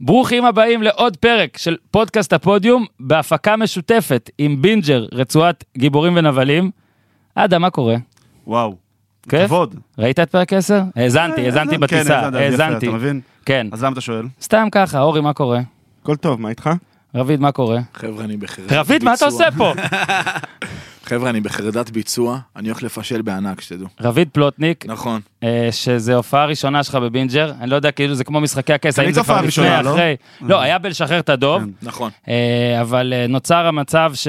ברוכים הבאים לעוד פרק של פודקאסט הפודיום בהפקה משותפת עם בינג'ר, רצועת גיבורים ונבלים. אדם, מה קורה? וואו. כיף? כבוד. ראית את פרק 10? האזנתי, האזנתי כן, בטיסה, האזנת, יפה, האזנתי. אתה מבין? כן. אז למה אתה שואל? סתם ככה, אורי, מה קורה? הכל טוב, מה איתך? רביד, מה קורה? חבר'ה, אני בחרדת ביצוע. רביד, מה אתה עושה פה? חבר'ה, אני בחרדת ביצוע, אני הולך לפשל בענק, שתדעו. רביד פלוטניק, נכון. אה, שזה הופעה ראשונה שלך בבינג'ר, אני לא יודע, כאילו זה כמו משחקי הכס, האם תמיד זה הופעה כבר לפני, ראשונה, לא? כן. אחרי. לא, היה בלשחרר את הדוב, נכון. אה, אבל אה, נוצר המצב ש...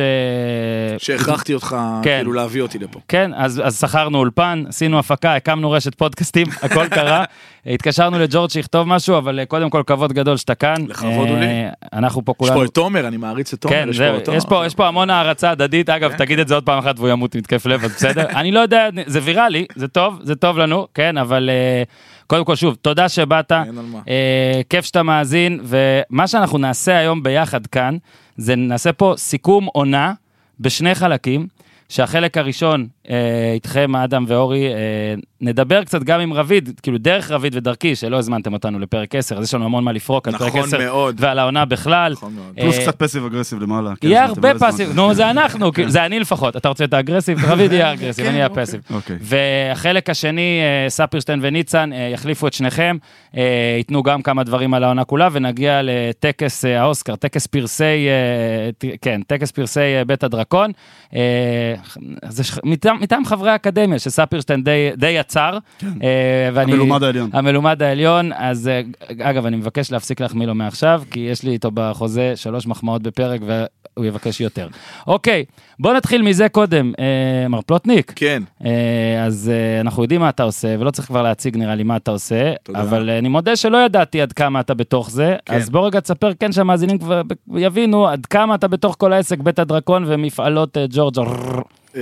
שהכרחתי אותך, כן. כאילו, להביא אותי לפה. כן, אז, אז שכרנו אולפן, עשינו הפקה, הקמנו רשת פודקאסטים, הכל קרה. התקשרנו לג'ורג' שיכתוב משהו, אבל אה, קודם כל כבוד גדול שאתה כאן. אה, לכבוד הוא לי. אנחנו פה יש כולנו... פה את תומר, אני מעריץ את תומר, כן. כן, יש זהו, פה אותו. יש פה- יש פה המון הערצה הדדית, אגב, תגיד את זה עוד פעם אחת והוא ימות מתקף לב, אז בסדר? אני לא יודע, זה ויראלי, זה טוב, זה טוב לנו, כן, אבל אה, קודם כל, שוב, תודה שבאת, אין על מה. אה, כיף שאתה מאזין, ומה שאנחנו נעשה היום ביחד כאן, זה נעשה פה סיכום עונה בשני חלקים, שהחלק הראשון, אה, איתכם, אדם ואורי, אה, נדבר קצת גם עם רביד, כאילו דרך רביד ודרכי, שלא הזמנתם אותנו לפרק 10, אז יש לנו המון מה לפרוק על פרק נכון 10, מאוד. ועל העונה בכלל. נכון מאוד. אה, פלוס קצת פסיב אגרסיב למעלה. כן, יהיה אז אתם לא הרבה הזמנתם. כן. פאסיב, נו זה אנחנו, כאילו, זה אני לפחות, אתה רוצה את האגרסיב? רביד יהיה אגרסיב, אני אהיה הפאסיב. אוקיי. והחלק השני, אה, ספירשטיין וניצן אה, יחליפו את שניכם, אה, ייתנו גם כמה דברים על העונה כולה, ונגיע לטקס אה, האוסקר, טקס פרסי, אה, ט- כן, טקס פרסי אה, בית הדרקון. אה, זה ש- מטעם מטעם חברי האקדמיה, שספירשטיין די- די יצר. אה, ואני- כן. המלומד העליון. המלומד העליון, אז אה, אגב, אני מבקש להפסיק להחמיא לו מעכשיו, כי יש לי איתו בחוזה שלוש מחמאות בפרק והוא יבקש יותר. אוקיי, בוא נתחיל מזה קודם, אה, מר פלוטניק. כן, אה, אז אה, אנחנו יודעים מה אתה עושה, ולא צריך כבר להציג נראה לי מה אתה עושה, תודה. אבל אה, אני מודה שלא ידעתי עד כמה אתה בתוך זה, כן. אז בוא רגע תספר, כן, שהמאזינים כבר ב- יבינו עד כמה אתה בתוך כל העסק, בית הדרקון ומפעלות אה, ג'ורג' רררר. אה,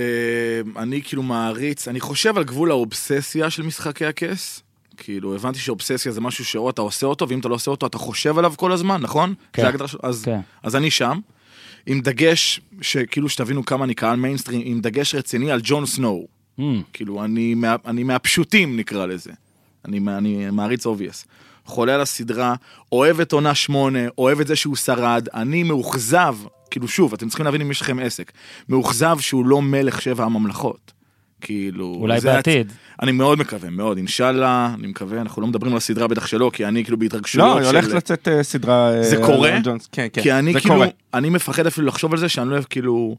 אני כאילו מעריץ, אני חושב על גבול האובססיה של משחקי הכס. כאילו, הבנתי שאובססיה זה משהו שאו אתה עושה אותו, ואם אתה לא עושה אותו, אתה חושב עליו כל הזמן, נכון? כן. זה ההגדרה של- אז- כן. אז אני שם, עם דגש, שכאילו שתבינו כמה אני קהל מיינסטרים, עם דגש רציני על ג'ון סנואו. Mm, כאילו, אני, מה, אני מהפשוטים נקרא לזה. אני, מה- אני מעריץ אובייס. חולה על הסדרה, אוהב את עונה שמונה, אוהב את זה שהוא שרד, אני מאוכזב, כאילו שוב, אתם צריכים להבין אם יש לכם עסק, מאוכזב שהוא לא מלך שבע הממלכות. כאילו... אולי זה בעתיד. הצ- אני מאוד מקווה, מאוד, אינשאללה, אני מקווה, אנחנו לא מדברים על הסדרה בטח שלו, כי אני כאילו בהתרגשויות לא, היא הולכת לצאת אה, סדרה... אה, זה על קורה? אלון ג'ונס. כן, כן. כי אני זה כאילו, קורה. אני מפחד אפילו לחשוב על זה שאני לא אוהב כאילו,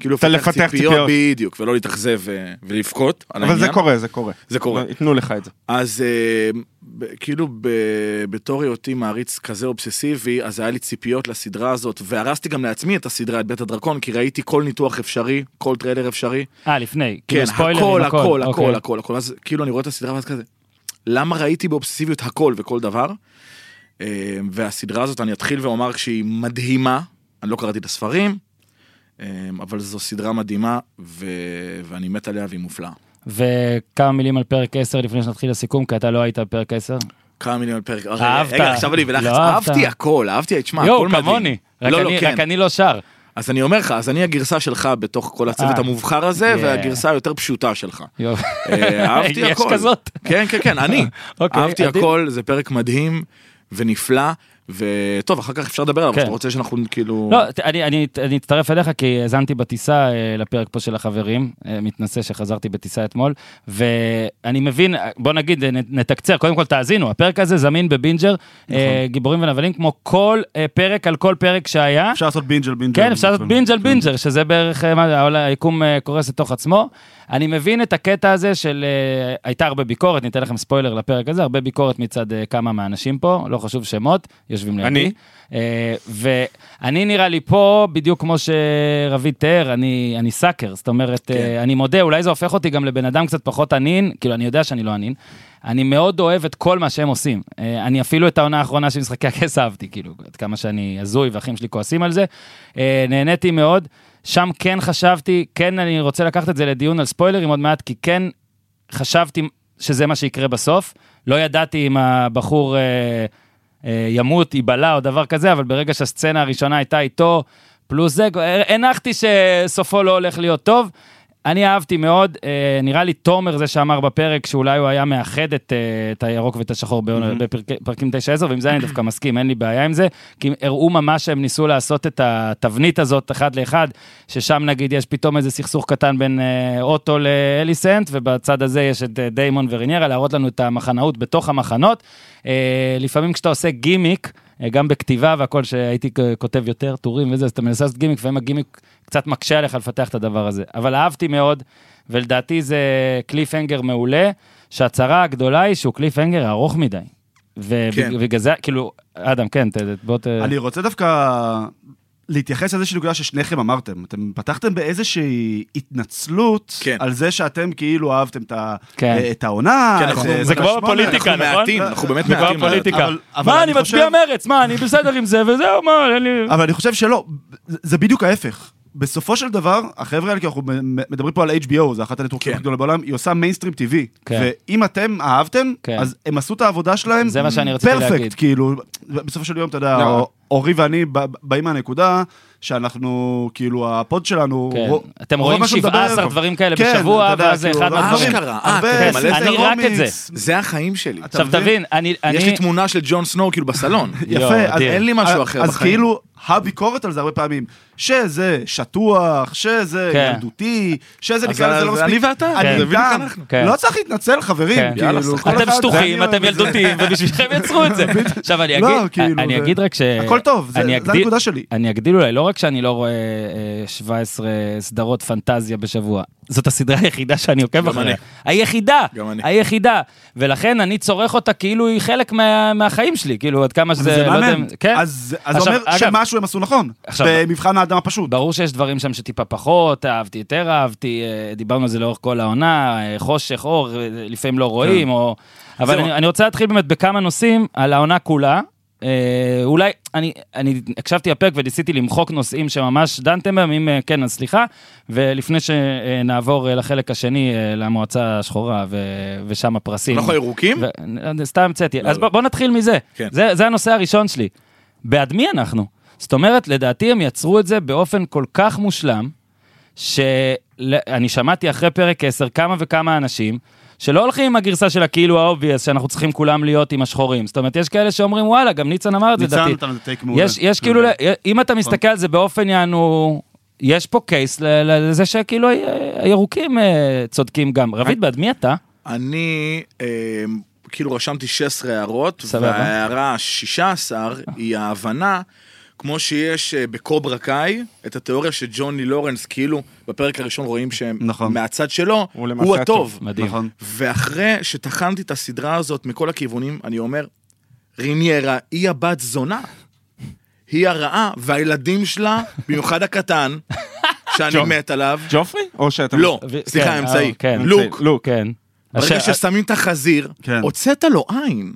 כאילו אתה לפתח ציפיות. בדיוק, ולא להתאכזב ו- ולבכות על אבל זה העניין. קורה, אה. זה קורה. זה קורה. ייתנו לך את זה. אז אה, ב- כאילו ב- בתור היותי מעריץ כזה אובססיבי, אז היה לי ציפיות לסדרה הזאת, והרסתי גם לעצמי את הסדרה, את בית הדרקון, כי ראיתי כל ניתוח אפשרי, כל טריילר אפשרי. אה, לפני, כן, כאילו ספוילרים, הכל, הכל, אוקיי. הכל, הכל, הכל. אז כאילו אני רואה את הסדרה ואז כזה, למה ראיתי באובססיביות הכל וכל דבר? אה, והסדרה הזאת, אני אתחיל ואומר שהיא מדהימה, אני לא קראתי את הספרים, אה, אבל זו סדרה מדהימה, ו- ואני מת עליה והיא מופלאה. וכמה מילים על פרק 10 לפני שנתחיל לסיכום, כי אתה לא היית בפרק 10. כמה מילים על פרק, הרי- אהבת. רגע עכשיו אני בלחץ, לא אהבת. אהבתי הכל, אהבתי, תשמע, הכל יואו, מדהים. כמוני, רק לא, אני- לא, כן. רק אני לא שר. אז אני אומר לך, אז אני הגרסה שלך בתוך כל הצוות אה. המובחר הזה, Yeah. והגרסה היותר פשוטה שלך. יואו. אה, אהבתי יש הכל. כזאת? כן, כן, כן, אני. אוקיי, אהבתי עדיף. הכל, זה פרק מדהים ונפלא, וטוב, אחר כך אפשר לדבר עליו, כן. אתה רוצה שאנחנו כאילו... לא, ת- אני- אני אני אצטרף אליך כי האזנתי בטיסה אה, לפרק פה של החברים, אה, מתנשא שחזרתי בטיסה אתמול, ואני מבין, אה, בוא נגיד, אה, נ- נתקצר, קודם כל תאזינו, הפרק הזה זמין בבינג'ר, אה, גיבורים ונבלים, כמו כל אה, פרק על כל פרק שהיה. אפשר לעשות בינג' על בינג'. כן, על- אפשר לעשות בינג' על בינג'ר, שזה בערך, אה, מה, זה, העולה- היקום אה, קורס לתוך עצמו. אני מבין את הקטע הזה של, אה, הייתה הרבה ביקורת, ניתן לכם ספוילר לפרק הזה, הרבה ביקורת מצד אה, כמה מהאנשים פה, לא חשוב שמות, יושבים לידי. אני? אה, ואני נראה לי פה, בדיוק כמו שרביד תיאר, אני, אני סאקר, זאת אומרת, כן. אה, אני מודה, אולי זה הופך אותי גם לבן אדם קצת פחות אנין, כאילו, אני יודע שאני לא אנין. אני מאוד אוהב את כל מה שהם עושים. אה, אני אפילו את העונה האחרונה של משחקי הכס אהבתי, כאילו, עד כמה שאני הזוי ואחים שלי כועסים על זה. אה, נהניתי מאוד, שם כן חשבתי, כן אני רוצה לקחת את זה לדיון על ספוילרים עוד מעט, כי כן חשבתי שזה מה שיקרה בסוף. לא ידעתי אם הבחור אה, אה, ימות, ייבלע או דבר כזה, אבל ברגע שהסצנה הראשונה הייתה איתו, פלוס זה, הנחתי שסופו לא הולך להיות טוב. אני אהבתי מאוד, אה, נראה לי תומר זה שאמר בפרק שאולי הוא היה מאחד את, אה, את הירוק ואת השחור mm-hmm. בפרקים 9-10, ועם זה אני דווקא מסכים, אין לי בעיה עם זה, כי הם הראו ממש שהם ניסו לעשות את התבנית הזאת אחד לאחד, ששם נגיד יש פתאום איזה סכסוך קטן בין אה, אוטו לאליסנט, ובצד הזה יש את אה, דיימון וריניירה, להראות לנו את המחנאות בתוך המחנות. אה, לפעמים כשאתה עושה גימיק, אה, גם בכתיבה והכל, שהייתי כ- כותב יותר טורים וזה, אז אתה מנסה לעשות גימיק, לפעמים הגימיק קצת מקשה עליך לפתח את הדבר הזה. אבל אהבתי מאוד, ולדעתי זה קליפהנגר מעולה, שהצרה הגדולה היא שהוא קליפהנגר ארוך מדי. כן. ובגלל זה, כאילו, אדם, כן, ת- ת- בוא ת... אני רוצה דווקא להתייחס לאיזושהי נקודה ששניכם אמרתם. אתם פתחתם באיזושהי התנצלות כן. על זה שאתם כאילו אהבתם את ה- כן. אה, את העונה. כן, אנחנו- את זה כמו השמונה. בפוליטיקה, אנחנו נכון? מעטים, אנחנו באמת זה כבר מעטים. פוליטיקה. אבל- אבל מה, אני אני מצביע חושב- מרץ, מה, אני בסדר עם זה, וזהו, מה, אין לי... אבל אני חושב שלא, זה- זה בדיוק ההפך. בסופו של דבר, החבר'ה האלה, כי אנחנו מ- מ- מדברים פה על HBO, זו אחת הנטורקים כן. הגדולות בעולם, היא עושה מיינסטרים טבעי. כן. ואם אתם אהבתם, כן. אז הם עשו את העבודה שלהם, זה מה שאני רציתי להגיד. פרפקט, כאילו, בסופו של יום, אתה יודע, לא. אורי ואני ב- באים מהנקודה שאנחנו, כאילו, הפוד שלנו... כן. רוב- אתם רוב רואים מה שמדבר 17 עליו. דברים כאלה כן, בשבוע, אתה יודע, ואז כאילו, אחד הרבה מהדברים. אשכרה, אה, הרבה כן, מלא אני רק את זה. סטרומיקס. זה החיים שלי. אתה עכשיו מבין? תבין, אני... יש אני- לי תמונה של ג'ון סנואו כאילו בסלון. יואו, יפה, אז אדיר. אין לי משהו אחר אז בחיים. כאילו, הביקורת על זה הרבה פעמים, שזה שטוח, שזה כן. ילדותי, שזה אז נקרא לזה לא זה מספיק. אני ואתה, כן. אני זה בדיוק גם, אנחנו. כן. לא צריך להתנצל חברים, כן. יאללה, כאילו, שחקן. כל אתם אחד- שטוחים, ואני אוהב אתם את זה. ילדותיים, ובשבילכם יצרו את זה. עכשיו אני לא, אגיד, כאילו, אני זה- אגיד רק ש... הכל טוב, זה- אה, אני זה אגדיל- הנקודה שלי. אני אגדיל אולי, לא רק שאני לא רואה אה, 17 סדרות פנטזיה בשבוע, זאת הסדרה היחידה שאני עוקב גם אחריה. אני. היחידה, גם אני. היחידה. ולכן אני צורך אותה כאילו היא חלק מה- מהחיים שלי, כאילו עד כמה שזה... זה לא יודע- מהמם, כן. אז אז זה עכשיו, אומר אגב- שמשהו הם עשו נכון, עכשיו- במבחן האדם הפשוט. ברור שיש דברים שם שטיפה פחות, אהבתי יותר אהבתי, אה, דיברנו על זה לאורך כל העונה, אה, חושך, אור, אה, לפעמים לא רואים, או... אבל כן. זהו. אני, אני רוצה להתחיל באמת בכמה נושאים על העונה כולה. אה, אולי, אני, אני הקשבתי לפרק וניסיתי למחוק נושאים שממש דנתם בהם, אם אה, כן, אז סליחה. ולפני שנעבור לחלק השני, אה, למועצה השחורה ו, ושם הפרסים. אנחנו לא ירוקים? ו- אה, סתם המצאתי. לא, אז לא. בוא- בוא נתחיל מזה. כן. זה זה הנושא הראשון שלי. בעד מי אנחנו? זאת אומרת, לדעתי הם יצרו את זה באופן כל כך מושלם, שאני שמעתי אחרי פרק 10 כמה וכמה אנשים. שלא הולכים עם הגרסה של הכאילו האובייס, שאנחנו צריכים כולם להיות עם השחורים. זאת אומרת, יש כאלה שאומרים, וואלה, גם ניצן אמר את זה, ניצן לדעתי. נתן לזה טייק מעולה. יש, יש כאילו, ל- אם אתה מסתכל על זה באופן יענו, יש פה קייס ל- ל- לזה שכאילו ה- הירוקים אה, צודקים גם. רביד, בעד מי אתה? אני אה, כאילו רשמתי 16 הערות, סבבה. וההערה ה-16 היא ההבנה, כמו שיש אה, בקוברה קאי, את התיאוריה שג'וני לורנס, כאילו בפרק הראשון רואים שהם, נכון. מהצד שלו, הוא למעשה הוא הטוב. הטוב. מדהים. נכון. ואחרי שטחנתי את הסדרה הזאת מכל הכיוונים, אני אומר, ריניירה היא הבת זונה. היא הרעה, והילדים שלה, במיוחד הקטן, שאני ג'ו. מת עליו, ג'ופרי? או שאתה... לא, ו- כן, סליחה, אה, האמצעי, כן. לוק. לוק. כן. ברגע אשר- ששמים את החזיר, כן. הוצאת לו עין.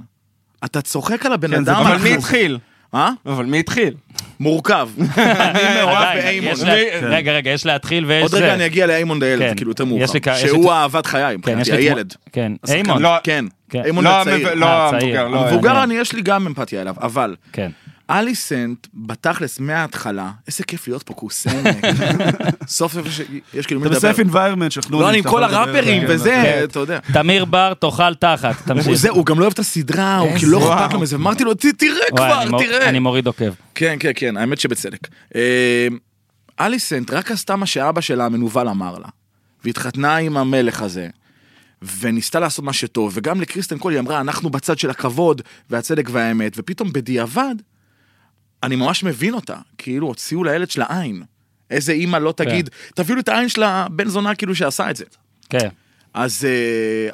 אתה צוחק על הבן כן, זה אדם, דבר אבל אנחנו- מי התחיל? אה? אבל מי התחיל? מורכב. אני מאוהב אה, עדיין, באיימון. יש לה- רגע, כן. רגע, יש להתחיל ויש עוד זה. רגע אני אגיע לאיימון דיילד, כן. זה כאילו יותר יש מאוחר. לי כ- יש לי שהוא את- האהבת כן, חיי, יש מבחינתי, לי כמו- הילד. כן, איימון. לא, כן, כן. איימון לא הצעיר. המב- לא אה, המבוגר, צעיר. לא... אני- המבוגר אני יש לי גם אמפתיה אליו, אבל כן. אליסנט בתכלס מההתחלה, איזה כיף להיות פה כוסמק. סוף סוף יש- יש כאילו מי אתה לדבר. בסייף אינביירמנט של חנונים. לא, אני עם שאתה כל יכול לדבר, הראפרים כן, וזה, כן. אתה יודע. תמיר בר, תאכל תחת, הוא תמשיך. זה, הוא גם לא אוהב את הסדרה, הוא איזה- כאילו לא וואו. אכפת לו מזה, ואמרתי לו, "ת- תראה וואי, כבר, אני מור- תראה. אני מוריד עוקב. כן, כן, כן, האמת שבצדק. אה, אליסנט רק עשתה מה שאבא שלה המנוול אמר לה, והתחתנה עם המלך הזה, וניסתה לעשות מה שטוב, וגם לקריסטן קול היא אמרה, אנחנו בצד של הכבוד, והצדק והאמת, ופתאום בדיעבד, אני ממש מבין אותה, כאילו הוציאו לילד שלה עין. איזה אימא לא תגיד, תביאו לי את העין של הבן זונה כאילו שעשה את זה. כן. אז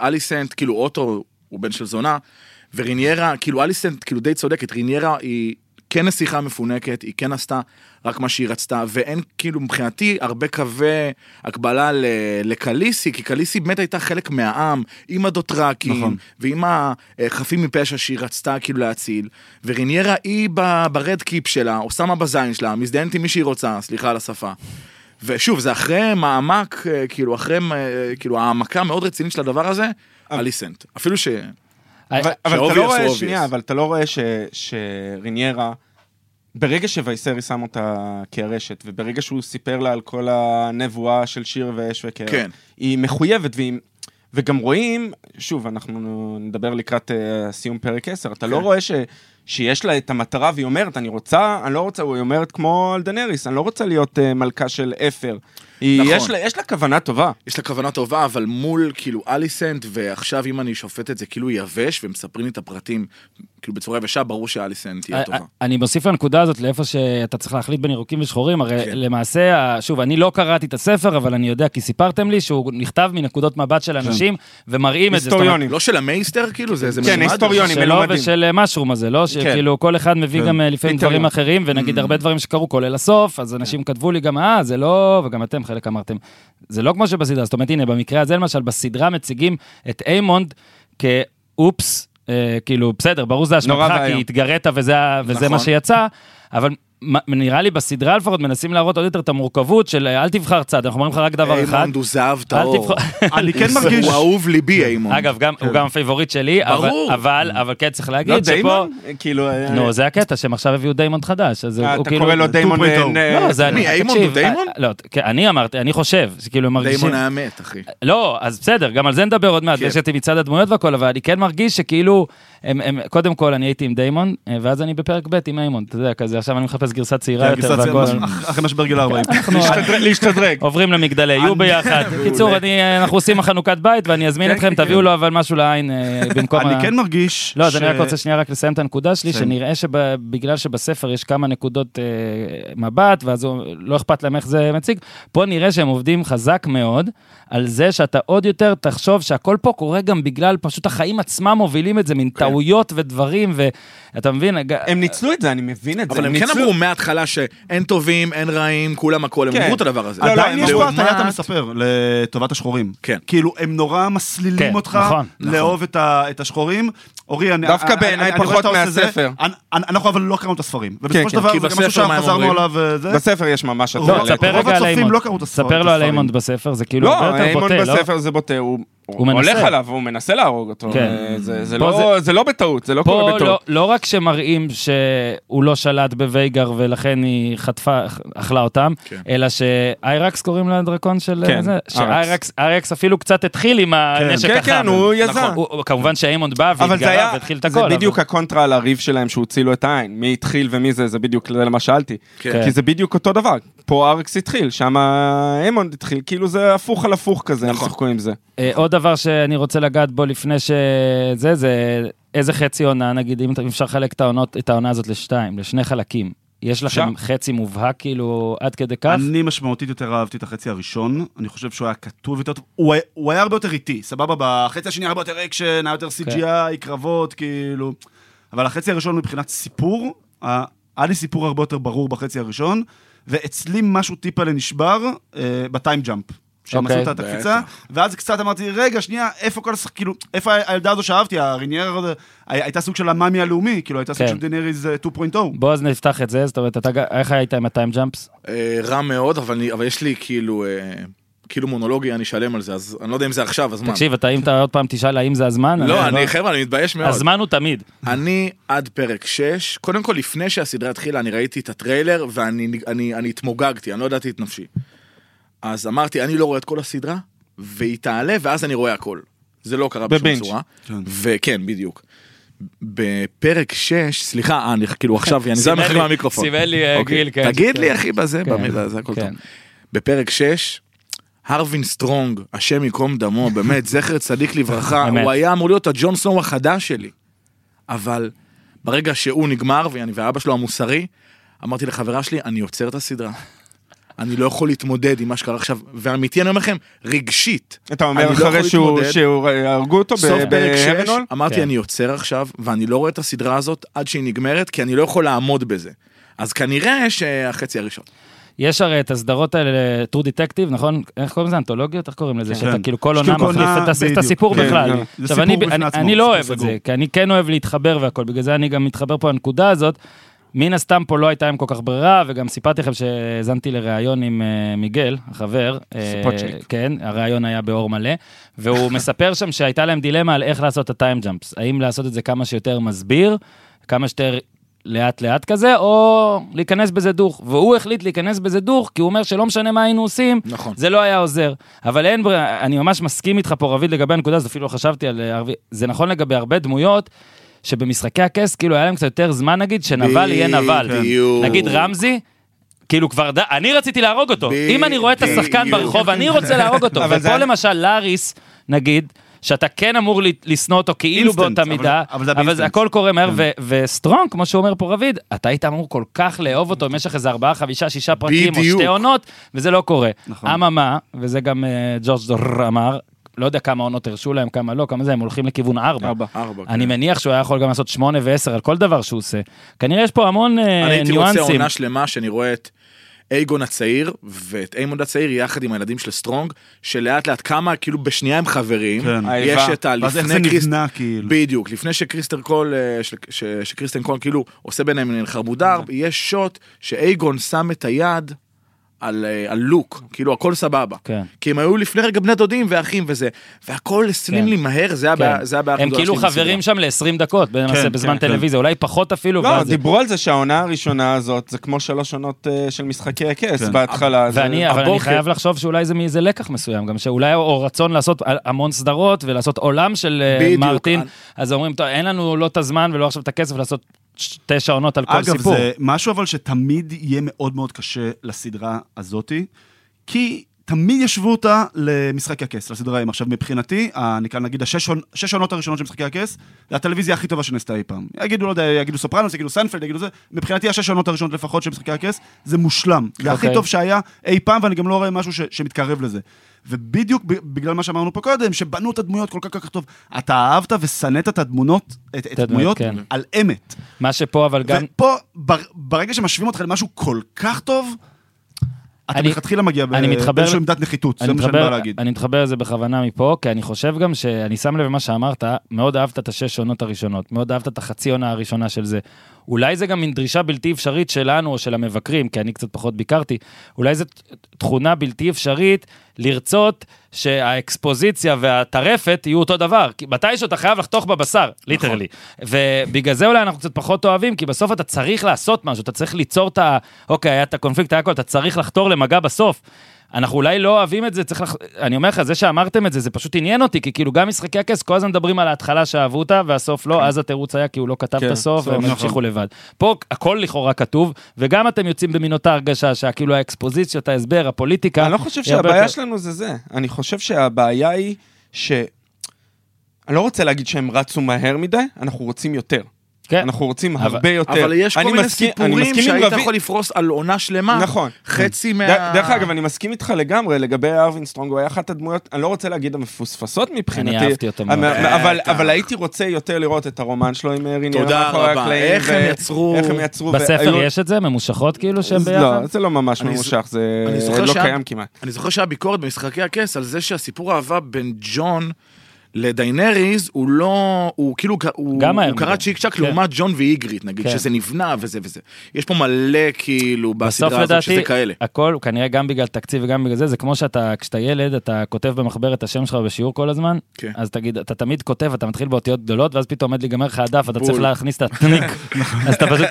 אה, אליסנט, כאילו אוטו הוא בן של זונה, וריניירה, כאילו אליסנט כאילו די צודקת, ריניירה היא כן נסיכה מפונקת, היא כן עשתה רק מה שהיא רצתה, ואין כאילו מבחינתי הרבה קווי הקבלה ל- לקליסי, כי קליסי באמת הייתה חלק מהעם, עם הדוטרקים, נכון. נכון. ועם החפים מפשע שהיא רצתה כאילו להציל, וריניירה היא ב- ברד קיפ שלה, או שמה בזין שלה, מזדיינת עם מי שהיא רוצה, סליחה על השפה. ושוב, זה אחרי מעמק, אה, כאילו, אחרי, אה, כאילו, העמקה מאוד רצינית של הדבר הזה, אליסנט. אפילו ש... אבל אה, אבל אתה ש-obvious לא רואה, הוא obvious. שנייה, אבל אתה לא רואה ש- שריניירה ברגע שווייסרי שם אותה כרשת, וברגע שהוא סיפר לה על כל הנבואה של שיר ואש וקר, כן. היא מחויבת, והיא... וגם רואים, שוב, אנחנו נדבר לקראת אה, סיום פרק 10, אתה לא כן. רואה ש, שיש לה את המטרה והיא אומרת, אני רוצה, אני לא רוצה, היא אומרת כמו על דנריס, אני לא רוצה להיות אה, מלכה של אפר. היא, נכון. יש, לה, יש לה כוונה טובה. יש לה כוונה טובה, אבל מול כאילו אליסנט, ועכשיו אם אני שופט את זה כאילו יבש, ומספרים לי את הפרטים, כאילו בצורה יבשה, ברור שאליסנט אה, תהיה טובה. אני מוסיף לנקודה הזאת לאיפה שאתה צריך להחליט בין ירוקים ושחורים, הרי כן. למעשה, ה- שוב, אני לא קראתי את הספר, אבל אני יודע כי סיפרתם לי שהוא נכתב מנקודות מבט של אנשים, ומראים את זה. זאת אומרת, היסטוריונים. לא של המייסטר כאילו? זה איזה כן, היסטוריון. היסטוריונים שלו מלומדים. ושל אה, משרום הזה, לא? שכאילו כל אחד מביא גם אה, לפעמים איתנו. דברים אחרים, ונגיד הרבה דברים שקרו, כולל הסוף, אז אנשים כתבו לי גם, אה, זה לא, וגם אתם חלק אמרתם, זה לא כמו שבסדרה, זאת אומרת, הנה, במקרה הזה למשל, בסדרה מציגים את איימונד כאופס, אה, כאילו, בסדר, ברור זה נורא אשמתך, כי ואיום. התגרית וזה ה- וזה מה נכון. שיצא, אבל... מ- נראה לי בסדרה לפחות מנסים להראות עוד יותר את המורכבות של אה, אל תבחר צד, אנחנו אומרים לך רק דבר אחד. איימונד הוא זהב טהור. תבחר- אני כן הוא- מרגיש... הוא אהוב ליבי איימונד. אגב, גם, הוא גם הפייבוריט שלי, אבל- ברור. אבל, אבל כן צריך להגיד לא שפה... דיימון? כאילו... אה, נו, זה הקטע, שהם עכשיו הביאו דיימון חדש, אז אה, הוא אתה כאילו... קורא לו דיימון... 2.0. אה, לא, זה אני... מי, איימון תקשיב, הוא דיימון? אה, לא, כן, אני אמרתי, אני חושב, שכאילו הם מרגישים... דיימון היה מת, אחי. לא, אז בסדר, גם על זה נדבר עוד מעט, כן. יש אותי מצד הדמויות והכל, אבל אני כן מרגיש שכאילו, הם, הם, קודם כל אני הייתי עם דיימון, אה, ואז אני בפרק ב' עם איימון, אתה יודע, כזה, עכשיו אני מחפש גרסה צעירה כן, יותר גרסת והכל. ציון, אח- אחרי משבר כן. גיל 40. נכון. להשתדרג- להשתדרג. עוברים למגדלי יו ביחד. בקיצור, אני- אנחנו עושים חנוכת בית ואני אזמין כן, אתכם, כן, תביאו לו אבל משהו לעין אה, במקום אני כן מרגיש... לא, אז אני ש- כן. רק רוצה שנייה רק לסיים את הנקודה שלי, בסדר. שנראה שבגלל שבספר יש כמה נקודות אה, מבט, ואז הוא- לא אכפת להם איך זה מציג, פה נראה שהם עובדים חזק מאוד על זה שאתה עוד יותר תחשוב שהכל פה קורה גם בגלל פשוט החיים עצמם מובילים את זה, מין כן. טעויות ודברים, ואתה מבין? הג- הם ניצלו את זה, אני מבין את זה. אבל הם כן ניצלו- אמרו מההתחלה שאין טובים, אין רעים, כולם הכל, הם כן. אמרו את הדבר הזה. לא, לא, עדיין הם יש פה לעומת- הטיית המספר לטובת השחורים. כן. כאילו, הם נורא מסלילים כן, אותך נכון, נכון. לאהוב את ה- את השחורים. אורי, אני... דווקא אני- אני- בעיניי אני רואה פחות שאתה עושה זה. מהספר. אנ- אנ- אנחנו אבל לא קראנו את הספרים. ובסופו של כן, דבר, כי זה גם משהו בספר מה הם שחזרנו אומרים? עליו אה, זה. בספר יש ממש... לא, לא, הטרלה. תספר רוב רגע על הצופים איימונד. לא קראו את ספר הספר- את לו על הספרים. איימונד בספר, זה כאילו לא, הרבה יותר איימון בוטה, לא? בספר זה בוטה, הוא הוא מנסה. הולך עליו, הוא מנסה להרוג אותו. כן. אה, זה- זה פה לא- זה לא בטעות, זה לא קורה פה לא, בטעות. לא רק שמראים שהוא לא שלט בווייגר ולכן היא חטפה, אכלה אותם, כן. אלא שאיירקס קוראים לדרקון של כן, זה, איירקס. שאיירקס איירקס אפילו קצת התחיל עם הנשק כן, החם. כן, הוא יזם. נכון, הוא- הוא- כמובן שאיימונד בא אבל זה והתגלה היה, והתחיל את זה הכל. בדיוק אבל- הקונטרה על הריב שלהם שהוציא לו את העין. מי התחיל ומי זה, זה בדיוק זה למה שאלתי. כן. כי זה בדיוק אותו דבר. פה ארקס התחיל, שם אמונד התחיל, כאילו זה הפוך על הפוך כזה, הם נכון. שיחקו עם זה. אה, עוד דבר שאני רוצה לגעת בו לפני שזה, זה איזה חצי עונה, נגיד, אם אפשר לחלק את העונות- את העונה הזאת לשתיים, לשני חלקים. יש לכם חצי מובהק כאילו עד כדי כך? אני משמעותית יותר אהבתי את החצי הראשון, אני חושב שהוא היה כתוב יותר טוב, הוא היה- הוא היה הרבה יותר איטי, סבבה? בחצי השני היה הרבה יותר אקשן, היה יותר אוקיי. CGI, קרבות, כאילו... אבל החצי הראשון מבחינת סיפור, ה- היה לי סיפור הרבה יותר ברור בחצי הראשון, ואצלי משהו טיפה לנשבר אה, בטיים ג'אמפ. שהם אוקיי. עשו את הקפיצה, ואז קצת אמרתי, רגע, שנייה, איפה כל השחק... כאילו, איפה ה- הילדה הזו שאהבתי, הריניאר, הזה, הי- הייתה סוג של המאמי הלאומי, כאילו, הייתה סוג כן. של דנריז 2.0. בוא אז נפתח את זה, זאת אומרת, אתה, ג- איך היית עם הטיים ג'אמפס? אה, רע מאוד, אבל אני- אבל יש לי כאילו... אה, כאילו מונולוגיה, אני אשלם על זה, אז אני לא יודע אם זה עכשיו, הזמן. תקשיב, אה, אתה, אם אתה עוד פעם תשאל האם זה הזמן, לא, אני, חבר'ה, אני מתבייש מאוד. הזמן הוא תמיד. אני עד פרק 6, קודם כל לפני שהסדרה התחילה אני ראיתי את הטריילר ואני אני, אני התמוגגתי, אני לא ידעתי את נפשי. אז אמרתי, אני לא רואה את כל הסדרה, והיא תעלה ואז אני רואה הכל. זה לא קרה בשום בבינג'. צורה. כן. וכן, בדיוק. בפרק 6, סליחה, אה, אני כאילו עכשיו, אני זז סימן מחיר לי- מהמיקרופון. סימן לי, אה, אוקיי. גיל, כן, תגיד כן. לי, אחי, בזה, כן. במילה, זה הכל כן. טוב. בפרק 6, הרווין סטרונג, השם ייקום דמו, באמת, זכר צדיק לברכה, אמת. הוא היה אמור להיות הג'ון סנואו החדש שלי. אבל ברגע שהוא נגמר, ואני ואבא שלו המוסרי, אמרתי לחברה שלי, אני עוצר את הסדרה. אני לא יכול להתמודד עם מה שקרה עכשיו, ואמיתי, אני אומר לכם, רגשית. אתה אני אומר לא אחרי יכול שהוא להתמודד. שהוא- אה, הרגו אותו סוף פרק 6, בהרנול? כן. אמרתי, אני עוצר עכשיו, ואני לא רואה את הסדרה הזאת עד שהיא נגמרת, כי אני לא יכול לעמוד בזה. אז כנראה שהחצי הראשון. אה, יש הרי את הסדרות האלה, טור דטקטיב, נכון? איך קוראים לזה? אנתולוגיות? איך קוראים לזה? שאתה כן. כאילו כל שכל עונה מחליף עונה, את הס- את בדיוק. הסיפור כן, בכלל. כן. זה עכשיו, סיפור אני- בפני אני- עצמו, אני לא סיפור אוהב את זה, סגור. כי אני כן אוהב להתחבר והכל, בגלל זה אני גם מתחבר פה לנקודה הזאת. מן הסתם פה לא הייתה להם כל כך ברירה, וגם סיפרתי לכם שהאזנתי לראיון עם אה, מיגל, החבר. אה, סופוצ'ניק. כן, הראיון היה באור מלא, והוא מספר שם שהייתה להם דילמה על איך לעשות את הטיים ג'אמפס. האם לעשות את זה כמה שיותר מסביר, כמה שיותר לאט לאט כזה, או להיכנס בזה דוך. והוא החליט להיכנס בזה דוך, כי הוא אומר שלא משנה מה היינו עושים, נכון. זה לא היה עוזר. אבל אין ברירה, אני ממש מסכים איתך פה, רביד, לגבי הנקודה הזאת, אפילו לא חשבתי על אה, ערבי. זה נכון לגבי הרבה דמויות, שבמשחקי הכס, כאילו היה להם קצת יותר זמן, נגיד, שנבל יהיה נבל. בדיוק. נגיד רמזי, כאילו כבר, ד... אני רציתי להרוג אותו. אם אני רואה את השחקן בדיוק. ברחוב, אני רוצה להרוג אותו. אבל זה ופה היה- למשל, לאריס, נגיד, שאתה כן אמור ל- לשנוא אותו כאילו Instant, באותה אבל- מידה, אבל זה היה אבל זה ב-instant. הכל קורה מהר, ו- וסטרונג, כמו שאומר פה רביד, אתה היית אמור כל כך לאהוב אותו במשך איזה ארבעה, חמישה, שישה פרקים, או בדיוק. שתי עונות, וזה לא קורה. נכון. אממה, וזה גם אה, ג'ורג' דור אמר, לא יודע כמה עונות הרשו להם, כמה לא, כמה זה, הם הולכים לכיוון ארבע. ארבע. כן. ארבע. אני מניח שהוא היה יכול גם לעשות שמונה ועשר על כל דבר שהוא עושה. כנראה יש פה המון אה, אני הייתי רוצה ניואנסים. עונה שלמה שאני רואה את אייגון הצעיר ואת איימונד הצעיר יחד עם הילדים של סטרונג, שלאט לאט כמה, כאילו בשנייה הם חברים. כן. יש האיבה. את ה... ואז איך לפני זה קריס- נבנה, כאילו. בדיוק, לפני שקריסטר קול, אה, של- ש- שקריסטן קול כאילו עושה ביניהם חרמודר, אוקיי. יש שוט שאייגון שם את היד. על, אה, על לוק, כאילו הכל סבבה. כן. כי הם היו לפני רגע בני דודים ואחים וזה, והכל הסלים כן. לי מהר, זה כן. הבעיה זה הבעיה הכי הם גדולה כאילו שלי בסדרה. חברים שם ל-20 דקות, למעשה כן, בזמן כן. טלוויזיה, אולי פחות אפילו, לא, ואז- דיברו על זה שהעונה הראשונה הזאת זה כמו שלוש עונות אה, של משחקי הכס כן. בהתחלה. זה- ואני, אבל אני הבוקר- חייב לחשוב שאולי זה מאיזה לקח מסוים, גם שאולי, או רצון לעשות המון סדרות ולעשות עולם של אה, בדיוק. מרטין, אני- אז אומרים, טוב, אין לנו לא את הזמן ולא עכשיו את הכסף לעשות ש- תשע עונות על כל אגב, סיפור. זה משהו אבל שתמיד יהיה מאוד מאוד קשה לסדרה הזאתי, כי תמיד ישבו אותה למשחק הכס, לסדרה ההיא. עכשיו, מבחינתי, ה- נקרא נגיד השש עונ- שש עונות הראשונות של משחקי הכס, זה הטלוויזיה הכי טובה שנעשתה אי פעם. יגידו, לא יודע, יגידו סופרנוס, יגידו סנפלד, יגידו זה, מבחינתי השש עונות הראשונות לפחות של משחקי הכס, זה מושלם. זה הכי אוקיי. טוב שהיה אי פעם, ואני גם לא רואה משהו ש- שמתקרב לזה. ובדיוק ב- בגלל מה שאמרנו פה קודם, שבנו את הדמויות כל כך כל כך טוב, אתה אהבת ושנאת את הדמונות, את- את הדמויות, הדמויות, כן. על אמת. מה שפה, אבל גם... ופה, בר, ברגע שמשווים אותך למשהו כל כך טוב, אתה אני- מלכתחילה מגיע ב- אני מתחבר- באיזושהי עמדת נחיתות, זה אני מה שאני בא מתחבר, להגיד. אני מתחבר לזה בכוונה מפה, כי אני חושב גם שאני שם לב למה שאמרת, מאוד אהבת את השש עונות הראשונות, מאוד אהבת את החצי עונה הראשונה של זה. אולי זה גם מין דרישה בלתי אפשרית שלנו או של המבקרים, כי אני קצת פחות ביקרתי, אולי זו ת- תכונה בלתי אפשרית לרצות שהאקספוזיציה והטרפת יהיו אותו דבר. כי מתישהו אתה חייב לחתוך בבשר, ליטרלי. ובגלל זה אולי אנחנו קצת פחות אוהבים, כי בסוף אתה צריך לעשות משהו, אתה צריך ליצור את ה... אוקיי, היה את הקונפליקט, היה הכל, אתה צריך לחתור למגע בסוף. אנחנו אולי לא אוהבים את זה, צריך לח... אני אומר לך, זה שאמרתם את זה, זה פשוט עניין אותי, כי כאילו גם משחקי הכס כל הזמן מדברים על ההתחלה שאהבו אותה, והסוף לא, אז התירוץ היה כי הוא לא כתב את כן, הסוף, סוף, והם נכון. המשיכו לבד. פה הכל לכאורה כתוב, וגם אתם יוצאים במין אותה הרגשה, שכאילו האקספוזיציות, ההסבר, הפוליטיקה. אני לא חושב היא הרבה יותר- שהבעיה שלנו זה זה. אני חושב שהבעיה היא ש... אני לא רוצה להגיד שהם רצו מהר מדי, אנחנו רוצים יותר. כן. אנחנו רוצים אבל- הרבה יותר. אבל יש כל אני מיני מסכים- אני סיפורים מסכים עם שהיית רביד- יכול לפרוס על עונה שלמה, נכון. חצי ד- מה... דרך אגב, אני מסכים איתך לגמרי לגבי ארווין סטרונג, הוא היה אחת הדמויות, אני לא רוצה להגיד המפוספסות מבחינתי. אני אהבתי אותו מאוד. אבל- אבל- בטח. אבל הייתי רוצה יותר לראות את הרומן שלו עם אה, ריני אה, תודה מאחורי רבה. הקלעים, איך הם ו- יצרו- איך הם יצרו. בספר והיו- יש את זה? ממושכות כאילו שהם ביחד? לא, זה לא ממש אני ז- ממושך, זה אני זוכר לא שהיה- קיים כמעט. אני זוכר שהיה ביקורת במשחקי הכס על זה שהסיפור האהבה בין ג'ון לדיינריז הוא לא, הוא כאילו, ק- הוא, גם היה הוא קרא מדי. צ'יק צ'אק כן. לעומת ג'ון ואיגריט נגיד, כן. שזה נבנה וזה וזה. יש פה מלא כאילו בסוף בסדרה הזאת שזה לדעתי, כאלה. הכל, כנראה גם בגלל תקציב וגם בגלל זה, זה כמו שאתה, כשאתה ילד, אתה כותב במחברת את השם שלך בשיעור כל הזמן, כן. אז תגיד, אתה תמיד כותב, אתה מתחיל באותיות גדולות, ואז פתאום עומד להיגמר לך הדף, אתה בול. צריך להכניס את הטניק, אז אתה פשוט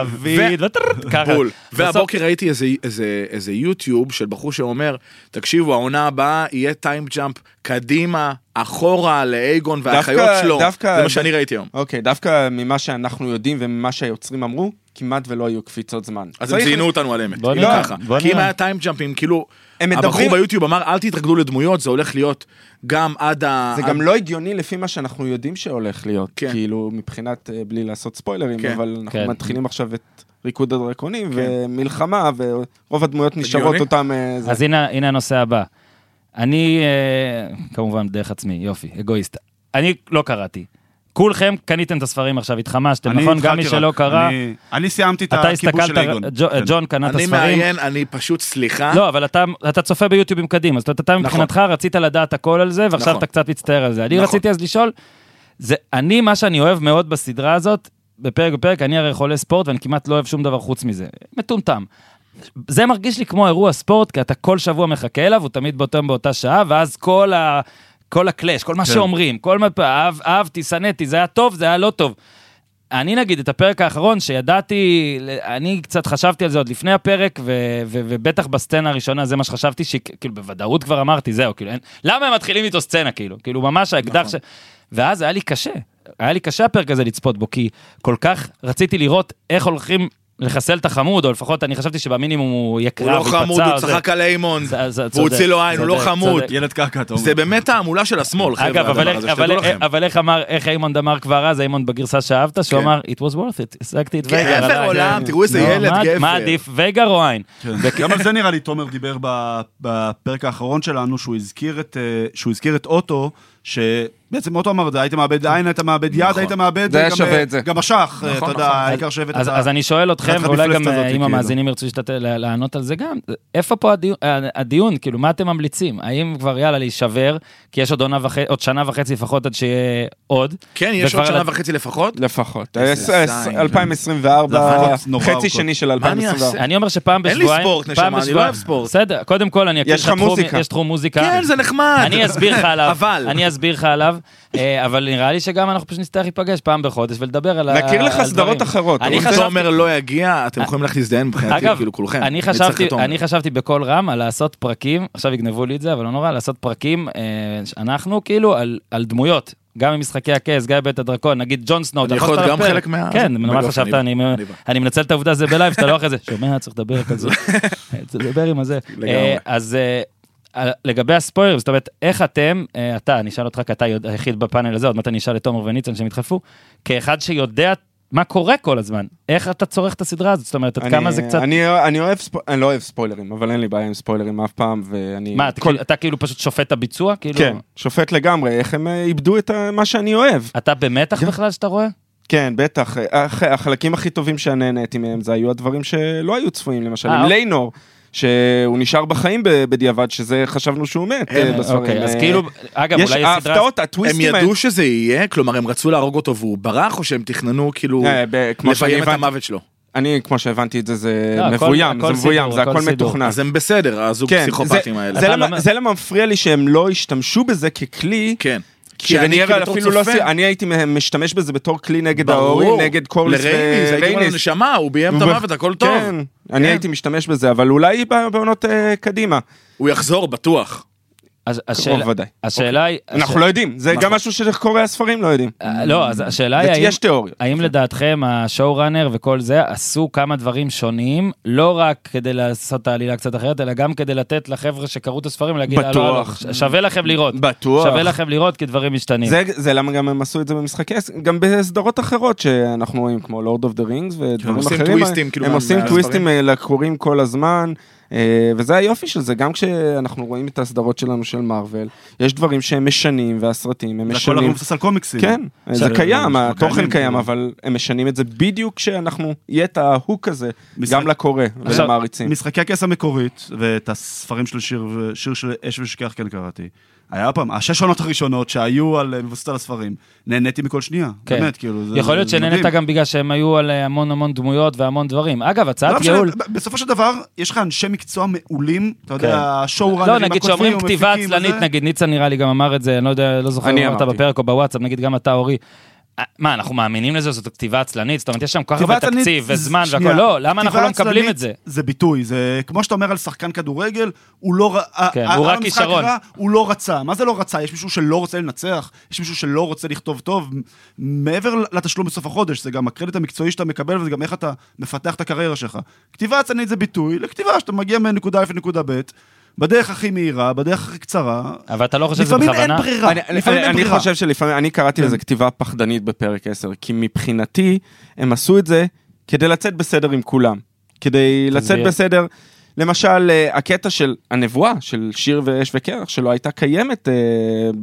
רביד, וטררט, ככה. בול. אה, בסוף- והבוקר ראיתי איזה, איזה, איזה יוטיוב של בחור שאומר, תקשיבו, העונה הבאה יהיה טיים ג'אמפ קדימה, אחורה לאייגון והאחיות דווקא- שלו. דווקא- זה מה שאני ראיתי היום. אוקיי, דווקא ממה שאנחנו יודעים וממה שהיוצרים אמרו, כמעט ולא היו קפיצות זמן. אז הם צריך- זיינו אותנו על אמת, בוא אם נראה, ככה. בוא כי אם נראה. היה טיים ג'אמפים, כאילו, הם הבחור מדברים- ביוטיוב אמר, אל תתרגלו לדמויות, זה הולך להיות גם עד ה... זה עד- גם לא הגיוני לפי מה שאנחנו יודעים שהולך להיות, אה. כן. כאילו מבחינת, אה, בלי לעשות ספוילרים, כן. אבל אנחנו כן. מתחילים עכשיו את ריקוד הדרקונים כן. ומלחמה, ורוב הדמויות נשארות הגיוני? אותם... אה, זה. אז הנה, הנה הנושא הבא. אני, אה, כמובן, דרך עצמי, יופי, אגואיסט. אני לא קראתי. כולכם קניתם את הספרים עכשיו, התחמשתם, אני נכון? גם התחלתי מי רק. שלא קרא, אני- אני סיימתי את אתה הכיבוש הסתכלת, של אייגון. ג'ו- כן. ג'ון קנה את אני הספרים. מעיין, אני פשוט, סליחה, לא, אבל אתה, אתה צופה ביוטיובים קדימה, זאת אומרת, אתה מבחינתך רצית לדעת הכל על זה, ועכשיו נכון. אתה קצת מצטער על זה. אני נכון. רציתי אז לשאול, זה, אני, מה שאני אוהב מאוד בסדרה הזאת, בפרק בפרק, אני הרי חולה ספורט, ואני כמעט לא אוהב שום דבר חוץ מזה. מטומטם. זה מרגיש לי כמו אירוע ספורט, כי אתה כל שבוע מחכה אליו, הוא תמיד באותו באותה שעה, ואז כל ה... כל הקלאש, כל מה כן. שאומרים, כל מה... אהב- אהבתי, שנאתי, זה היה טוב, זה היה לא טוב. אני נגיד, את הפרק האחרון שידעתי, אני קצת חשבתי על זה עוד לפני הפרק, ו- ו- ובטח בסצנה הראשונה זה מה שחשבתי, שכאילו בוודאות כבר אמרתי, זהו, כאילו, אין, למה הם מתחילים איתו סצנה, כאילו? כאילו, ממש האקדח ש... ואז היה לי קשה, היה לי קשה הפרק הזה לצפות בו, כי כל כך רציתי לראות איך הולכים לחסל את החמוד, או לפחות אני חשבתי שבמינימום הוא יהיה הוא קרב, לא חמוד, ייפצע, הוא או זה- צחק על איימון, זה- זה- והוא צודק, הוציא לו עין, הוא לא צודק, חמוד. צודק. ילד קרקע, אתה אומר. זה באמת תעמולה של השמאל, חבר'ה, אגב, אבל הדבר איך- הזה, אבל שתדעו איך- לכם. אבל איך אמר, איך איימון אמר כבר אז, איימון בגרסה שאהבת, שהוא כן. אמר, it was worth it, השגתי את גבר וייגר. עליי." עולם, תראו איזה נו, ילד לא, מה- גבר. מה עדיף, וייגר או עין? כן. גם על זה נראה לי תומר דיבר ב- בפרק האחרון שלנו, שהוא הזכיר את, אה, שהוא הזכיר את אוטו, שבעצם אוטו אמר את זה, היית מאבד עין, היית מאבד יד, היית מאבד... נכון. זה היה גם, שווה אה, את זה. נכון, גם אשך, אה, אתה יודע, העיקר שהבאת את אז ה... אז אני שואל אתכם, לקחת ואולי מפלצת גם אה, הזאת, אם כאילו. המאזינים ירצו שתת- לה- לענות על זה גם, איפה פה הדיון- אה, הדיון, כאילו, מה אתם ממליצים? האם כבר יאללה להישבר, כי יש עוד עונה וחצי- עוד שנה וחצי לפחות עד שיהיה עוד? כן, יש עוד וכבר שנה לת- וחצי לפחות? לפחות. איזה אה, זין. 2024, לחץ נורא חצי ארוכות. שני של מה אני 2024. אעשה? אני אומר שפעם אין לי בשבועיים... ספורט, פעם נשמה, אני לא בשבועיים- אוהב ספורט. בסדר, קודם כל אני אכיר יש את לך התחום, מוזיקה. יש תחום מוזיקה. כן, זה נחמד. אני אסביר לך עליו, אבל. אני אסביר לך עליו, אה, אבל נראה לי שגם אנחנו פשוט נצטרך להיפגש פעם בחודש ולדבר על ה- נכיר לך על סדרות דברים. אחרות, אני אם אבל חשבתי- תומר לא יגיע, אתם יכולים ללכת להזדיין מבחינתי, אגב, כאילו כולכם. אני צריך חשבתי, את תומר. אני חשבתי בקול רם על לעשות פרקים, עכשיו יגנבו לי את זה, אבל לא נורא, לעשות פרקים, אה, אנחנו כאילו על, על דמויות. גם ממשחקי הכס, גיא בית הדרקון, נגיד ג'ון סנואו, אני אתה יכול לעשות להיות גם פרק. חלק אה, מה- כן, מה לא, מגוף, חשבת, אני- אני- אני בא. אני מנצל את העובדה שזה בלייב, שאתה לא אחרי זה, שומע, צריך לדבר על זה, צריך לדבר עם הזה. לגמרי. אה, אז אה, על- לגבי הספוילרים, זאת אומרת, איך אתם, אה, אתה, אני אשאל אותך, כי אתה יודע- היחיד בפאנל הזה, עוד מעט אני אשאל את תומר וניצן שהם התחלפו, כאחד שיודע מה קורה כל הזמן, איך אתה צורך את הסדרה הזאת, זאת אומרת, עד אני- כמה זה קצת... אני אני אוהב ספו- אני לא אוהב ספוילרים, אבל אין לי בעיה עם ספוילרים אף פעם, ואני... מה, אתה כל- כאילו- אתה כאילו פשוט שופט את הביצוע? כאילו, כן, שופט לגמרי, איך הם אה, איבדו את ה- מה שאני אוהב. אתה במתח בכלל שאתה רואה? כן, בטח. הח- החלקים הכי טובים שנהניתי מהם זה היו הדברים שלא היו צפויים, למשל, אה, עם אוקיי. ליינור, שהוא נשאר בחיים ב- בדיעבד, שזה חשבנו שהוא מת אה, בספרים. אוקיי, אז אה, כאילו, אגב, יש אולי הסדרה... ההפתעות, הם הטוויסטים האלה. ידעו שזה יהיה, כלומר הם רצו להרוג אותו והוא ברח, או שהם תכננו כאילו אה, ב- כמו שאני לביים את הבנתי- המוות שלו. אני, כמו שהבנתי את זה, זה לא, הכל- מבוים, הכל זה מבוים, סידור, זה הכל הכל סידור. מתוכנן. אז הם בסדר, הזוג כן, פסיכופטים זה- האלה. זה אתה למה- לא- זה למה מפריע לי שהם לא השתמשו בזה ככלי, כן. כי רניארי בתור אפילו לא... צופה- עשי- אני הייתי משתמש בזה בתור כלי נגד ברור. ההורים, נגד קורליס לרייניס, הייתי אומר לו, ורייניס. נשמה, הוא ביים את הוא ב- המוות, הכל טוב. כן, אני הייתי משתמש בזה, אבל אולי ב- בעונות אה, קדימה. הוא יחזור, בטוח. אז השאלה- קרוב ודאי. השאלה היא... אנחנו לא יודעים, זה גם משהו שקוראי הספרים לא יודעים. אה, לא, אז השאלה היא זה- האם... יש תיאוריות. האם לדעתכם השואו-ראנר וכל זה עשו כמה דברים שונים, לא רק כדי לעשות את העלילה קצת אחרת, אלא גם כדי לתת לחבר'ה שקראו את הספרים להגיד, "אה, לא, לא, בטוח. ש- שווה לכם לראות. בטוח. שווה לכם לראות כי דברים משתנים. זה, זה למה גם הם עשו את זה במשחקי, ס- גם בסדרות אחרות שאנחנו רואים, כמו לורד אוף דה רינגס ודברים עושים אחרים. טוויסטים, כאילו, הם מה- עושים מה- טוויסטים אה, לקורים כל הזמן, אה, וזה היופי של זה, גם כשאנחנו רואים את הסדרות שלנו של מארוול, יש דברים שהם משנים, והסרטים הם זה הכל משנים. מבוסס על קומיקסים. כן, אה, זה של- קיים, של- התוכן קיימים, קיים, כאילו. אבל הם משנים את זה בדיוק כשאנחנו, יהיה את ההוק הזה, משחק- גם לקורא עכשיו, ולמעריצים. משחקי הכס המקורית, ואת הספרים של שיר, ו- שיר של אש ושכח כן קראתי. היה פעם, השש עונות הראשונות שהיו על, מבוססות על הספרים, נהניתי מכל שנייה. כן. באמת, כאילו, זה יכול להיות זה שנהנית מדהים. גם בגלל שהם היו על אה, המון המון דמויות והמון דברים. אגב, לא הצעת משנה, ייעול... ב- בסופו של דבר, יש לך אנשי מקצוע מעולים, אתה כן. יודע, השואו לא, ראנרים, נגיד שאומרים כתיבה עצלנית, נגיד ניצן נראה לי גם אמר את זה, אני לא יודע, לא זוכר אם אני אמרת אמרתי. בפרק או בוואטסאפ, נגיד גם אתה אורי. אה, מה, אנחנו מאמינים לזה, זאת כתיבה עצלנית? זאת אומרת, יש שם כל כך הרבה תקציב וזמן והכל, לא, למה אנחנו לא מקבלים את זה? זה ביטוי, זה כמו שאתה אומר על שחקן כדורגל, הוא לא... ר- כן, ה- הוא ה- רק המשחק כישרון. רע, הוא לא רצה. מה זה לא רצה? יש מישהו שלא רוצה לנצח? יש מישהו שלא רוצה לכתוב טוב? מ- מעבר לתשלום בסוף החודש, זה גם הקרדיט המקצועי שאתה מקבל, וזה גם איך אתה מפתח את הקריירה שלך. כתיבה עצלנית זה ביטוי לכתיבה שאתה מגיע מנקודה א' לנקודה ב', בדרך הכי מהירה, בדרך הכי קצרה. אבל אתה לא חושב שזה לפעמים אין בכוונה? ברירה, אני- לפעמים אני- אין אני ברירה. חושב שלפעמים, אני קראתי כן. לזה כתיבה פחדנית בפרק 10, כי מבחינתי, הם עשו את זה כדי לצאת בסדר עם כולם. כדי לצאת תסביר. בסדר, למשל, אה, הקטע של הנבואה של שיר ואש וקרח, שלא הייתה קיימת אה,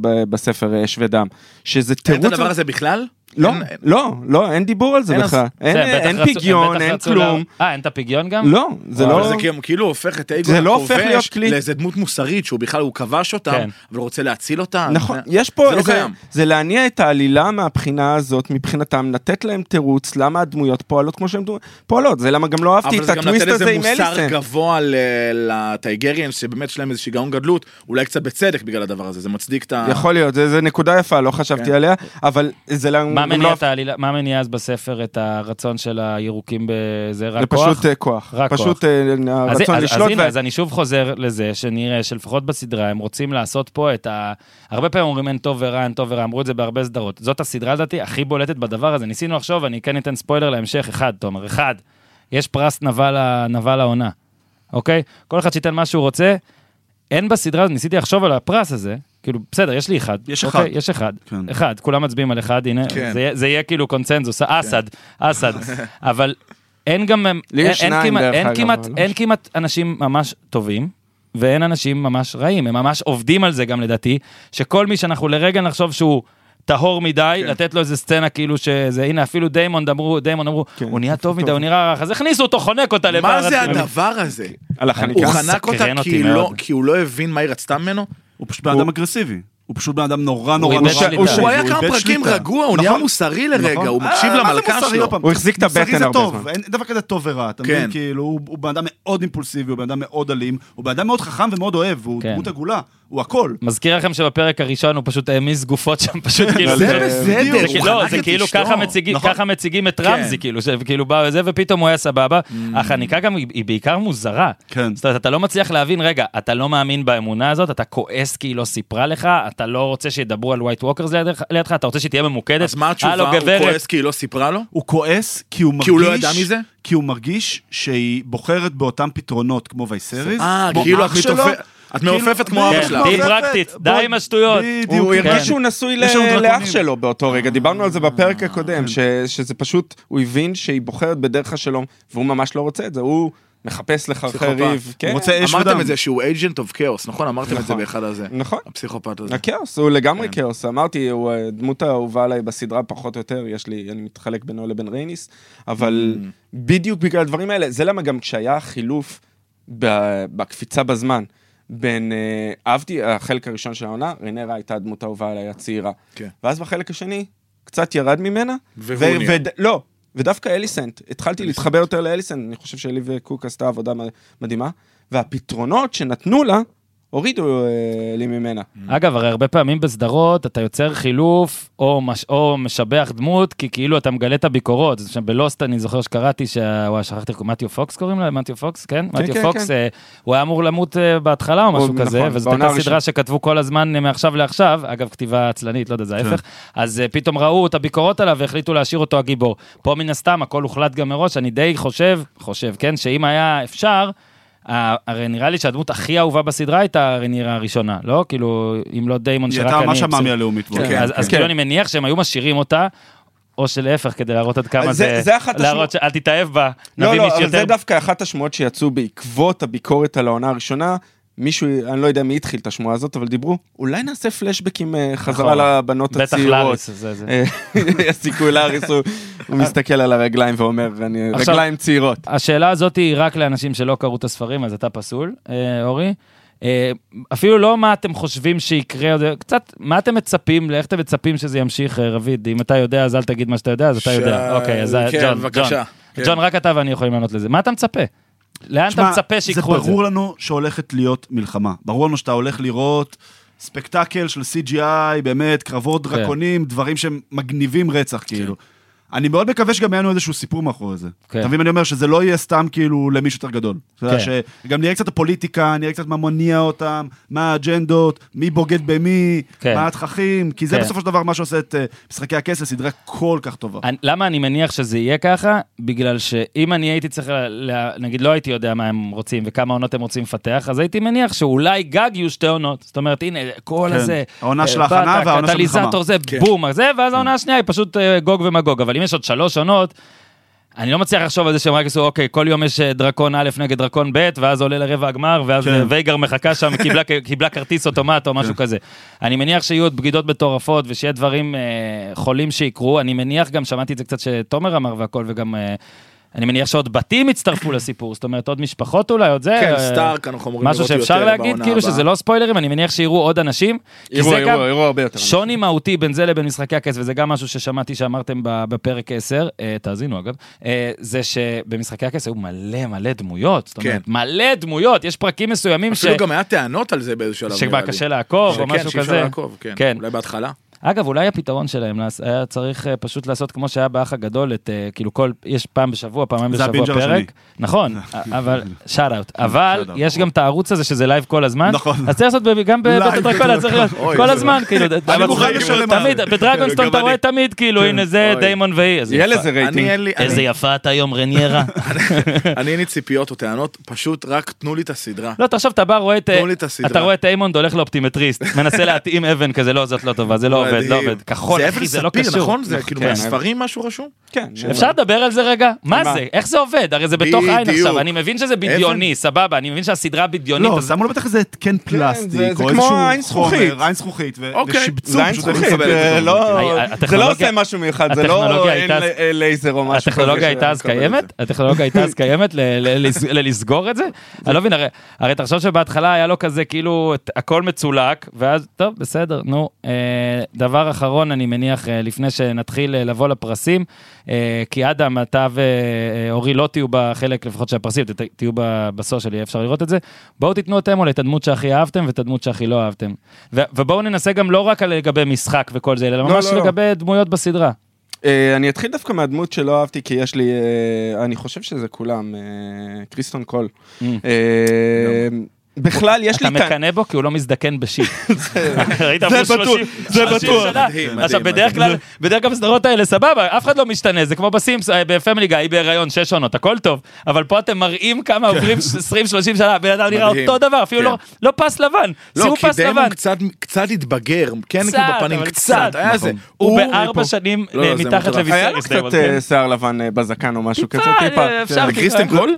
ב- בספר אש ודם, שזה אין תירוץ... את הדבר הזה בכלל? לא, אין- לא, לא, אין דיבור על זה אין אז- בכלל. אין- זה, בטח אין רצו- הם פיגיון, בטח אין רצו לה- כלום. אה, אין את הפיגיון גם? לא, זה אבל לא... זה כאילו- כאילו הופך את זה אייגון לא הופך להיות הכובש כלי. לאיזה דמות מוסרית שהוא בכלל הוא כבש אותה, כן. אבל הוא רוצה להציל אותה. נכון, זה- יש פה, זה לא זה, קיים. זה להניע את העלילה מהבחינה הזאת, מבחינתם, לתת להם תירוץ למה הדמויות פועלות כמו שהן דו- פועלות, זה למה גם לא אהבתי אבל את זה גם נותן הטוויסט איזה הזה עם מוסר אליסן. גבוה ל- לטייגריאנס, שבאמת יש להם איזה שיגעון גדלות, אולי קצת בצדק בגלל הדבר הזה, זה מצדיק את ה... יכול להיות, זה, זה נקודה יפה, לא חשבתי כן. עליה, אבל זה מה למה גם לא- מניע את העלילה- מה מניע אז בספר את הרצון של הירוקים בזה? זה רק כוח? פשוט אה, כוח. רק כוח. פשוט אה, אז, הרצון אז, אז לשלוט. הנה, וה- אז אני שוב חוזר לזה, שנראה שלפחות בסדרה הם רוצים לעשות פה את ה... הרבה פעמים אומרים אין טוב ורע, אין טוב ורע, אמרו את זה בהרבה סדרות. זאת הסדרה, לדעתי, הכי בולטת בדבר הזה. ניסינו לחשוב, אני כן אתן ספוילר להמשך, אחד, תומר, אחד. יש פרס נבל, ה- נבל העונה, אוקיי? כל אחד שייתן מה שהוא רוצה. אין בסדרה, הזאת, ניסיתי לחשוב על הפרס הזה, כאילו, בסדר, יש לי אחד. יש אוקיי? אחד. יש אחד. כן. אחד, כולם מצביעים על אחד, הנה, כן. זה, יהיה- זה יהיה כאילו קונצנזוס, אסד, אסד. אבל אין גם... לי אין- יש אין שניים, כמעט- דרך אין אגב, כמעט- אבל לא אין כמעט אנשים ממש טובים, ואין אנשים ממש רעים, הם ממש עובדים על זה גם לדעתי, שכל מי שאנחנו לרגע נחשוב שהוא... טהור מדי, כן. לתת לו איזה סצנה כאילו שזה, הנה אפילו דיימון אמרו, דיימון אמרו, כן, הוא נהיה טוב טוב. מדי, הוא נראה רך, אז הכניסו אותו, חונק אותה לבר. מה זה הטבע. הדבר הזה? על החניקה. הוא גם חנק אותה סקרן כי אותי לא- מאוד. כי הוא לא הבין מה היא רצתה ממנו? הוא פשוט בן אדם אגרסיבי. הוא פשוט בן אדם נורא נורא איבד נורא. שליטה. נורא- הוא היה איבד כמה פרקים שליטה. רגוע, הוא נהיה נכון. מוסרי לרגע, נכון. הוא מקשיב אה, מה זה למלכה מוסרי? שלו. עוד פעם, הוא החזיק את מוסרי הבטן זה הרבה טוב, זמן. אין דבר כזה טוב ורע, אתה כן. מבין? כאילו, הוא הוא בן אדם מאוד אימפולסיבי, הוא בן אדם מאוד אלים, הוא בן אדם מאוד חכם ומאוד אוהב, הוא כן. דמות עגולה, הוא הכל. מזכיר לכם שבפרק הראשון הוא פשוט העמיס גופות שם, פשוט כאילו... זה- זה בסדר, זה הוא כאילו- לא, חנק זה את כאילו אשתו. ככה מציגים, נכון. ככה מציגים את רמזי, כאילו, שכאילו בא וזה, ופתאום הוא היה סבבה. Mm. החניקה גם היא היא בעיקר מוזרה. כן. זאת אומרת, אתה לא מצליח להבין, רגע, אתה לא מאמין באמונה הזאת, אתה כועס כי היא לא סיפרה לך, אתה לא רוצה שידברו על ווייט ווקרס לידך, לידך, אתה רוצה שהיא תהיה ממוקדת. אז מה התשובה? הלו, הוא גברת. כועס כי היא לא סיפרה לו? הוא כועס כי הוא מרגיש... כי הוא לא ידע מזה? כי הוא מרגיש שהיא בוחרת באותם פתרונות כמו וייסריס. אה, כמו כאילו אח את שלו. מתעופפת- את כאילו- מעופפת כמו כן, אבא שלך. תהיי מעופפת. פרקטית, די בוא- עם השטויות. בדיוק. הוא כן. הרגיש שהוא נשוי יש לנו ל- לאח דרקונים. שלו באותו רגע, דיברנו על זה בפרק הקודם, ש- שזה פשוט, הוא הבין שהיא בוחרת בדרך השלום, והוא ממש לא רוצה את זה, הוא מחפש לחרחר פסיכופת. ריב. כן, הוא רוצה אש אמרתם ודם. את זה שהוא agent of chaos, נכון? אמרתם את זה נכון. באחד הזה. נכון. הפסיכופת הזה. הכאוס, הוא לגמרי כן. כאוס, אמרתי, הוא הדמות האהובה עליי בסדרה פחות או יותר, יש לי, אני מתחלק בינו לבין רייניס, אבל Mm. בדיוק בגלל הדברים האלה, זה למה גם כשהיה החילוף ב- בקפיצה בזמן, בין, אה, אהבתי, החלק הראשון של העונה, ריינרה הייתה הדמות האהובה עליי הצעירה. כן. ואז בחלק השני, קצת ירד ממנה. והוא ו- נהיה. וד- לא, ודווקא אליסנט, התחלתי להתחבר יותר לאליסנט, אני חושב שאלי וקוק עשתה עבודה מ- מדהימה, והפתרונות שנתנו לה, הורידו אה, לי ממנה. אגב, הרי הרבה פעמים בסדרות אתה יוצר חילוף או, מש, או משבח דמות, כי כאילו אתה מגלה את הביקורות. זה שם בלוסט אני זוכר שקראתי, שה... וואי, שכחתי, מתיו פוקס קוראים לה? מתיו פוקס, כן? כן, מתיו כן, פוקס, כן. אה, הוא היה אמור למות אה, בהתחלה או הוא- משהו כזה, נכון, וזאת בעונה הייתה הראשונה. סדרה שכתבו כל הזמן אה, מעכשיו לעכשיו, אגב, כתיבה עצלנית, לא יודע, כן. זה ההפך. אז אה, פתאום ראו את הביקורות עליו והחליטו להשאיר אותו הגיבור. פה מן הסתם הכל הוחלט גם מראש, אני די חושב, חושב, כן, שאם היה אפשר... ה- הרי נראה לי שהדמות הכי אהובה בסדרה הייתה הרי נראה הראשונה, לא? כאילו, אם לא דיימון היא שרק אני... הייתה ממש המאמיה בסדר. הלאומית. בוא. כן, אז אז כן. כאילו אני מניח שהם היו משאירים אותה, או שלהפך, כדי להראות עד כמה אז זה- זה... זה אחת השמות. להראות שאל תתאהב בה, לא, נביא לא, מישהו אבל יותר... זה דווקא אחת השמועות שיצאו בעקבות הביקורת על העונה הראשונה. מישהו, אני לא יודע מי התחיל את השמועה הזאת, אבל דיברו, אולי נעשה פלשבקים אה, חזרה נכון. לבנות בטח הצעירות. לאריס, זה זה. אה, יש סיכוי לאריס, הוא- הוא מסתכל על הרגליים ואומר, "אני- עכשיו- רגליים צעירות. השאלה הזאת היא רק לאנשים שלא קראו את הספרים, אז אתה פסול, אה, אורי. אה, אפילו לא מה אתם חושבים שיקרה, זה קצת, מה אתם מצפים, לאיך אתם מצפים שזה ימשיך, אה, רביד? אם אתה יודע, אז אל תגיד מה שאתה יודע, אז אתה ש- יודע. אוקיי, אז כן, ג'ון, בבקשה. ג'ון. כן. ג'ון, רק אתה ואני יכולים לענות לזה. מה אתה מצפה? לאן אתה תשמע, מצפה שיקחו את זה זה? ברור לנו שהולכת להיות מלחמה. ברור לנו שאתה הולך לראות ספקטקל של CGI, באמת, קרבות כן. דרקונים, דברים שהם מגניבים רצח, כאילו. אני מאוד מקווה שגם יהיה לנו איזשהו סיפור מאחורי זה. כן. אתה מבין, אני אומר שזה לא יהיה סתם כאילו למישהו יותר גדול. אתה יודע, כן. שגם נראה קצת הפוליטיקה, נראה קצת מה מניע אותם, מה האג'נדות, מי בוגד במי, כן. מה התככים, כי זה כן. בסופו של דבר מה שעושה את אה, משחקי הכס לסדרה כל כך טובה. אני, למה אני מניח שזה יהיה ככה? בגלל שאם אני הייתי צריך, ל, ל, נגיד, לא הייתי יודע מה הם רוצים וכמה עונות הם רוצים לפתח, אז הייתי מניח שאולי גג יהיו שתי עונות. זאת אומרת, הנה, כל כן. הזה... העונה אה, של ההכנה בטק, והעונה של המלחמה. קטליזטור זה, כן. בום, זה, ואז העונה השנייה היא פשוט אה, גוג ומגוג. אבל אם יש עוד שלוש עונות, אני לא מצליח לחשוב על זה שהם רק עשו, אוקיי, כל יום יש אה, דרקון א' נגד דרקון ב', ואז עולה לרבע הגמר, ואז כן. אה, וייגר מחכה שם, קיבלה, קיבלה כרטיס אוטומט או משהו כזה. אני מניח שיהיו עוד בגידות מטורפות, ושיהיה דברים אה, חולים שיקרו. אני מניח גם, שמעתי את זה קצת שתומר אמר והכל, וגם... אה, אני מניח שעוד בתים יצטרפו לסיפור, זאת אומרת עוד משפחות אולי, עוד זה. כן, אה, סטארק, אנחנו אמורים משהו לראות יותר שאפשר להגיד, בעונה כאילו הבאה. שזה לא ספוילרים, אני מניח שיראו עוד אנשים. כי יראו, זה גם- יראו, יראו הרבה יותר. שוני מהותי בין זה לבין משחקי הכס, וזה גם משהו ששמעתי שאמרתם ב- בפרק 10, אה, תאזינו אגב, אה, זה שבמשחקי הכס היו מלא מלא דמויות. זאת אומרת, כן. מלא דמויות, יש פרקים מסוימים ש... אפילו גם היה טענות על זה באיזשהו שלב. שכבר נראה לי. קשה לעקוב או שכן, משהו שאי אפשר כזה. לעקוב, כן. כן. אולי בהתחלה. אגב, אולי הפתרון שלהם לעס- היה צריך אה, פשוט לעשות כמו שהיה באח הגדול, את אה, כאילו כל, יש פעם בשבוע, פעמיים זה בשבוע הבינג'ר השני. פרק. נכון, א- אבל, שאט אאוט. כן, אבל shout out. יש גם את הערוץ הזה שזה לייב כל הזמן. נכון. אז צריך לעשות ב- גם בבית לייב, הדרקון, היה צריך להיות אוי, כל זה- לא- הזמן, כאילו, אבל- מוכן לשלם על תמיד, זה. בדרגונסטון כן, גם אתה אני. כן, רואה תמיד, כאילו, הנה זה אוי. דיימון והיא. איזה יהיה יפה. לזה אני רייטינג. אין לי... איזה אני- יפה אתה היום, רניירה. אני אין לי ציפיות או טענות, פשוט רק תנו לי את הסדרה. לא, תחשוב, אתה בא, רואה את... תנו לי את הסדרה. אתה רואה את איימונד הולך לאופטימטריסט, מנסה להתאים אבן כזה, לא, זאת לא טובה, זה לא עובד, לא מדהים. עובד. כחול, זה אחי, אבן זה לא ספיר, קשור. נכון? זה כאילו כן. מהספרים משהו רשום? כן, אפשר לדבר על זה רגע? מה מה? זה? איך זה עובד? הרי זה בתוך עין בדיוק. עכשיו, אני מבין שזה בדיוני, סבבה, אני כן, מבין שהסדרה בדיונית. לא, אז- שמו לו בטח איזה התקן זה- פלסטיק, זה או כמו איזשהו עין זכוכית. חומר, עין זכוכית, ו- אוקיי, ושיבצו, זה עין פשוט איך זכוכית, לסבר את אה, הדבר לא- הזה. הי- זה לא הטכנולוגיה- עושה משהו מיוחד, זה לא הטכנולוגיה אין הייתה- ל- אה, לייזר או משהו כזה. הטכנולוגיה הייתה אז מקבל את קיימת? זה. הטכנולוגיה הייתה אז קיימת ל- ל- לס- ללסגור את זה? אני לא מבין, הרי- הרי תחשוב שבהתחלה היה לו כזה כאילו את- הכל מצולק, ואז טוב, בסדר, נו. אה, דבר אחרון, אני מניח, אה, לפני שנתחיל אה, לבוא לפרסים, אה, כי אדם, אתה ואורי לא תהיו בחלק לפחות של הפרסים, ת- תהיו ב- בסושיאל, יהיה אפשר לראות את זה. בואו תיתנו אתם אולי את הדמות שהכי אהבתם ואת הדמות שהכי לא אהבתם. ו- ובואו ננסה גם לא רק על לגבי משחק וכל זה, אלא לא, ממש לא, לא. לגבי דמויות בסדרה. אה, אני אתחיל דווקא מהדמות שלא אהבתי, כי יש לי, אה, אני חושב שזה כולם, אה, קריסטון קול. אה, בכלל, יש לי... Mm. אתה טען- מקנא בו כי הוא לא מזדקן בשיט. ראית? זה עברו בטוח, 30 זה 30 בטוח. שנה. מדהים, מדהים, עכשיו, מדהים. בדרך כלל, בדרך כלל בסדרות האלה, סבבה, אף אחד לא משתנה, זה כמו בסימפס, אה, בפמילי גיא, היא בהיריון, שש עונות, הכל טוב, אבל פה אתם מראים כמה כן. עוברים 20-30 שנה, הבן אדם נראה מדהים. אותו דבר, אפילו כן. לא- לא פס לבן, לא, שימו כי פס לבן. דיימון קצת, קצת התבגר, כן, קצת, כאילו בפנים, אבל קצת, קצת, היה נכון. זה. הוא פה. בארבע שנים לא, אה, זה מתחת מטורף. היה לו לוויסריס קצת דיימון, אה, שיער לבן אה, בזקן או משהו כזה, טיפה, טיפה. אה, אפשר כן. קריסטן קול?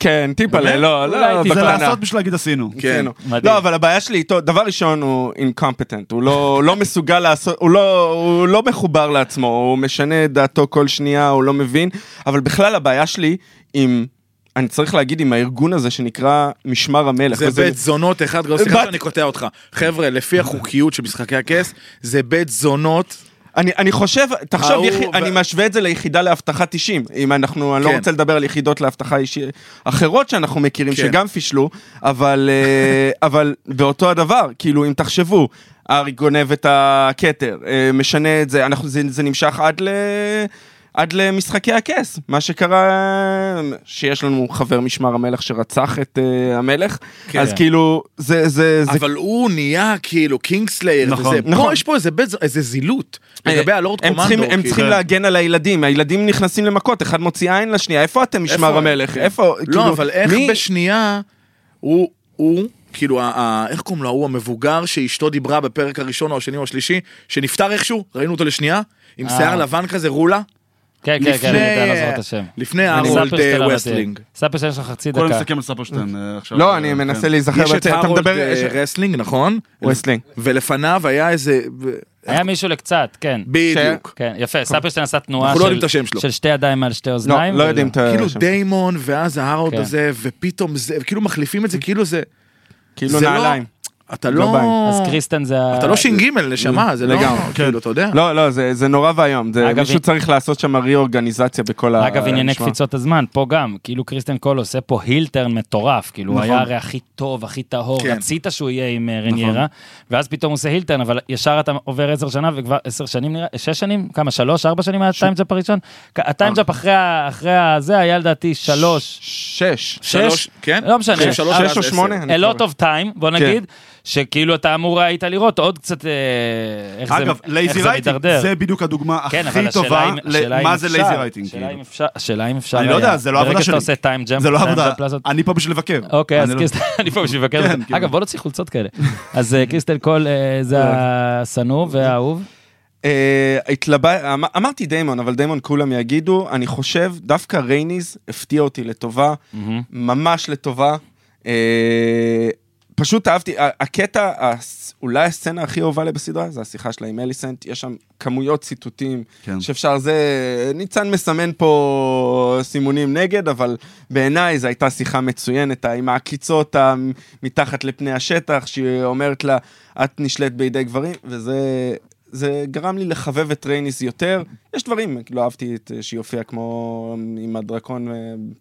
כן, טיפה, באמת? לא, אולי לא, טיפה. זה בקטנה. לעשות בשביל להגיד עשינו. כן. מדהים. לא, אבל הבעיה שלי איתו, דבר ראשון הוא אינקומפטנט, הוא לא הוא לא מסוגל לעשות, הוא לא- הוא לא מחובר לעצמו, הוא משנה את דעתו כל שנייה, הוא לא מבין, אבל בכלל הבעיה שלי עם, אני צריך להגיד, עם הארגון הזה שנקרא משמר המלך. זה וזה- בית זונות אחד, אה, גדול, בת- סליחה שאני קוטע אותך. חבר'ה, לפי החוקיות של משחקי הכס, זה בית זונות. אני, אני חושב, תחשוב, ההוא יחי, ו- אני משווה את זה ליחידה לאבטחה 90. אם אנחנו, אני כן. לא רוצה לדבר על יחידות לאבטחה אישי, אחרות שאנחנו מכירים, כן. שגם פישלו, אבל, אה, אבל באותו הדבר, כאילו, אם תחשבו, הארי גונב את הכתר, אה, משנה את זה, אנחנו, זה, זה נמשך עד ל... עד למשחקי הכס, מה שקרה, שיש לנו חבר משמר המלך שרצח את uh, המלך, כן. אז כאילו, זה, זה, זה אבל הוא נהיה כאילו קינגסלייר נכון, וזה. נכון. פה יש פה איזה בית זונות, איזה זילות. אה, לגבי הלורד אה, הם קומנדו. צריכים- הם כאילו. צריכים להגן על הילדים, הילדים נכנסים למכות, אחד מוציא עין לשנייה, איפה אתם משמר איפה? המלך? כן. איפה, כאילו, לא, אבל איך מי- בשנייה הוא, הוא, כאילו, ה- ה- איך קוראים לו, הוא המבוגר שאשתו דיברה בפרק הראשון או השני או השלישי, שנפטר איכשהו, ראינו אותו לשנייה, עם אה. שיער לבן כזה, רולה, כן, כן, כן, אני יודע לעזור את השם. לפני אה, אני- הארולד ספר שאתה לא יודע. וסלינג. ספר שיש לך חצי בוא דקה. אוקיי. נסכם על ספרשטיין אה, עכשיו. לא, אני אה, מנסה כן. להיזכר, יש את אתה אתה הארולד מדבר, אה, יש- רסלינג, נכון? רסלינג. ולפניו היה איזה... היה מישהו לקצת, כן. בדיוק. כן, יפה, ספרשטיין עשה תנועה אנחנו של- לא יודעים את השם שלו. של שתי ידיים על שתי לא, אוזניים. לא וזה- יודעים את ה... כאילו שם. דיימון, ואז ההרולד כן. הזה, ופתאום זה, כאילו מחליפים את זה, כאילו זה... כאילו זה לא- נעליים. אתה לא לא... בא לי. אז קריסטן זה... ה- אתה לא ש"ג, נשמה, זה לא... לגמרי, כן. כאילו, אתה יודע. לא, לא, זה זה נורא ואיום, זה- אגב, מישהו אם- צריך לעשות שם ריאורגניזציה בכל ה... אגב, ענייני המשמר. קפיצות הזמן, פה גם, כאילו קריסטן קול עושה פה הילטרן מטורף, כאילו הוא נכון. היה הרי הכי טוב, הכי טהור, כן. רצית שהוא יהיה עם אה, רניירה, ואז פתאום הוא עושה הילטרן, אבל ישר אתה עובר עשר שנה, וכבר עשר שנים נראה, שש שנים? כמה, שלוש, ארבע שנים היה הטיימג'אפ הראשון? כ- הטיימג'אפ אחרי ה- אחרי הזה היה לדעתי שלוש, שש. שש? שלוש, כן? לא משנה. אחרי שלוש שש ואז או עשר. שמונה? אני a lot כבר- of time, בוא נגיד, שכאילו אתה אמור היית לראות עוד קצת אה, איך זה אגב, איך לייזי זה רייטינג, מידרדר. זה בדיוק הדוגמה כן, הכי אבל השאלה טובה אם- השאלה אם למה זה אפשר, לייזי רייטינג. השאלה כאילו. אם אפשר- השאלה אם אפשר... אני לא היה. יודע, זה לא ברגע עבודה שאתה שלי. עושה טיים ג'אמפ, זה לא time עבודה, jump לעשות- אני פה בשביל לבקר. אוקיי, אני אז לא- קריסטל, אני פה בשביל לבקר. כן, כאילו. אגב, בוא נוציא חולצות כאלה. אז אה, קריסטל קול אה, זה השנוא והאהוב. אה, התלבא... אמ- אמרתי דיימון, אבל דיימון כולם יגידו, אני חושב, דווקא רייניז הפתיע אותי לטובה, ממש לטובה. אה, פשוט אהבתי, ה- הקטע, הס- אולי הסצנה הכי אהובה לי בסדרה, זה השיחה שלה עם אליסנט, יש שם כמויות ציטוטים, כן. שאפשר זה, ניצן מסמן פה סימונים נגד, אבל בעיניי זו הייתה שיחה מצוינת, עם העקיצות המ- מתחת לפני השטח, שאומרת לה, את נשלט בידי גברים, וזה... זה גרם לי לחבב את רייניס יותר. יש דברים, לא אהבתי את שהיא הופיעה כמו עם הדרקון אה,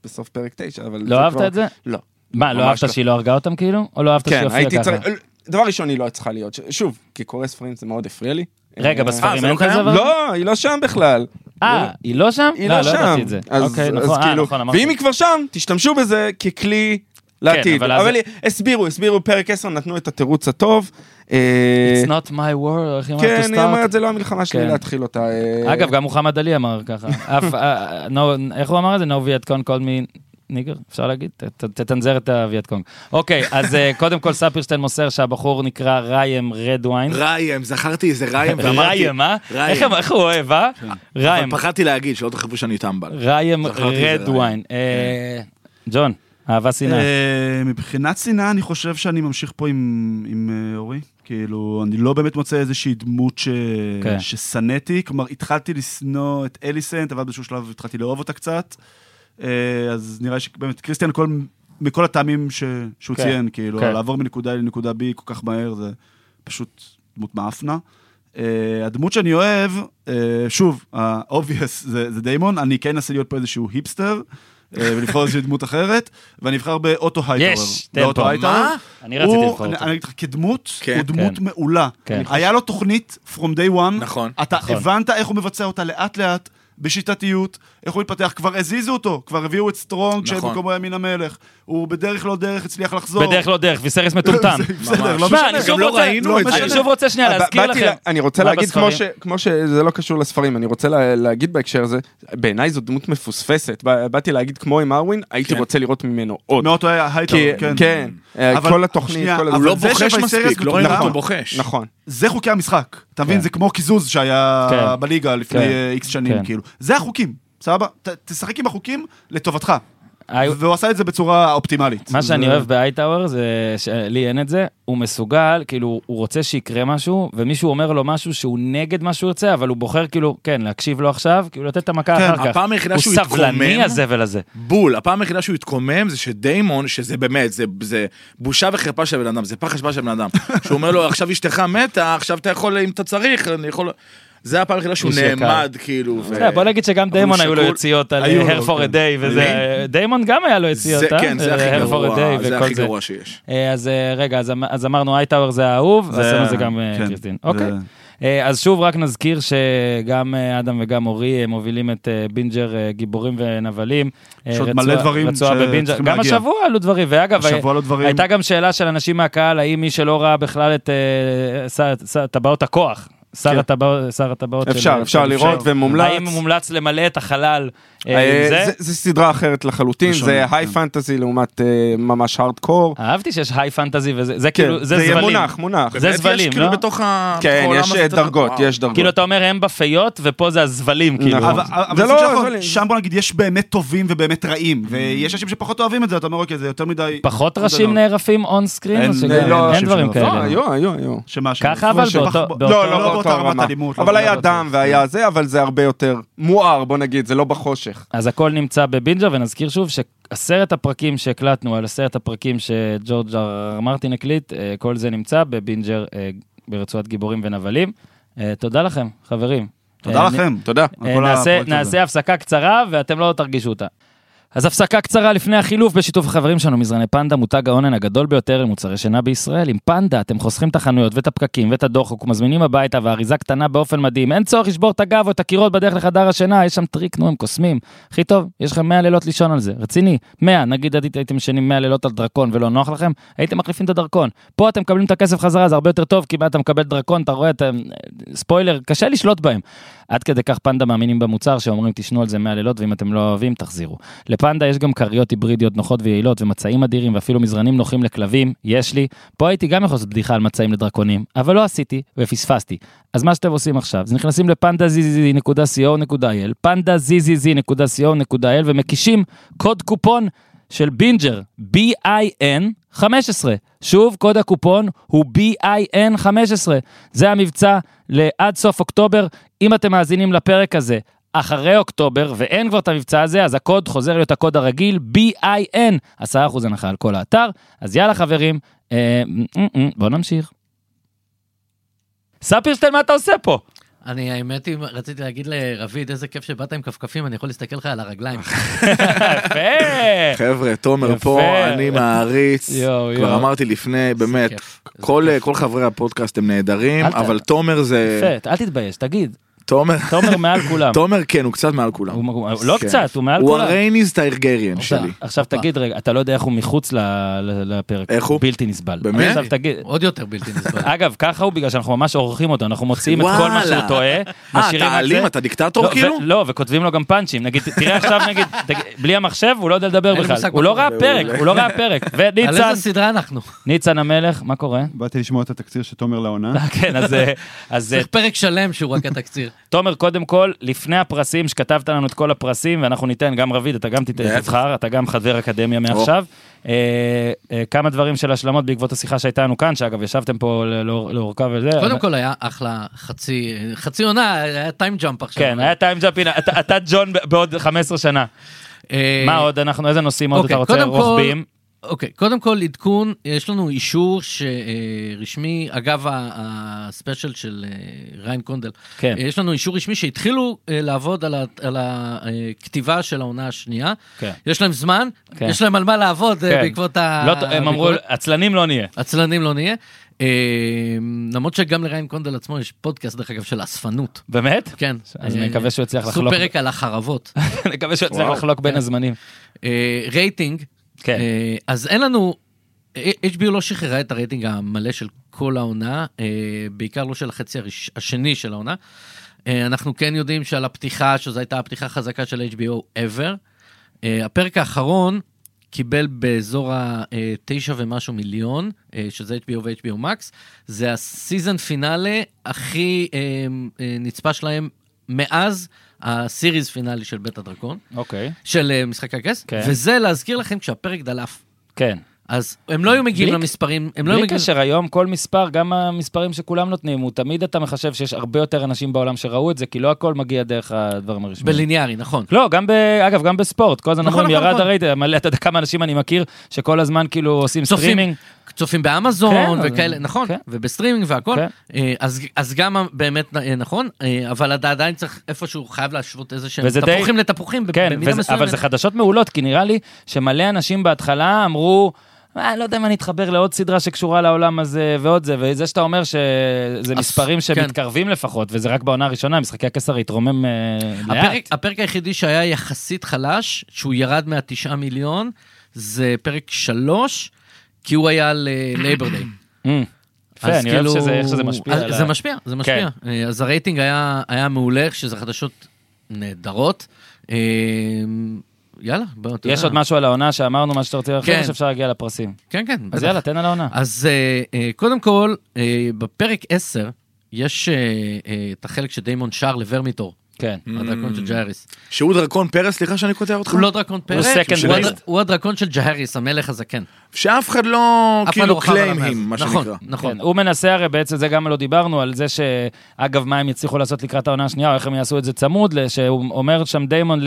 בסוף פרק 9, אבל... לא אהבת כבר- את זה? לא. מה, לא ממש אהבת לא. שהיא לא הרגה אותם כאילו? או לא אהבת שהיא כן, הופיעה הייתי ככה? צריך... דבר ראשון, היא לא צריכה להיות. ש- שוב, כקורא ספרים זה מאוד הפריע לי. רגע, אה, אה, בספרים זה אין לא כזה קיים? דבר? לא, היא לא שם בכלל. אה, היא לא שם? היא לא לא ידעתי שם. את זה. אז- אוקיי, אז נכון, אה, כאילו, נכון, אמרתי. ואם היא כבר שם, תשתמשו בזה ככלי לעתיד. אבל אז- אבל הסבירו, הסבירו פרק 10, נתנו את התירוץ הטוב. אה, It's not my world, איך היא אמרת? כן, to היא אומרת, start. זה לא המלחמה שלי כן. להתחיל אותה. אה, אגב, גם מוחמד עלי אמר ככה. אף- אה, no- איך הוא אמר את זה? No Vietcong called me ניגר, אפשר להגיד? ת- ת- תתנזר את הווייטקונג. אוקיי, אז אה, קודם כל ספירשטיין מוסר שהבחור נקרא ריים רדווין. ריים, זכרתי איזה ריים, ואמרתי... ריים, אה? ריים. איך הם- איך הוא אוהב, אה? אבל ריים. פחדתי להגיד, שלא תחשבו שאני טמבל. ריים זכרתי את זה, רדווין. אה, ג'ון, אהבה שנאה. אה, מבחינת שנאה, אני חושב שאני ממשיך פה עם, עם אה, אורי. כאילו, אני לא באמת מוצא איזושהי דמות ש... כן. ששנאתי. כלומר, התחלתי לשנוא את אליסנט, אבל באיזשהו שלב התחלתי לאהוב אותה קצת. אה, אז נראה שבאמת, קריסטיאן, כל... מכל הטעמים ש... שהוא כן, ציין, כאילו, כן. לעבור מנקודה A לנקודה B כל כך מהר, זה פשוט דמות מאפנה. Uh, הדמות שאני אוהב, uh, שוב, ה-obvious זה, זה דיימון, אני כן אנסה להיות פה איזשהו היפסטר, uh, ולבחור איזושהי דמות אחרת, ואני אבחר באוטו הייטאוור. יש, תן באוטו פה. הייטאוור. מה? אני רציתי הוא- לבחור אני- אותו. אני אגיד לך, כדמות, כן, הוא דמות כן. מעולה. כן. אני חושב- היה לו תוכנית From Day One, נכון. אתה נכון. הבנת איך הוא מבצע אותה לאט-לאט, בשיטתיות, איך הוא התפתח, כבר הזיזו אותו, כבר הביאו את סטרונג, נכון. שבמקומו ימין המלך. הוא בדרך לא דרך הצליח לחזור. בדרך לא דרך, ויסריס מטומטם. בסדר, לא שמע, משנה. אני גם שוב לא רוצה- ראינו את זה. אני שוב רוצה שנייה ב- להזכיר אה, באתי לכם. לה- אני רוצה מה להגיד, כמו בספרים? ש- כמו שזה לא קשור לספרים, אני רוצה לה- להגיד בהקשר הזה, בעיניי זו דמות מפוספסת. ב- באתי להגיד, כמו עם ארווין, הייתי כן. רוצה לראות ממנו לא עוד. מאוטו הייטאוור, כי- כן. כן, אה, אבל- כל התוכנית, שנייה, כל אבל הוא הזמן. לא זה בוחש שווייסריאס מספיק, לא ראינו מטומטם. אותו בוחש. נכון. זה חוקי המשחק, אתה מבין? כן. זה כמו קיזוז שהיה כן. בליגה כן. לפני איקס כן. שנים, כאילו. זה החוקים, סבבה? ת- תשחק עם החוקים לטובתך. אה, והוא עשה את זה בצורה אופטימלית. מה שאני זה- אוהב באייטאוור זה שלי אין את זה, הוא מסוגל, כאילו, הוא רוצה שיקרה משהו, ומישהו אומר לו משהו שהוא נגד מה שהוא רוצה, אבל הוא בוחר כאילו, כן, להקשיב לו עכשיו, כאילו לתת את המכה כן, אחר כך. הפעם היחידה שהוא הוא סבלני התקומם- הזבל הזה. בול, הפעם היחידה שהוא התקומם זה שדיימון, שזה באמת, זה, זה בושה וחרפה של בן אדם, זה פח אשפה של בן אדם. שהוא אומר לו, עכשיו אשתך מתה, עכשיו אתה יכול, אם אתה צריך, אני יכול... זה הפעם היחידה שהוא איש יקר. נעמד, כאילו. ו- אתה יודע, בוא נגיד שגם אבל הוא דיימון היו לו שקול. יציאות על היו לו, הר פור כן. דיי וזה, דיימון גם היה לו יציאות, זה, אה? כן, זה אה, הכי Hair for a גרוע, Day זה וכל הכי גרוע שיש. אה, אז אה, רגע, אז אמ- אז אמרנו הייטאוור זה האהוב, זה- ועשינו את זה גם אה, כן, קריסטין. זה- אוקיי. אה, אז שוב רק נזכיר שגם אה, אדם וגם אורי אה, מובילים את אה, בינג'ר אה, גיבורים ונבלים. אה, יש עוד רצועה- מלא דברים רצועה שצריכים בבינג'ר. גם להגיע. השבוע עלו דברים, ואגב, השבוע אה, עלו דברים. הייתה גם שאלה של אנשים מהקהל, האם מי שלא ראה בכלל את אה, ס- ס- טבעות הכוח, שר כן. הטבעות- שר הטבעות. של- אה, אפשר, של- אפשר לראות ומומלץ. האם מומלץ למלא את החלל אה, אה, עם זה? זה- זה סדרה אחרת לחלוטין, ראשונה, זה כן. היי פנטזי לעומת אה, ממש הארדקור. אהבתי שיש היי פנטזי וזה, זה כן, אה, כאילו, זה יהיה זבלים. מונח, מונח. זה זבלים, כאילו לא? בתוך ה... כן, בתוך העולם יש הזה אה, אתה- דרגות, וואו. יש דרגות. כאילו אתה אומר הם בפיות ופה זה הזבלים, כאילו. נכון. אבל- אבל זה זה לא- לא... זה לא- שם בוא נגיד, יש באמת טובים ובאמת רעים, ויש אנשים שפחות אוהבים את זה, אתה אומר, אוקיי, זה יותר מדי... פחות לא יודע, ראשים לא. נערפים און סקרין? אין- אין- לא, אין אנשים דברים שלא. לא, כאלה. היו, היו, היו. שמה, ככה, שמה, אבל שמה, אה, באותו- שמה, באותו- לא, לא, באותה רמת רמה. אלימות. לא אבל היה באותה- דם והיה זה, אבל זה הרבה יותר מואר, בוא נגיד, זה לא בחושך. אז הכל נמצא בבינג'ר, ונזכיר שוב שעשרת הפרקים שהקלטנו על עשרת הפרקים שג'ורג' אר מרטין הקליט, אה, כל זה נמצא בבינג'ר אה, ברצועת גיבורים ונבלים. אה, תודה לכם, חברים. תודה אה, נ- לכם. תודה. על אה, כל נעשה, הפרויקט הזה. נעשה הפסקה קצרה ואתם לא תרגישו אותה. אז הפסקה קצרה לפני החילוף בשיתוף החברים שלנו, מזרני פנדה, מותג ההונן הגדול ביותר למוצרי שינה בישראל. עם פנדה אתם חוסכים את החנויות ואת הפקקים ואת הדוחק ומזמינים הביתה ואריזה קטנה באופן מדהים. אין צורך לשבור את הגב או את הקירות בדרך לחדר השינה, יש שם טריק, נו, הם קוסמים. הכי טוב, יש לכם 100 לילות לישון על זה, רציני. 100, נגיד עד הייתם ישנים 100 לילות על דרקון ולא נוח לכם, הייתם מחליפים את הדרכון. פה אתם מקבלים את הכסף חזרה, זה הרבה יותר טוב, כי מה, אתה מקבל דרקון, אתה רואה, אתה... ספוילר, קשה לשלוט בהם. עד כדי כך פנדה מאמינים במוצר שאומרים תשנו על זה 100 לילות ואם אתם לא אוהבים תחזירו. לפנדה יש גם כריות היברידיות נוחות ויעילות ומצעים אדירים ואפילו מזרנים נוחים לכלבים, יש לי. פה הייתי גם יכול לעשות בדיחה על מצעים לדרקונים, אבל לא עשיתי ופספסתי. אז מה שאתם עושים עכשיו זה נכנסים לפנדזיזי.co.il, פנדזיזי.co.il ומקישים קוד קופון של בינג'ר, B-I-N 15. שוב, קוד הקופון הוא BIN 15. זה המבצע לעד סוף אוקטובר. אם אתם מאזינים לפרק הזה אחרי אוקטובר ואין כבר את המבצע הזה, אז הקוד חוזר להיות הקוד הרגיל, BIN, 10% הנחה על כל האתר. אז יאללה חברים, אה, בואו נמשיך. ספירשטיין, מה אתה עושה פה? אני, האמת היא, רציתי להגיד לרביד, איזה כיף שבאת עם כפכפים, אני יכול להסתכל לך על הרגליים. יפה! חבר'ה, תומר יפה. פה, אני מעריץ. יואו, כבר יואו. אמרתי לפני, באמת, כיף, איזה כל כל חברי הפודקאסט הם נהדרים, אל ת- אבל תומר זה... יפה, אל תתבייש, תגיד. תומר... תומר מעל כולם. תומר כן, הוא קצת מעל כולם. הוא- הוא- לא כן. קצת, הוא מעל הוא כולם. הרייניז טיירגריאן שלי. עכשיו תגיד רגע, אתה לא יודע איך הוא מחוץ ל- ל- לפרק. איך הוא? בלתי נסבל. באמת? עכשיו תגיד, כן, עוד יותר בלתי נסבל. אגב, ככה הוא בגלל שאנחנו ממש עורכים אותו, אנחנו מוציאים את כל מה וואלה. שהוא טועה, אה, משאירים את אתה זה. אלים? אתה דיקטטור לא, כאילו? ו- לא, וכותבים לו גם פאנצ'ים, נגיד, תראה עכשיו נגיד, תגיד, בלי המחשב הוא לא יודע לדבר אין לי בכלל, מושג הוא לא מה ראה קורה. פרק, הוא לא ראה פרק, על וניצן, איזה סדרה אנחנו? ניצן המלך, מה קורה? באתי לשמוע את התקציר של תומר נכון. לעונה. אה, כן, אז, אה, אז אה, צריך פרק שלם שהוא רק התקציר. תומר, קודם כל, לפני הפרסים, שכתבת לנו את כל הפרסים, ואנחנו ניתן, גם רביד, אתה גם תיתן, בטח. תבחר, אתה גם חבר אקדמיה מעכשיו. אה, אה, כמה דברים של השלמות בעקבות השיחה שהייתה לנו כאן, שאגב, ישבתם פה לא, ל- לאור- לאורכה וזה. קודם אבל- כל היה אחלה חצי, חצי עונה, היה טיים ג'אמפ עכשיו. כן, היה טיים ג'אפין, אתה אתה ג'ון ב- בעוד 15 שנה. אה, מה עוד אנחנו, איזה נושאים עוד אוקיי, אתה רוצה? קודם כל- רוחביים? אוקיי, קודם כל עדכון, יש לנו אישור שרשמי, אגב ה- הספיישל של אה, ריין קונדל, כן. יש לנו אישור רשמי שהתחילו אה, לעבוד על ה- על הכתיבה של העונה השנייה. כן. יש להם זמן, כן. יש להם על מה לעבוד אה, כן. בעקבות ה... לא, הם אמרו, הביקורת. עצלנים לא נהיה. עצלנים לא נהיה. אה, למרות שגם לריין קונדל עצמו יש פודקאסט, דרך אגב, של אספנות. באמת? כן. אז אה, נקווה שהוא יצליח עשו לחלוק. פרק על החרבות. נקווה שהוא יצליח לחלוק כן. בין הזמנים. אה, רייטינג, כן. אה, אז אין לנו, אה, HBO לא שחררה את הרייטינג המלא של כל העונה, אה, בעיקר לא של החצי הראש- השני של העונה. אה, אנחנו כן יודעים שעל הפתיחה, שזו הייתה הפתיחה החזקה של HBO ever. אה, הפרק האחרון קיבל באזור ה-9 ומשהו מיליון, אה, שזה HBO ו-HBO Max. זה הסיזן פינאלה הכי אה, אה, נצפה שלהם מאז הסיריז פינאלי של בית הדרקון. אוקיי. של אה, משחק הכס, כן. וזה להזכיר לכם כשהפרק דלף. כן. אז אז הם לא היו מגיעים בלי- למספרים, הם לא היו בלי מגיעים... קשר, היום כל מספר, גם המספרים שכולם נותנים, הוא תמיד אתה מחשב שיש הרבה יותר אנשים בעולם שראו את זה, כי לא הכל מגיע דרך הדברים הרשמיים. בליניארי, נכון. לא, גם ב... אגב, גם בספורט, כל הזמן נכון, אומרים, נכון, ירד נכון. הרייטר, מלא, אתה יודע כמה אנשים אני מכיר, שכל הזמן כאילו עושים צופים. סטרימינג. כן, צופים באמזון אז- וכאלה, נכון, כן. ובסטרימינג והכל. כן. אה, אז- אז גם ה- באמת אה, נכון, אה, אבל אתה עדיין צריך איפשהו חייב להשוות איזה שהם וזה די- תפוחים לתפוחים, ב- כן, וזה- במידה אבל מסוימת. זה חדשות מעולות, כי נראה לי שמלא אנשים בהתחלה אמרו... "אה, אני לא יודע אם אני אתחבר לעוד סדרה שקשורה לעולם הזה ועוד זה, וזה שאתה אומר שזה אז- מספרים כן. שמתקרבים לפחות, וזה רק בעונה הראשונה, משחקי הכסר התרומם אה, הפרק, לאט. הפרק היחידי שהיה יחסית חלש, שהוא ירד מהתשעה מיליון, זה פרק שלוש, כי הוא היה ללייבר דיי. אמ, יפה, אז כאילו, אני אוהב שזה- איך שזה משפיע. אז על זה ה- כן. משפיע, זה משפיע. אה, אז הרייטינג היה, היה מעולה, שזה חדשות נהדרות. אה, יאללה, בוא, אתה יש יודע. עוד משהו על העונה שאמרנו, מה שאתה רוצה להרחיב, כן. או שאפשר להגיע לפרסים. כן, כן, אז בטח. יאללה, תן על העונה. אז אה, אה, קודם כל, אה, בפרק 10, יש אה, אה, את החלק שדיימון שר לוורמיטור, Mm. כן. הדרקון של ג'הריס. שהוא דרקון פרס, סליחה שאני קוטע אותך? הוא לא דרקון פרק, second הוא based. הדר- הוא הדרקון של ג'הריס, המלך הזקן. שאף אחד לא, אף אחד לא כאילו, רכב עליו קליים מאז. הם, מה נכון, שנקרא. נכון. כן, הוא מנסה הרי בעצם, זה גם לא דיברנו, על זה שאגב, מה הם יצליחו לעשות לקראת העונה השנייה, או איך הם יעשו את זה צמוד, ל- שהוא אומר שם דיימון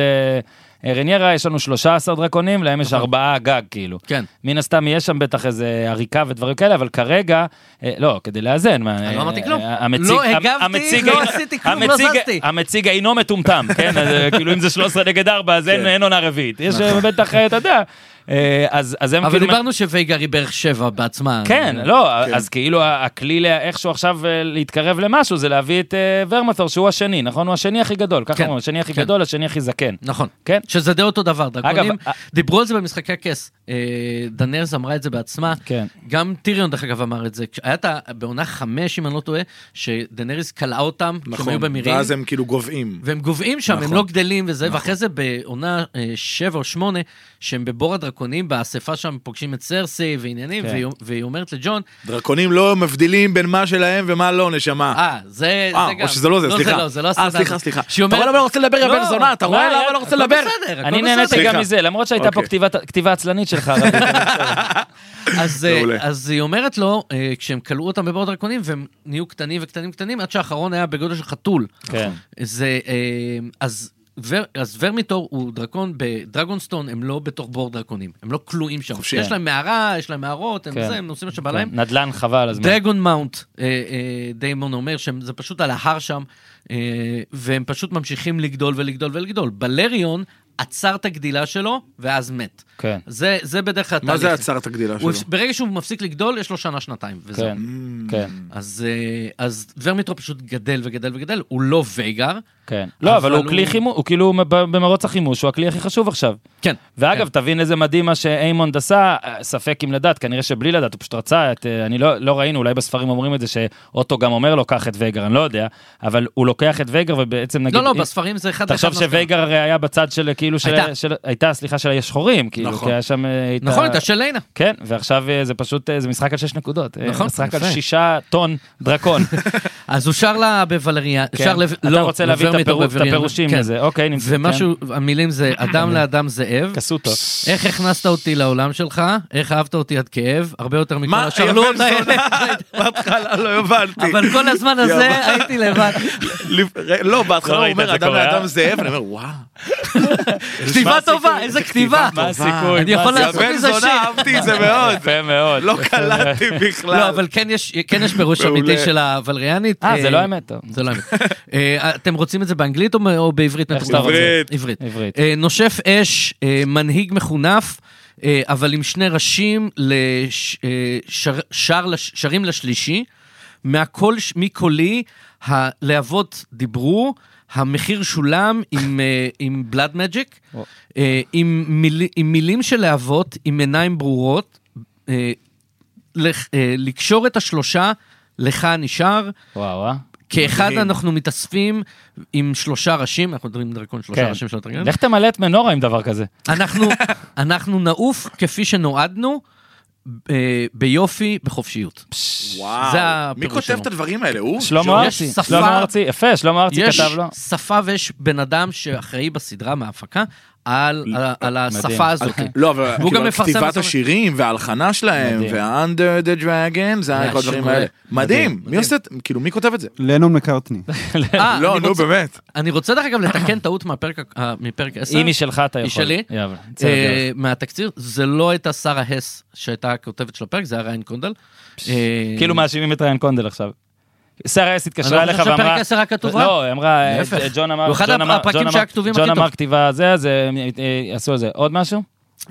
לרניירה, יש לנו 13 דרקונים, להם יש ארבעה גג, כאילו. נכון. כן. מן הסתם יהיה שם בטח איזה עריקה ודברים כאלה, אבל כרגע, אה, לא, כדי לאזן. מה, לא אה, אמרתי כלום. אה, המציג- לא המ- הגבתי, המציג לא אינו- עשיתי כלום, לא המציג- זזתי. המציג אינו מטומטם, כן? אז, אה, כאילו אם זה 13 נגד 4, אז כן. אין אין עונה רביעית. יש אה, בטח, אה, אתה יודע. אה, אז אז הם נכון. אבל כאילו... דיברנו שווייגר היא באר שבע בעצמה. כן, לא, אז כאילו הכלי לה- איכשהו עכשיו אה, להתקרב למשהו זה להביא את אה, ורמוטור שהוא השני, נכון? הוא השני הכי גדול, ככה כן, אומרים, השני הכי כן. גדול, השני הכי זקן. נכון. כן? שזה די אותו דבר, דרקונים, אגב, א- דיברו על זה במשחקי הכס, אה, דנרס אמרה את זה בעצמה, כן. גם טיריון דרך אגב אמר את זה, היה את ה- בעונה חמש אם אני לא טועה, שדנריס כלאה אותם, כשהם היו במירים, נכון, ואז הם כאילו גוועים. והם גוועים שם, הם לא גדלים וזה, ואחרי זה בעונה אה, שבע או שמונה, שהם בבור הדרקונים, באספה שם פוגשים את סרסי ועניינים, כן. והיא- והיא אומרת לג'ון, דרקונים לא מבדילים בין מה שלהם ומה לא, נשמה. אה, זה אה, זה גם. או שזה לא זה, סליחה. לא, זה לא הסטנדרט. אה, סליחה, סליחה. שהיא אתה רואה אומרת- למה לא רוצה לדבר, יא לא, בן זונה? אתה רואה לא, למה לא רוצה הכל לדבר? בסדר, הכל אני נהניתי בסדר. גם מזה, למרות שהייתה פה אוקיי. כתיבת- כתיבה עצלנית שלך, רבי. אז, אה, מעולה. אז היא אומרת לו, אה, כשהם כלאו אותם בבור דרקונים, והם נהיו קטנים וקטנים קטנים, עד שהאחרון היה בגודל של חתול. כן. זה, אה, אז ור, אז ורמיטור הוא דרקון בדרגונסטון, הם לא בתוך בור דרקונים, הם לא כלואים שם. חופשי. יש להם מערה, יש להם מערות, הם, כן. זה, הם עושים מה שבא כן, להם. נדל"ן חבל על הזמן. דרגון מאונט, אה, אה, דיימון אומר, שהם- זה פשוט על ההר שם, אה, והם פשוט ממשיכים לגדול ולגדול ולגדול. בלריון עצר את הגדילה שלו, ואז מת. כן. זה, זה בדרך כלל מה זה התהליך. עצר את הגדילה הוא שלו? הפס- ברגע שהוא מפסיק לגדול, יש לו שנה-שנתיים, וזהו. כן, כן, אז, אה, אז ורמיטרו פשוט גדל וגדל וגדל, הוא לא וייגר. כן. לא, אבל אבל הוא כלי הוא- חימוש, הוא כאילו ב- במרוץ החימוש, הוא הכלי הכי חשוב עכשיו. כן. ואגב, תבין איזה מדהים מה שאיימונד עשה, אה, ספק אם לדעת, כנראה שבלי לדעת, הוא פשוט רצה את... אה, אני לא, לא ראינו, אולי בספרים אומרים את זה, שאוטו גם אומר לו, קח את וייגר, אני לא יודע, אבל הוא לוקח את וייגר ובעצם נגיד... לא, לא, אם- בספרים זה אחד תחשוב לאחד מה שווייגר הרי היה בצד של כאילו של... הייתה. של- הייתה, סליחה, של השחורים, כאילו, נכון. כי היה שם... אה, שקרה. נכון, הייתה של ליינה. כן, ועכשיו אה, זה פשוט, אה, זה משחק על שש נקודות. אה, נכון, משחק על יפה. שישה טון דרקון. אז הוא שר לה בוולריה, כן. שר לב... אתה רוצה להביא את לוורמיטור הפירוש- את בוולריה, הפירושים כן. לזה, אוקיי, נמצא. ומשהו, המילים זה אדם לאדם זאב, קסוטו. איך הכנסת אותי לעולם שלך, איך אהבת אותי עד כאב, הרבה יותר מכל מה, השרלוט יבל האלה, בהתחלה לא הבנתי. אבל כל הזמן יבל. הזה הייתי לבד. לפ- ר- לא, בהתחלה לא הוא ראית את זה אומר אדם קורה, אה?" לאדם זאב, ואני אומר וואו. כתיבה טובה, איזה כתיבה. מה הסיכוי? אני מה יכול זה? לעשות בן מזה זונה, שיר. אהבתי לא, את זה מאוד. יפה מאוד. לא קלטתי בכלל. לא, אבל כן יש, כן יש פירוש מעולה. אמיתי של הוולריאנית. אה, זה לא האמת, טוב. זה לא האמת. אה, אתם רוצים את זה באנגלית או, או בעברית? איך שאתה מתורגם? רוצה. עברית. עברית. אה, נושף אש, אה, מנהיג מחונף, אה, אבל עם שני ראשים, לש, אה, שר, שר, לש- שרים לשלישי. מהקול, ש- מקולי, הלהבות דיברו, המחיר שולם עם, אה, עם בלאד מג'יק, או. אה, עם, מיל, עם מילים של להבות, עם עיניים ברורות, אה, לח- אה, לקשור את השלושה, לך נשאר. וואו, אה? כאחד מדהים. אנחנו מתאספים עם שלושה ראשים, אנחנו מדברים עם דרקון שלושה כן. ראשים של הדרגן. לך תמלא את מנורה עם דבר כזה. אנחנו- אנחנו נעוף כפי שנועדנו, אה, ביופי, בחופשיות. זה וואו. מי הפירוש כותב שלנו. את הדברים האלה? הוא? שלמה יש ארצי, שפה- שלמה ארצי, יפה, שלמה ארצי יש כתב לו. שפה ויש בן אדם שאחראי בסדרה מההפקה על- על- על אה, השפה הזאת. לא, אבל אוקיי. והוא כאילו גם על מפרסם כתיבת בסוף- השירים וההלחנה שלהם, מדהים. וה-under the dragon, זה היה כל השיר הדברים מעולה. האלה. מדהים, מי מדהים. עושה את, כאילו מי כותב את זה? לנון מקארטני. כן, אה, לא, אני נו רוצה- באמת. אני רוצה דרך אגב לתקן טעות מהפרק ה- אה, מפרק 10. אם היא שלך אתה יכול. היא שלי? יאללה, נצא לדרך. אה, מהתקציר, זה לא הייתה שרה הס שהייתה הכותבת של הפרק, זה היה ריין קונדל. אה, כאילו מאשימים את ריין קונדל עכשיו. שרה אס אני התקשרה לא אליך חושב ואמרה... שהפרק עשר היה כתוב רע. לא, היא אמרה... להפך. אה, ג'ון אמר... הוא אחד ג'ון אמר- הפרקים ג'ון אמר- שהכתובים הכי ג'ון אמר טוב. כתיבה זה, אז אה, אה, עשו על זה. עוד משהו?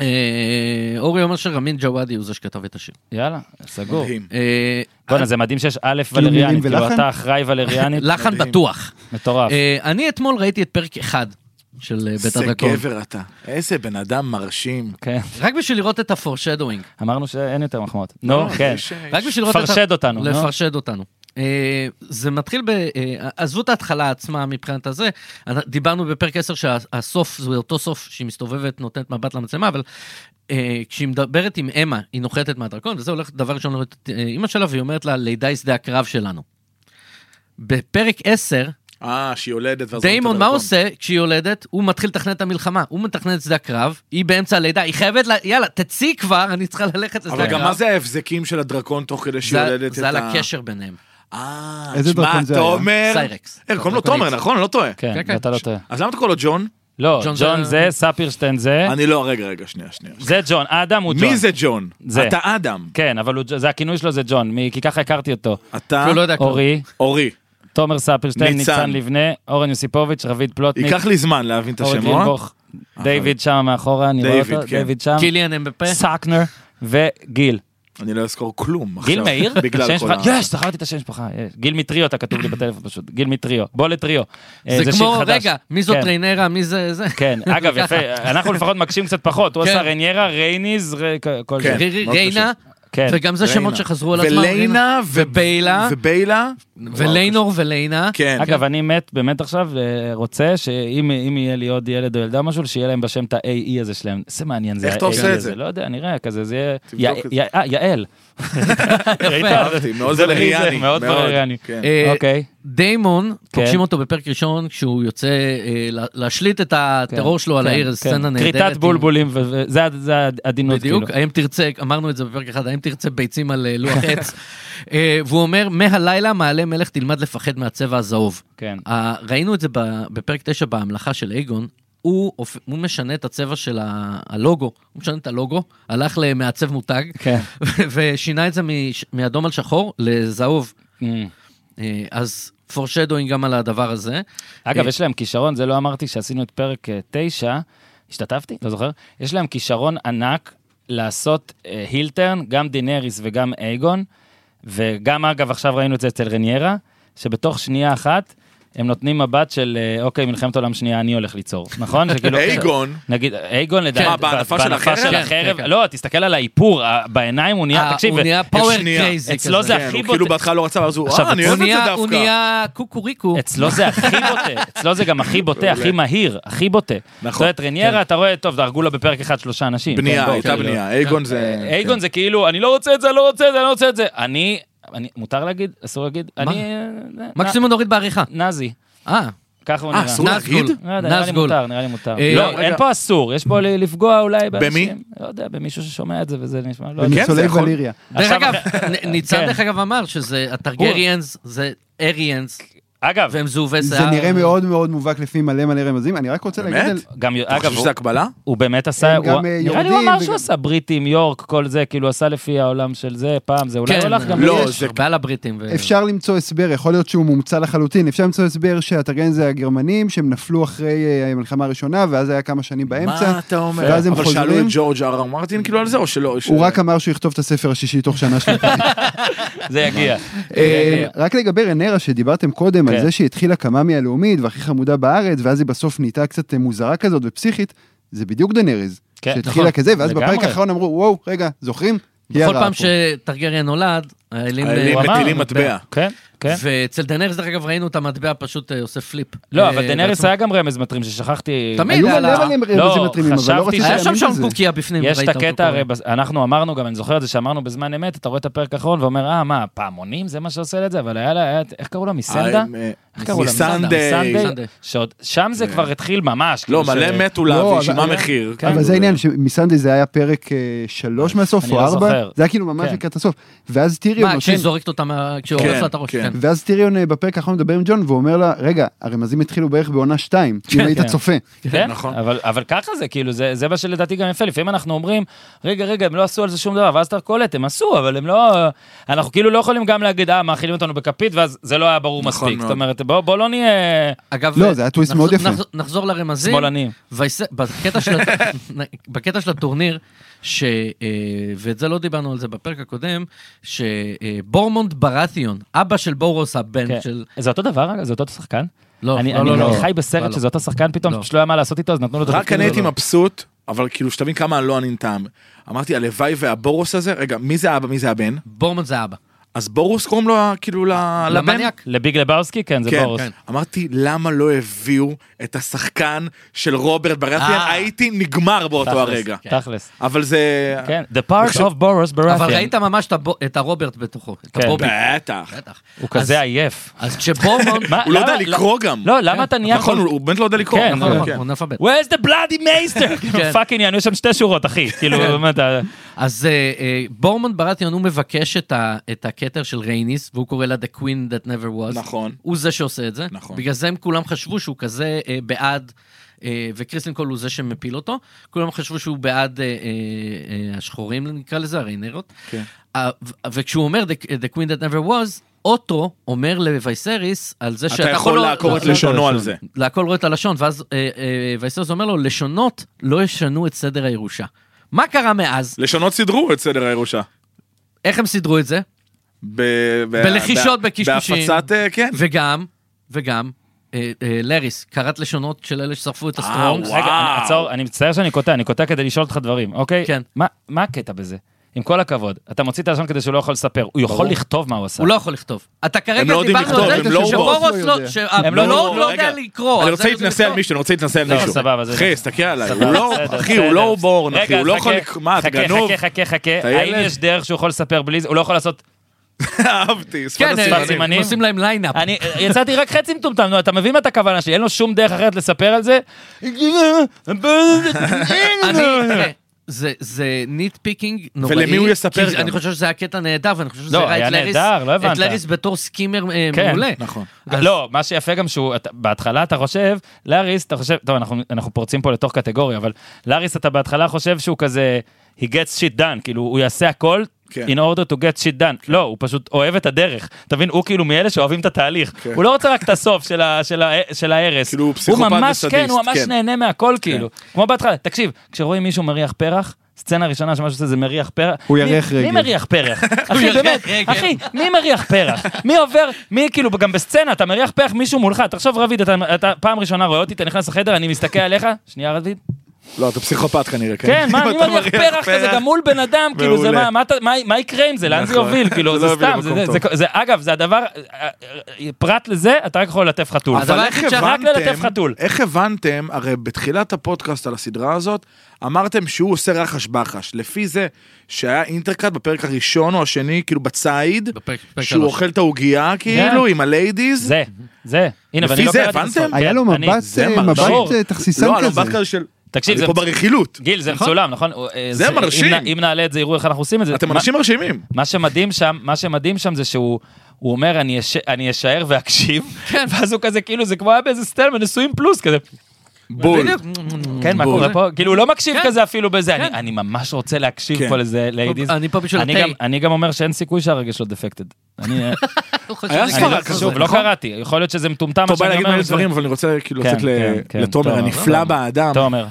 אה, אורי אומר שרמין ג'וואדי הוא זה שכתב את השיר. יאללה, סגור. מדהים. אה, בואנה, זה מדהים שיש א' כאילו מילים ולריאנית, כאילו ולחן? אתה אחראי ולריאנית, לחן בטוח. מטורף. אה, אני אתמול ראיתי את פרק אחד של אה, בית איזה הדרקון. גבר אתה. איזה בן אדם מרשים. כן, רק בשביל לראות את הפורשדווינג. אמרנו שאין יותר מחמאות. נו, כן. איש- רק בשביל לראות את... ה- פרשד אותנו, נו. אוקיי. לפרשד אותנו. אה, זה מתחיל ב... אה, עזבו את ההתחלה עצמה מבחינת הזה. אנ- דיברנו בפרק 10 שהסוף זה אותו סוף שהיא מסתובבת, נותנת מבט למצלמה, אבל אה, כשהיא מדברת עם אמה, היא נוחתת מהדרקון, וזה הולך דבר ראשון לראות את אה, אימא שלה, והיא אומרת לה, לידה היא שדה הקרב שלנו. בפרק 10, אה, שהיא יולדת. ואז דיימון, רואים את מה הדרכון. עושה כשהיא יולדת? הוא מתחיל לתכנן את המלחמה, הוא מתכנן את שדה הקרב, היא באמצע הלידה, היא חייבת, לה, יאללה, תצאי כבר, אני צריכה ללכת לשדה הקרב. אבל גם מה זה ההבזקים של הדרקון תוך כדי שהיא זה- יולדת את ה... זה על הקשר ביניהם, אה, איזה שמע, דרקון זה היה? תומר. סיירקס. אה, קוראים לו תומר, נכון? אני לא טועה. כן, כן, כן. אתה לא טועה. אז למה אתה קורא לו ג'ון? לא, ג'ון ג'ון זה, זה- ספירשטיין זה, אני לא, רגע, רגע, שנייה, שנייה. כן. זה ג'ון, אדם הוא ג'ון. מי זה ג'ון? זה. אתה אדם. כן, אבל הוא ג'- זה הכינוי שלו זה ג'ון, מ- כי ככה הכרתי אותו. אתה שהוא לא יודע כלום. אורי, אורי. תומר ספירשטיין, ניצן. ניצן לבנה, אורן יוסיפוביץ', רביד פלוטניק, ייקח לי זמן להבין את אורן השמות. גרינבוך, דיוויד שם מאחורה, אני רואה דיוויד, אותו, כן. דיוויד שם, קיליאן אמבפה. סקנר וגיל. אני לא אזכור כלום עכשיו. גיל מאיר? שם בגלל כל משפחה? ה... יש, זכרתי את השם משפחה. יש. גיל מטריו, אתה כתוב לי בטלפון פשוט. גיל מטריו. בוא לטריו. אה, זה שיר כמו, חדש. רגע, מי זאת כן, ריינרה, מי זה זה? כן, אגב, יפה, אנחנו לפחות מקשים קצת פחות. הוא כן. עשה רניירה, רייניז, ר- כ- כל כן. זה. רי- רי- מאוד ריינה, כן. וגם זה שמות שחזרו על עצמם. וליינה ו- וביילה, וביילה. וליינור וליינה. כן. אה? אגב, אני מת, באמת עכשיו, אה, רוצה שאם אם יהיה לי עוד ילד או ילדה או משהו, שיהיה להם בשם את ה-AE הזה שלהם. זה מעניין, זה איך אתה ה-AE עושה את הזה. זה? לא יודע, נראה כזה, זה יהיה... תבדוק יא- את זה. יא- אה, יאל. ראית? אהבתי, מאוד זה- וולריאני, מאוד מאוד, וולריאני. כן. אה, אוקיי. דיימון, כן. פוגשים אותו בפרק ראשון, כשהוא יוצא אה, לה- להשליט את הטרור שלו על כן, העיר, איזו כן. סצנה נהדרת. כריתת עם- בולבולים, ו- וזה ה- זה העדינות, כאילו. בדיוק, האם תרצה, אמרנו את זה בפרק אחד, האם תרצה ביצים על אה, לוח עץ? אה, והוא אומר, מהלילה מעלה מלך תלמד לפחד מהצבע הזהוב. כן. אה, ראינו את זה ב- בפרק 9 בהמלכה של אייגון, הוא, הופ- הוא משנה את הצבע של ה- הלוגו, הוא משנה את הלוגו, הלך למעצב מותג, כן. ו- ושינה את זה מש- מאדום על שחור לזהוב. Mm. אה, אז פורשדוינג גם על הדבר הזה. אגב, אה, יש להם כישרון, זה לא אמרתי שעשינו את פרק 9, השתתפתי, לא זוכר, יש להם כישרון ענק לעשות אה, הילטרן, גם דינריס וגם אייגון, וגם אגב, עכשיו ראינו את זה אצל רניירה, שבתוך שנייה אחת, הם נותנים מבט של, אה, אוקיי, מלחמת עולם שנייה, אני הולך ליצור, נכון? שכאילו- אייגון. נגיד, אייגון לדעתי, מה, בהנפה של החרב? של כן, החרב, כן. לא, תסתכל על האיפור, ה- בעיניים הוא נהיה, אה, תקשיב, הוא נהיה פאוור שנייה. קרייזי כזה. אצלו זה כן, הכי הוא בוט- כאילו בהתחלה לא רצה, ואז הוא, עכשיו, אה, אני הוא אוהב את זה נהיה- הוא דווקא. נהיה אוקיי. קוקוריקו. אצלו זה הכי בוטה, אצלו זה גם הכי בוטה, הכי מהיר, הכי בוטה. נכון. זאת אומרת, רניירה, אתה רואה, טוב, דרגו לה בפרק אחד שלושה אנשים. כן, כן. בנייה, בוא, הייתה כאילו. בנייה, כן. אייגון זה... אייגון זה כאילו, אני לא רוצה את זה, אני לא רוצה את זה, אני לא רוצה את זה. אני, אני- מותר להגיד? אסור להגיד? מה? אני... אה, מקסימום נוריד בעריכה. נ- נאזי, אה, ככה ככה הוא אה, נראה. אסור להגיד? לא יודע, נראה לי נזגול. מותר, נראה לי מותר. אה, לא, רגע. אין פה אסור, יש פה ל- לפגוע אולי באנשים. במי? לא יודע, במישהו ששומע את זה וזה נשמע, לא יודע. זה בניצולי יכול. וליריה. דרך עכשיו- אגב, נ- ניצן כן. דרך אגב אמר שזה הטרגריאנס, זה אריאנס, אגב, כן. והם זהובי שיער. זה נראה מאוד מאוד מובהק לפי מלא מלא רמזים, אני רק רוצה באמת? להגיד על... גם, אתה אה, אגב, חושב הוא- שזה הקבלה? הוא באמת עשה, הם הוא- גם, נראה אה, לי הוא יורדים אמר וגם- שהוא עשה בריטים, יורק, כל זה, כאילו עשה לפי העולם של זה, פעם זה, אולי כן, הוא הלך גם... לא, יש זה- הרבה על הבריטים. ו- אפשר למצוא הסבר, יכול להיות שהוא מומצא לחלוטין, אפשר למצוא הסבר שהטרגן זה הגרמנים, שהם נפלו אחרי אה, המלחמה הראשונה, ואז היה כמה שנים באמצע, מה אתה אומר? ואז הם אבל שאלו את חוזרים, ג'ורג' אר אר מרטין כאילו על זה, או שלא? ש- הוא רק אמר שהוא יכתוב את הספר השישי תוך שנה שנתיים. זה יגיע. אה, רק לגבי רנרה שדיברתם קודם על כן. זה שהיא התחילה כמאמי הלאומית והכי חמודה בארץ, ואז היא בסוף נהייתה קצת אה, מוזרה כזאת ופסיכית, זה בדיוק דנריז, כן, שהתחילה נכון. כזה, ואז לגמרי. בפרק האחרון אמרו, וואו, רגע, זוכרים? היא כל הרעה פעם פה." שטרגריאן נולד, האלים... האלים הוא אמר, מטילים מטבע. כן, כן. ואצל דנרס, דרך אגב, ראינו את המטבע פשוט אה, עושה פליפ. לא, אה, אבל דנריס בעצמו. היה גם רמז מטרים ששכחתי. תמיד. היו על מלא ה- מלא לא, רמזים מטרימים, אבל לא חשבתי רציתי ש- היה להאמין שם בזה. שם קוקיה בפנים, יש את ראית אותו הקטע, קורה. הרי בס- אנחנו אמרנו גם, אני זוכר את זה שאמרנו בזמן אמת, אתה רואה את הפרק האחרון ואומר, אה, מה, פעמונים זה מה שעושה לזה? אבל היה לה, היה- איך קראו לה? מסנדה? אה, אה, איך קראו לה? מסנדיי. מסנדיי. שעוד- שם זה כבר התחיל ממש. לא, כאילו ש- מלא מתו לה, לא, והיא אבל- שילמה מחיר. כן. אבל זה העניין, שמסנדי זה היה פרק אה, שלוש מהסוף אני או לא ארבע, זוכר. זה היה כאילו ממש כן. לקראת הסוף. ואז טיריון מה, כן, נותן, כשהיא זורקת אותה, מה- כשהוא כן, הורס לה את הראש. כן. כן. ואז טיריון אה, בפרק האחרון מדבר עם ג'ון ואומר לה, רגע, הרמזים התחילו בערך בעונה שתיים, אם היית כן. צופה. כן, נכון. אבל, אבל ככה זה, כאילו, זה, זה מה שלדעתי גם יפה. לפעמים אנחנו אומרים, רגע, רגע, הם לא עשו על זה שום דבר, ואז אתה קולט, הם עשו, אבל הם לא... אנחנו כאילו לא יכולים גם להגיד, אה, מאכילים אותנו בכפית, ואז זה לא היה ברור נכון מספיק. מאוד. זאת אומרת, בוא, בוא לא נהיה אגב, אה, לא, זה היה טוויסט מאוד נחזור- יפה. נחזור- נחזור לרמזים. שמאלנים. וייס- בקטע של ה- בקטע של הטורניר, ש- אה, ואת זה לא דיברנו על זה בפרק הקודם, שבורמונד ברתיון, אבא של בורוס הבן כן. של... זה אותו דבר, אגב? זה אותו שחקן? לא, אני, לא, אני לא, לא. חי לא, בסרט לא. שזה אותו שחקן פתאום, לא. שפשוט לא היה מה לעשות איתו, אז נתנו לו את לא, רק התפקיד אני הייתי הזה. מבסוט, אבל כאילו שתבין כמה לא אני נטעם. אמרתי הלוואי והבורוס הזה, רגע, מי זה האבא, מי זה הבן? בורמונד זה אבא. אז בורוס קוראים לו ה- כאילו ל- לבן? למניאק. לביג לבאוסקי? כן, זה כן, בורוס. כן. אמרתי למה לא הביאו את השחקן של רוברט ברטיאן, אה. הייתי נגמר באותו תכלס, הרגע. כן. תכלס. אבל זה... כן, The Park עכשיו- of בורוס ברפיאן. אבל ראית ממש את הב- את הרוברט בתוכו. את כן. הרובי. בטח. בטח. הוא אז- כזה עייף. אז כשבורמונד... מה, הוא לא יודע למה- לקרוא גם. לא, כן. למה אתה נהיה... נכון, כל- הוא הוא באמת לא יודע לקרוא. כן, נכון, נכון, נכון, כן. הוא אנאלפבית. Where's the bloody maester? כן. כאילו, פאקינג יענו שם שתי שורות, אחי. כן. כאילו, באמת, ה- אז אה, אה, בורמונד ברטיון, הוא מבקש את ה- את הכתר של רייניס, והוא קורא לה The Queen That Never Was. נכון. הוא זה שעושה את זה. נכון. בגלל זה הם כולם חשבו שהוא כזה אה, בעד, אה, וקריסלינקול הוא זה שמפיל אותו. כולם חשבו שהוא בעד אה, אה, אה, השחורים, נקרא לזה, הריינרות. כן. אה, ו- וכשהוא אומר The The Queen That Never Was, אוטו אומר לוויסריס על זה אתה יכול לא- לעקור את לא- לשונו על זה. להכל רואה את הלשון, ואז אה, אה, וייסרס אומר לו, לשונות לא ישנו את סדר הירושה. מה קרה מאז? לשונות סידרו את סדר הירושה. איך הם סידרו את זה? ב- ב- בלחישות, ב- בקשקושים. אה, בהפצת, אה, כן. וגם, וגם, אה, אה, לריס, קראת לשונות של אלה ששרפו אה, את הסטרונגס? וואו. רגע, אני- עצור, אני מצטער שאני קוטע, אני קוטע כדי לשאול אותך דברים, אוקיי? כן. מה- מה הקטע בזה? עם כל הכבוד, אתה מוציא את הלשון כדי שהוא לא יכול לספר, הוא יכול לכתוב מה הוא עשה. הוא לא יכול לכתוב. אתה הם כרגע לא יודעים דיברנו לכתוב, על זה הם לא שבורוס רובוט. לא לא, יודע. שהבלוג לא יודע רגע, לקרוא. אני אז רוצה הם יודעים להתנסה על לכתוב. מישהו, אני רוצה להתנסה על לא, מישהו. סבבה, זה- אחי, תסתכל עליי, הוא סבבה, לא, בסדר, אחי, הוא בסדר. לא אורבורן, רגע, אחי, הוא אז לא יכול חכה, לקרוא, מה, אתה חכה, גנוב? חכה, חכה, חכה, אתה האם ילד? יש דרך שהוא יכול לספר בלי זה? הוא לא יכול לעשות... אהבתי, שפת כן, שפת הסימנים. סימנים. הם עושים להם ליינאפ. אני יצאתי רק חצי מטומטם, נו, אתה מבין מה את הכוונה שלי, אין לו שום דרך אחרת לספר על זה. אני- תראה, זה- זה ניט פיקינג נוראי. אה. ולמי הוא יספר כי זה- גם? אני חושב שזה היה קטע נהדר, ואני חושב שזה לא, הראה היה את לאריס, נהדר, לא הבנת. את לאריס בתור סקימר אה, כן, מעולה. נכון. אז- לא, מה שיפה גם שהוא, אתה- בהתחלה אתה חושב, לאריס, אתה חושב, טוב, אנחנו- אנחנו פורצים פה לתוך קטגוריה, אבל לאריס, אתה בהתחלה חושב שהוא כזה, he gets shit done, כאילו, הוא יעשה הכל. כן. in order to get shit done. לא, הוא פשוט אוהב את הדרך. אתה מבין, הוא כאילו מאלה שאוהבים את התהליך. הוא לא רוצה רק את הסוף של ה- של ה- של ההרס. כן. כאילו, הוא פסיכופת ממש, וסדיסט, כן, הוא ממש כן. נהנה מהכל, כאילו. כמו בהתחלה, תקשיב, כשרואים מישהו מריח פרח, סצנה ראשונה שמה שעושה זה מריח פרח. הוא מי- ירח רגל. מי מריח פרח? אחי, ירח באמת, רגל. אחי, מי מריח פרח? מי עובר, מי כאילו, גם בסצנה, אתה מריח פרח מישהו מולך, תחשוב רביד, אתה, אתה פעם ראשונה רואה אותי, אתה נכנס לחדר, אני מסתכל עליך, שנייה רביד, לא, אתה פסיכופת כנראה, כן. כן, מה, אם מי אתה מריח פרח כזה, גם מול בן אדם, כאילו, זה מעולה. מה, מה אתה- מה- מה יקרה עם זה, לאן זה נכון. יוביל, כאילו, זה זה לא יוביל סתם, זה- למקום זה- טוב. זה, אגב, זה הדבר, אה, אה, פרט לזה, אתה רק יכול ללטף חתול. הדבר אבל איך היחיד שאנחנו- רק ללטף הבנתם, חתול. איך הבנתם, הרי בתחילת הפודקאסט על הסדרה הזאת, אמרתם שהוא עושה רחש בחש. לפי זה שהיה אינטרקאט בפרק הראשון או השני, כאילו בציד, בפרק- בפרק שהוא שלוש. אוכל את העוגיה, כאילו, עם הליידיז. זה, זה, הנה, לפי ואני לא זה קראתי את הבנתם? הספר. היה לו כן, אני- מבט, זה אה, מרשים. ברור. מבט אה, תכסיסן לא, על כזה. הבקר של... תקשיב, אני זה פה מצ- ברכילות. גיל, זה מצולם, נכון? אה, זה אם מרשים. נע- אם נעלה את זה, יראו איך אנחנו עושים את זה. אתם מה- אנשים מרשימים. מה שמדהים שם, מה שמדהים שם זה שהוא... הוא אומר, אני, יש... אני אשאר ואקשיב, ואז הוא כזה, כאילו, זה כמו היה באיזה סטלמן, נשואים פלוס, כזה, בול. בדיוק. כן, מה בול. קורה פה? כאילו, הוא לא מקשיב כן. כזה אפילו בזה, אני- כן. אני ממש רוצה להקשיב כן. פה לזה, ליידיז. אני פה בשביל אני התה. גם- אני גם אומר שאין סיכוי שהרגש לא דפקטד. אני, הוא חושב היה שזה סבבה, כאילו- כתוב, שוב, לא קראתי, יכול להיות שזה מטומטם מה טוב, בא שאני להגיד אומר. מלא זה- דברים, אבל אני רוצה כאילו כן, לתת ל- כן, כן, לתומר תומר, הנפלא באדם. תומר,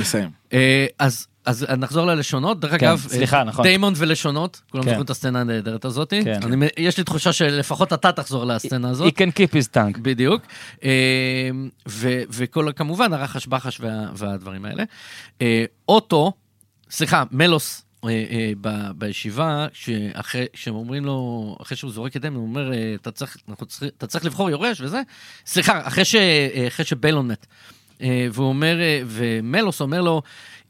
מסיים. אה, אז אז נחזור ללשונות, דרך כן, אגב, סליחה, אה, נכון. דיימון ולשונות, כולם כן. זוכרים את הסצנה הנהדרת הזאת, כן. אני מ- יש לי תחושה שלפחות אתה תחזור לסצנה he הזאת, can keep his tongue. בדיוק, אה, ו- וכל כמובן הרחש בחש וה- והדברים האלה. אה, אוטו, סליחה, מלוס. אה, אה, ב- בישיבה, שאחרי, שאומרים לו, אחרי שהוא זורק את דמי, הוא אומר, אה, אתה צריך, אנחנו צריכים- אתה צריך לבחור יורש וזה, סליחה, אחרי, ש, אה, אחרי שבלון מת. אה, והוא אומר, אה, ומלוס אומר לו,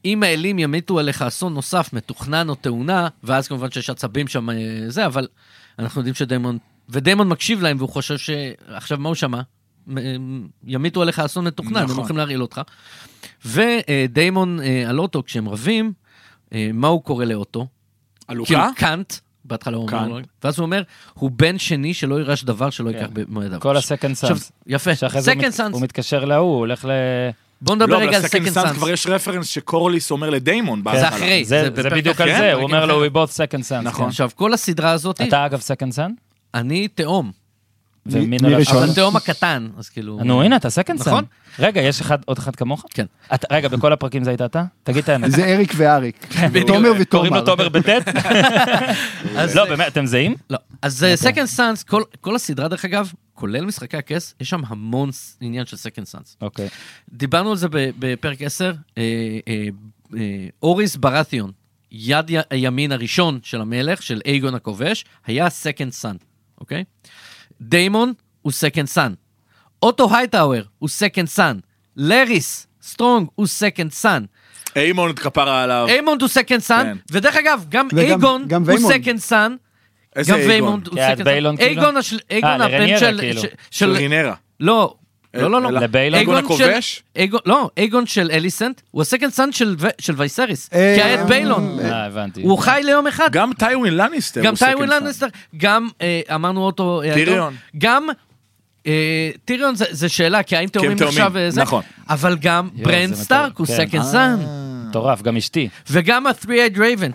אם האלים ימיתו עליך אסון נוסף, מתוכנן או תאונה, ואז כמובן שיש עצבים שם אה, זה, אבל אנחנו יודעים שדיימון, ודיימון מקשיב להם והוא חושב ש... עכשיו, מה הוא שמע? מ- אה, ימיתו עליך אסון מתוכנן, הם נכון. הולכים להרעיל אותך. ודיימון אה, על אוטו, כשהם רבים, אה, מה הוא קורא לאוטו? כאילו עלוקה? קאנט, בהתחלה הוא אומר, קאנט. לו, ואז הוא אומר, הוא בן שני שלא יירש דבר שלא ייקח במועד אבו. כן. כל ה-second עכשיו, sons. יפה, שאחרי זה הוא second מת- הוא sons. מתקשר להוא, הוא הולך ל... בוא נדבר לא, אבל רגע על הסקנד second סאנס sons. כבר יש רפרנס שקורליס אומר לדיימון זה בהתחלה. אחרי, זה- זה זה בפרק בדיוק על אחר. כן, זה, הוא אומר אחר. לו, we both second sons. נכון. עכשיו, כל הסדרה הזאת, כן. אתה אגב second son? אני תאום, ומי מי נולד ראשון? אחרון? אבל תאום הקטן, אז כאילו... נו הנה אתה second son. נכון. רגע, יש אחד- עוד אחד כמוך? כן. אתה- רגע, בכל הפרקים זה היית אתה? תגיד את האמת. זה אריק ואריק. תומר כן, קוראים לו ותומר. תומר בטט? לא, באמת, אתם זהים? לא. אז אה, second sons, כל- כל הסדרה דרך אגב, כולל משחקי הכס, יש שם המון ס- עניין של second sons. אוקיי. דיברנו על זה ב- בפרק 10, אה, אה, אה, אוריס ברתיון, יד י- הימין הראשון של המלך, של אייגון הכובש, היה סקנד סאן, אוקיי? דיימון הוא סקנד סאן. אוטו הייטאוור הוא סקנד סאן. לריס סטרונג הוא סקנד סאן. איימון כפרה עליו. איימונד הוא סקנד סאן, כן. ודרך אגב, גם וגם- אייגון גם הוא ויימונד. סקנד סאן. איזה גם איימון? ויימונד הוא כן, סקנד ביילון סאן. כאילו? אייגון השל- אייגון הבן לרניירה של... כאילו. של- של של... רינרה. לא, לא, לא, אלא- לא. לביילון? אייגון אייגון של- הכובש? אייגון- לא, אייגון של אליסנט הוא הסקנד סאן של ו- של וייסריס, כי אה, היה את ביילון. אה, הבנתי. הוא חי ליום אחד. גם טיווין לניסטר. גם הוא second טיווין son. לנדסטר, גם אה, אמרנו אותו... אה, טיריון. אדום. גם... אה, טיריון זה- זה שאלה, כי האם תאומים תאומים, עכשיו אה, זה, נכון. אה. אבל גם יואו, ברנד זה סטארק הוא מטורף, כן. סקנד סאן, מטורף, גם אשתי. וגם ה-3-Eyed Raven,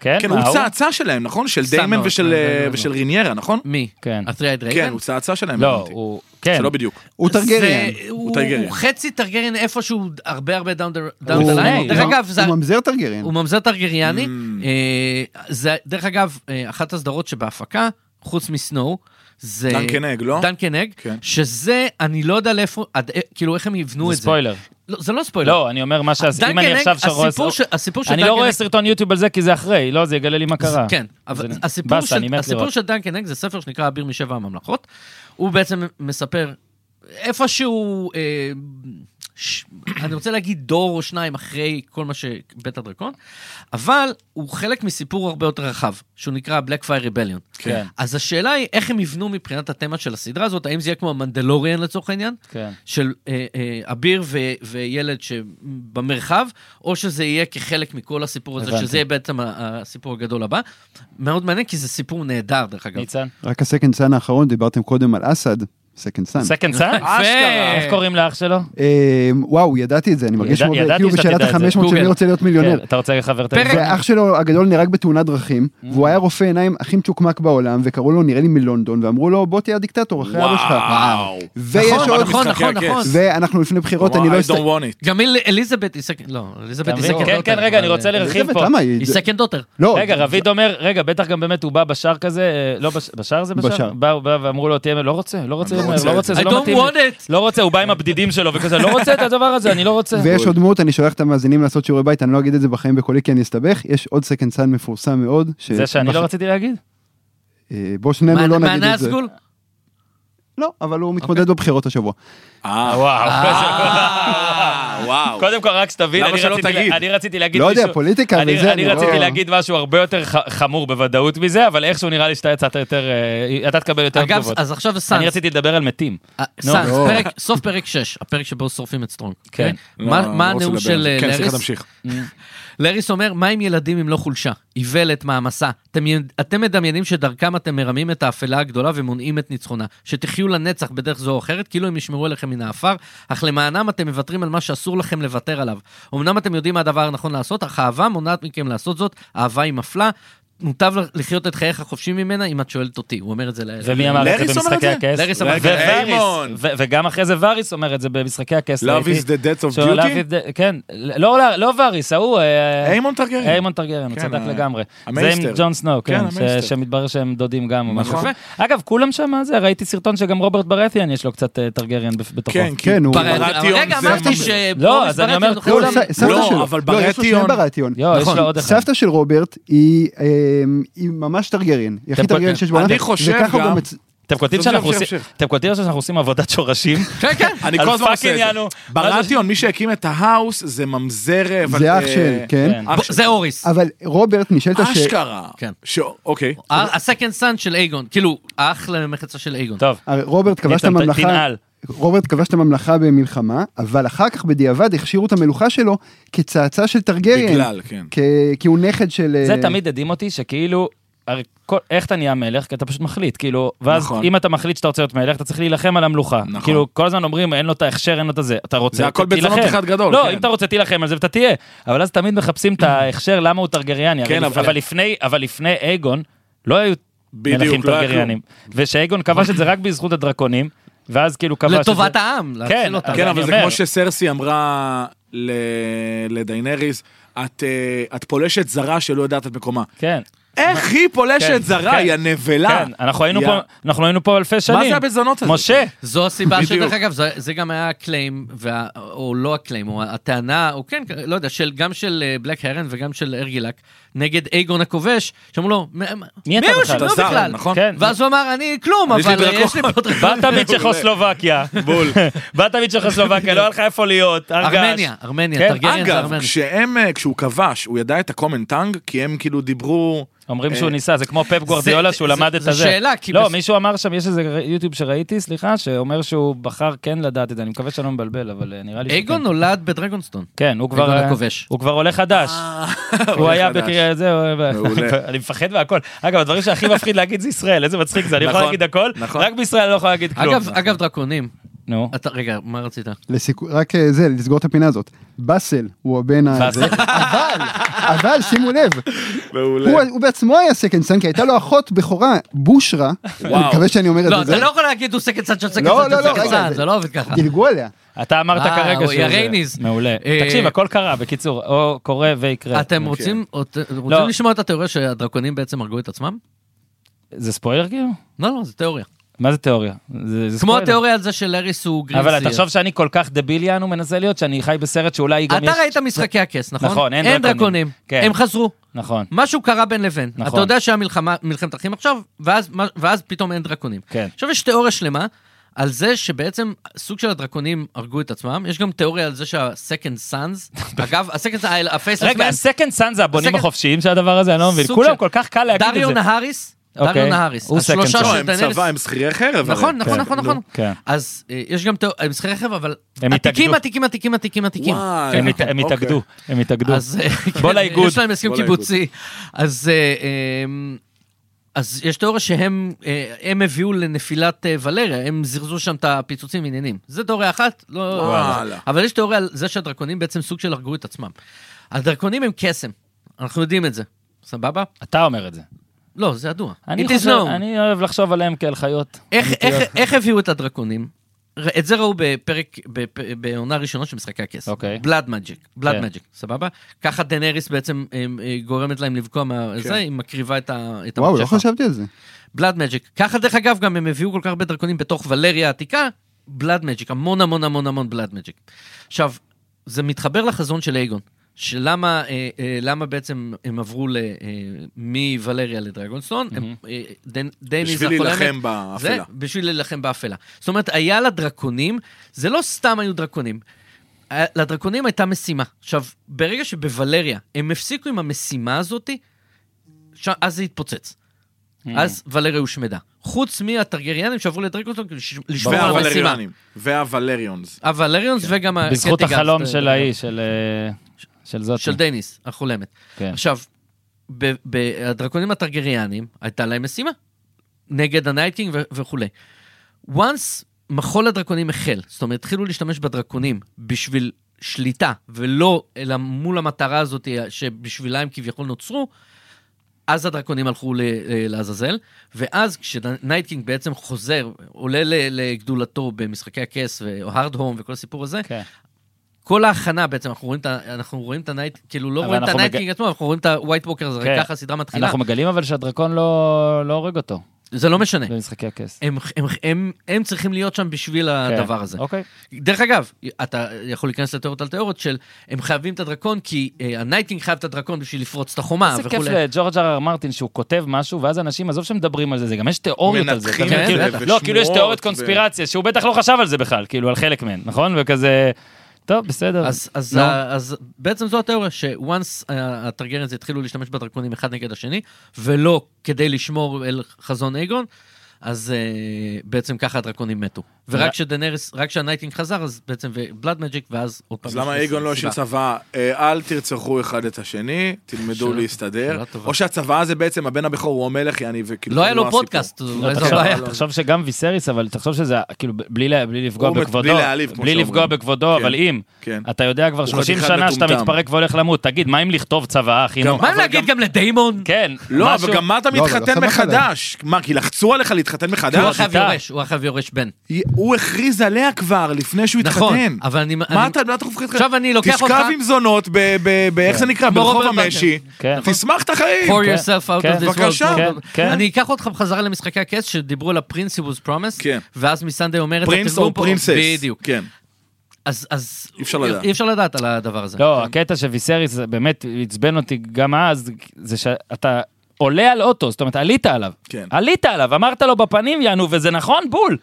כן, כן, מה, הוא צאצא שלהם, נכון? של סתם דיימון מאוד, ושל לא, אה, לא, לא. ושל רינרה, נכון? מי? כן. ה-3-Eyed Raven? כן, הוא צאצא שלהם. לא, הבנתי. הוא... כן. שלא בדיוק. הוא זה- טרגריאן. הוא טרגריאן. הוא חצי טרגריאן איפשהו הרבה הרבה דאון דה הוא- ליין. הוא- דרך אגב, זה... הוא ממזר טרגריאן. הוא ממזר טרגריאני. Mm. אה, זה, דרך אגב, אה, אחת הסדרות שבהפקה, חוץ מסנואו, זה... דן קנג, לא? דן קנג, כן. שזה, אני לא יודע לאיפה, עד- אה, כאילו איך הם יבנו זה את זה. ספוילר. לא, זה לא ספוילר. לא, אני אומר מה ש... דן אם אני קנג, עכשיו שרואה... הסיפור ש- הסיפור של אני דן לא רואה קנג- סרטון יוטיוב על זה כי זה אחרי, לא, זה יגלה לי מה קרה. כן, אבל זה- הסיפור, באסה, אני של, מת הסיפור לראות. של דן קנג זה ספר שנקרא אביר משבע הממלכות. הוא בעצם מספר איפשהו אה, ש... אני רוצה להגיד דור או שניים אחרי כל מה שבית הדרקון, אבל הוא חלק מסיפור הרבה יותר רחב, שהוא נקרא Black Fire Rebellion. כן, אז השאלה היא, איך הם יבנו מבחינת התמה של הסדרה הזאת? האם זה יהיה כמו המנדלוריאן לצורך העניין? כן. של אה, אה, אביר ו, וילד שבמרחב, או שזה יהיה כחלק מכל הסיפור הזה, הבנתי. שזה יהיה בעצם ה- הסיפור הגדול הבא. מאוד מעניין, כי זה סיפור נהדר, דרך אגב. ניצן. רק הסקנד סאן האחרון, דיברתם קודם על אסד, סקנד סאן. סקנד סאן? אשכרה. איך קוראים לאח שלו? אה, וואו, ידעתי את זה, אני מרגיש ידע- כמו ידעתי בקיוב שאתה בשאלת תדע את זה. ה-500 של מי גוגל. רוצה להיות מיליונר. כן, אתה רוצה לחבר את פרק- זה? ואח שלו הגדול נהרג בתאונת דרכים, Mm. והוא היה רופא עיניים הכי מצ'וקמק בעולם, וקראו לו נראה לי מלונדון, ואמרו לו בוא תהיה הדיקטטור אחרי אבא שלך. וואו. ויש נכון, עוד, נכון, משחקי נכון, נכון. הכס. ואנחנו לפני בחירות, אני לא... I אסת- don't want it. גם אל- אליזבת היא סקנד... לא, אליזבת אתה היא מבין? סקנד כן, דוטר. כן, רגע, אני רוצה אבל- להרחיב אליזבת, פה. לא למה היא? היא סקנד דוטר. לא, רגע, רביד אומר, רגע, בטח גם באמת הוא בא בשער כזה, אה, לא, בש- בשער זה בשער? בשער. באו, באו ואמרו לו, תהיה, לא רוצה, לא רוצה, אני לא אומר, רוצה לא את רוצה, I זה לא don't מתאים. לי." want it. לא רוצה, הוא בא עם הבדידים שלו וכזה, לא רוצה את הדבר הזה, אני לא רוצה. ויש עוד דמות, אני שולח את המאזינים לעשות שיעורי בית, אני לא אגיד את זה בחיים בקולי כי אני אסתבך, יש עוד סקנד סאן מפורסם מאוד. ש- זה שאני לא בח- רציתי להגיד? אה, בוא שנינו לא נגיד את זה. מהנאסגול? לא, אבל אוקיי. הוא מתמודד בבחירות השבוע. אה, וואו. וואו. קודם כל, רק שתבין, למה אני שלא רציתי- תגיד? אני רציתי להגיד... לא יודע, מישהו- פוליטיקה אני- וזה, אני אני רציתי לא- להגיד משהו הרבה יותר ח- חמור בוודאות מזה, אבל איכשהו נראה לי שאתה יצאת יותר, אה, אתה תקבל יותר אגב, תגובות. אז עכשיו סאנס. אני רציתי לדבר על מתים. אה, נו. סאנס, לא. פרק- סוף פרק 6, הפרק שבו שורפים את סטרונג. כן. אוקיי? מה לא, מה לא רוצה לדבר הנאום על של זה. אה, כן, סליחה, לריס? תמשיך. לריס אומר, מה עם ילדים אם לא חולשה? איוולת, מעמסה. אתם, י- אתם מדמיינים שדרכם אתם מרמים את האפלה הגדולה ומונעים את ניצחונה. שתחיו לנצח בדרך זו או אחרת, כאילו הם ישמרו עליכם מן העפר, אך למענם אתם מוותרים על מה שאסור לכם לוותר עליו. אמנם אתם יודעים מה הדבר הנכון לעשות, אך האהבה מונעת מכם לעשות זאת, האהבה היא מפלה. מוטב לחיות את חייך חופשיים ממנה, אם את שואלת אותי. הוא אומר את זה ל... ומי אמר את זה לריס אומר את במשחקי זה? הכס? לריס אמר את זה. ווריס, ריימון. ו- וגם אחרי זה וריס אומר את זה במשחקי הכס. Love ראיתי. is the death of שהוא Love duty? is the- כן, לא- לא- לא וריס, ההוא... אה, איימון טרגרי. איימון טרגרן, הוא כן, צדק ה- לגמרי. זה המייסטר. עם ג'ון סנואו, כן, כן, ש- המייסטר. שמתברר שהם דודים גם. או משהו נכון. כזה. אגב, כולם שם, מה זה, ראיתי סרטון שגם רוברט ברתיאן יש לו קצת אה, טרגריאן בפ- בתוכו. כן, כן, הוא... ברא- ברטיון רגע, זה אמרתי ממש- ש... לא, אז אני אומר, ברטיון הוא לא, כולם- חולשה. ס- סבתא לא, שלו. אבל לא, יש לו שני ברטיון- ברטיון. יו, יש נכון. לו עוד אחד. סבתא של רוברט היא אה, היא ממש טרגריין, היא הכי אתם- טרגריין שיש בעולם. אני חושב וככה הוא גם- מצ- אתם קוטעים תמשיך, שאנחנו עושים- תמשיך, אתם קוטעים שאנחנו עושים עבודת שורשים? כן, כן. אני על כל הזמן פאקינג עושה את זה. יענו. ברטיון, מי שהקים את ההאוס זה ממזר... אבל, זה אח אה, של, כן. כן. אח בוא, של- זה אוריס. אבל רוברט נשאלת ש... אשכרה. כן. ש- אוקיי. הסקנד סאן של אייגון, כאילו, האח למחצה של אייגון. טוב, רוברט כבש את ניצן, ת- הממלכה, תנעל. רוברט כבש את הממלכה במלחמה, אבל אחר כך בדיעבד הכשירו את המלוכה שלו כצאצא של טרגריאן. בגלל, כן. כ- כי הוא נכד של... זה אה, תמיד הדהים אותי שכאילו... הרי כל- איך אתה נהיה מלך? כי אתה פשוט מחליט, כאילו, ואז נכון. אם אתה מחליט שאתה רוצה להיות מלך, אתה צריך להילחם על המלוכה. נכון. כאילו, כל הזמן אומרים, אין לו את ההכשר, אין לו את הזה, אתה רוצה, זה הכל תילחם. בזונות אחד גדול, לא, כן. אם אתה רוצה, תילחם על זה ואתה תהיה. אבל אז תמיד מחפשים את ההכשר, למה הוא טרגריאני. הרי כן, לפ- אבל- אבל לפני, אבל לפני אייגון, לא היו בדיוק, מלכים לא היה טרגריאנים. ושאייגון כבש את זה רק בזכות הדרקונים, ואז כאילו כבש את זה. לטובת העם, כן, להציל אותם. אז כן, אני אבל זה אומר- כמו שסרסי אמרה ל- לדיינריס, את, אה, את פולשת זרה שלא יודעת את מקומה. כן, איך היא כן, פולשת זרה? כן. היא הנבלה. כן, אנחנו היינו היא פה, ה- אנחנו היינו פה אלפי שנים. מה זה הבזונות הזה? משה, זו הסיבה בדיוק. שדרך אגב, זה- זה גם היה הקליים, וה- או לא הקליים, או הטענה, או כן, לא יודע, של- גם של אה, בלק הרן וגם של ארגילק, נגד אייגון הכובש, שאמרו לו, "מ- מ- מי אתה הוא בכלל?" שלא אתה זר, בכלל? נכון? כן. ואז הוא אמר, אני כלום, אני יש לי אבל אה, דרקון." יש לי פה דרקון." באת מצ'כוסלובקיה, בול. באת מצ'כוסלובקיה, לא היה לך איפה להיות, הרגש. ארמניה, ארמניה, כן, טרגריאן זה אגב, ארמניה. כשהם, אה, כשהוא כבש, הוא ידע את הקומנטנג, כי הם כאילו דיברו... אומרים שהוא ניסה, זה כמו פפ גוורדיולה שהוא אה, זה- למד זה- את זה הזה. שאלה, כי לא, בס- מישהו אמר שם, יש איזה יוטיוב שראיתי, סליחה, שאומר שהוא בחר כן לדעת את זה, אני מקווה שאני לא מבלבל, אבל אה, נראה לי שכן. אייגון נולד בדרגונסטון. כן, הוא כבר... אייגון הכובש. אה, הוא כבר עולה חדש. הוא עולה היה חדש. בקריית... זהו, מעולה. אני מפחד מהכל. אגב, הדברים שהכי מפחיד להגיד זה ישראל, איזה מצחיק זה, אני יכול נכון, להגיד הכל, נכון. רק בישראל אני לא יכול להגיד כלום. אגב, אגב, דרקונים, נו. אתה, רגע, מה רצית? לסיכו... רק אה, זה, לסגור את הפינה הזאת. באסל הוא הבן הזה, באסל. אבל, אבל שימו לב, מעולה. הוא, הוא בעצמו היה סקנד סאן, כי הייתה לו אחות בכורה, בושרה, אני מקווה שאני אומר את לא, זה, אתה זה, לא יכול להגיד הוא סקנד סאן של סקנד לא, סאן לא, של לא, סקנד רגע, סאן, זה- זה לא עובד ככה. דילגו עליה. אתה אמרת אה, כרגע שהוא... הוא זה. ירייניז. מעולה. אה, תקשיב, הכל קרה, בקיצור, או קורה ויקרה. אתם אוקיי. רוצים אות- רוצים לא. לשמוע את התיאוריה שהדרקונים בעצם הרגו את עצמם? זה ספוילר כאילו? לא, לא, זו תיאוריה. מה זה תיאוריה? זה, זה כמו ספוילר. התיאוריה על זה של אריס הוא גרינסי. אבל תחשוב שאני כל כך דביל יענו מנסה להיות, שאני חי בסרט שאולי גם אתה יש... ראית משחקי הכס, נכון? נכון, אין דרקונים. דרקונים. כן. הם חזרו. נכון, משהו קרה בין לבין. נכון. אתה יודע שהיה מלחמה- מלחמת אחים עכשיו, ואז- ואז פתאום אין דרקונים. כן. עכשיו יש תיאוריה שלמה על זה שבעצם סוג של הדרקונים הרגו את עצמם. יש גם תיאוריה על זה שה-Second Sons, אגב, ה-Second Sons, ה-Faceless רגע, Man, הסקנד סאן זה הבונים הסקנד- החופשיים של הדבר הזה? אני לא מבין. סוג כולם של- כל כך קל להגיד את זה. דריון האריס, אוקיי. דריון האריס, הוא Second השלושה Son. לא, של הם דניאלס. צבא, הם שכירי חרב. הרי. נכון, נכון, כן, נכון, נו, נכון. כן. אז אה, יש גם תיאוריה, הם שכירי חרב, אבל הם עתיקים, התאגדו. עתיקים, עתיקים, עתיקים, עתיקים. וואי, הם הת- נכון, הם אוקיי. התאגדו, הם התאגדו. אז אה, בוא כן, לאיגוד. יש להם הסכם בוא לאיגוד. קיבוצי. אז אה, אמ, אז יש תיאוריה שהם אה, הם הביאו לנפילת אה, ולריה, הם זירזו שם את הפיצוצים ועניינים. זו תיאוריה אחת, לא... וואלה. אבל יש תיאוריה על זה שהדרקונים בעצם סוג של הרגו את עצמם. הדרקונים הם קסם, אנחנו יודעים את זה. סבבה? אתה אומר את זה. לא, זה ידוע. אני It is חושב- known. אה, אני אוהב לחשוב עליהם כאל חיות. איך, אמיתיות. איך, איך הביאו את הדרקונים? ר- את זה ראו בפרק, בפ, בעונה ראשונה של משחקי הכס. אוקיי. בלאד מג'יק, בלאד כן. מג'יק, סבבה? ככה דנריס בעצם אמ, אה, גורמת להם לבקוע מה... זה, היא מקריבה את ה... את וואו, לא המג'פה. חשבתי על זה. בלאד מג'יק. ככה דרך אגב, גם הם הביאו כל כך הרבה דרקונים בתוך ולריה העתיקה, בלאד מג'יק, המון המון המון המון בלאד מג'יק. עכשיו, זה מתחבר לחזון של אייגון, שלמה אה, אה, למה בעצם הם עברו ל- אה, מוולריה לדרגונסטון, הם, אה, דן- דניס בשביל החולמת- להילחם באפלה. זה, בשביל להילחם באפלה. זאת אומרת, היה לדרקונים, זה לא סתם היו דרקונים. היה- לדרקונים הייתה משימה. עכשיו, ברגע שבוולריה הם הפסיקו עם המשימה הזאתי, ש- אז זה התפוצץ. אז ולריה הושמדה. חוץ מהטרגריאנים שעברו לדרקונסטון כדי לש- לשמור על המשימה. והוולריונים. והוולריונס. הוולריונס וגם... ה- בזכות קטי גאס, החלום אה, של ההיא, של אה, של זאת. של דניס, החולמת. כן. עכשיו, ב- ב- הדרקונים הטרגריאנים, הייתה להם משימה. נגד הנייטקינג ו- וכולי. once מחול הדרקונים החל, זאת אומרת, התחילו להשתמש בדרקונים בשביל שליטה, ולא אלא מול המטרה הזאת שבשבילה הם כביכול נוצרו, אז הדרקונים הלכו ל- אה, לעזאזל, ואז כשנייטקינג בעצם חוזר, עולה ל- לגדולתו במשחקי הכס, והארד הום וכל הסיפור הזה, כן. כל ההכנה בעצם, אנחנו רואים את ה- אנחנו רואים את הנייט, כאילו לא אבל רואים את אנחנו מג- הנייטקינג עצמו, אנחנו רואים את הווייט ווקר, זה כן. ככה הסדרה מתחילה, אנחנו מגלים אבל שהדרקון לא לא הורג אותו זה לא משנה. במשחקי הכס. הם, הם, הם, הם צריכים להיות שם בשביל כן. אה, הדבר הזה. אוקיי. דרך אגב, אתה יכול להיכנס לתיאוריות על תיאוריות של הם חייבים את הדרקון כי אה, הנייטינג חייב את הדרקון בשביל לפרוץ את החומה איזה כיף וכולי. לג'ורג' ארר מרטין שהוא כותב משהו, ואז אנשים, עזוב שמדברים על זה, זה גם יש תיאוריות על זה. אתה מנתחים מבין? את כאילו- זה, לא, ושמועות כאילו יש תיאוריות ו- קונספירציה, שהוא בטח לא חשב על זה בכלל, כאילו, על חלק מהן, נכון? וכזה... טוב, בסדר. אז, אז, נו. no. אז בעצם זו התיאוריה שוואנס הטרגרנס התחילו להשתמש בדרקונים אחד נגד השני, ולא כדי לשמור אל חזון אייגון, אז אה, בעצם ככה הדרקונים מתו. ורק ורק- כשדנריס, רק כשהנייטינג חזר, אז בעצם בלאד מג'יק, ואז עוד פעם. אז למה יש אייגון לא השאיר סיבה. צבא? אה, אל תרצחו אחד את השני, תלמדו שאלה- להסתדר. שאלה טובה. או שהצבא הזה בעצם, הבן הבכור הוא המלך, יעני, וכאילו... לא זה היה לו הסיפור. פודקאסט, לא, אולי זה תחשוב- לא היה. תחשוב שגם ויסריס, אבל תחשוב שזה, כאילו, ב- בלי לה- בלי לפגוע הוא מת- בכבודו, בלי להעליב, כמו בלי שאומרים. לפגוע בכבודו, כן. אבל אם, כן. אתה יודע כבר 30 חתיכת שנה שאתה מטומטם. מתפרק והולך למות, תגיד, מה אם לכתוב צוואה, אחי? נו? מה אם להגיד גם לדיימון? כן, לא, משהו- אבל גם מה אתה לא, אבל לא מתחתן סמך עליי. מחדש? מה, כי לחצו עליך להתחתן כי הוא מחדש? אחריו אתה. יורש, הוא אחריו יורש בן. היא- הוא הכריז עליה כבר לפני שהוא התחתן. נכון, אבל אני... מה אני- אתה, מה אתה חופך? עכשיו אני לוקח אותך- תשכב עם זונות, ב- ב- ב- איך זה נקרא? כמו ברחוב רוברט בנקר. המשי. כן. תשמח את החיים. pour כן, yourself out כן, of this בבקשה. world. כן, כן. אני אקח אותך בחזרה למשחקי הכס שדיברו על הפרינסיבוס פרומס, כן. ואז מסנדה אומרת, פרינס או התרגום פה- פרינסס. בדיוק. כן. אז- אז אי אפשר לדעת. אי אפשר לדעת על הדבר הזה. לא, הקטע שוויסריס זה באמת עצבן אותי גם אז, זה שאתה עולה על אוטו, זאת אומרת, עלית עליו. כן. עלית עליו, אמרת לו בפנים, יענו, וזה נכון, בול.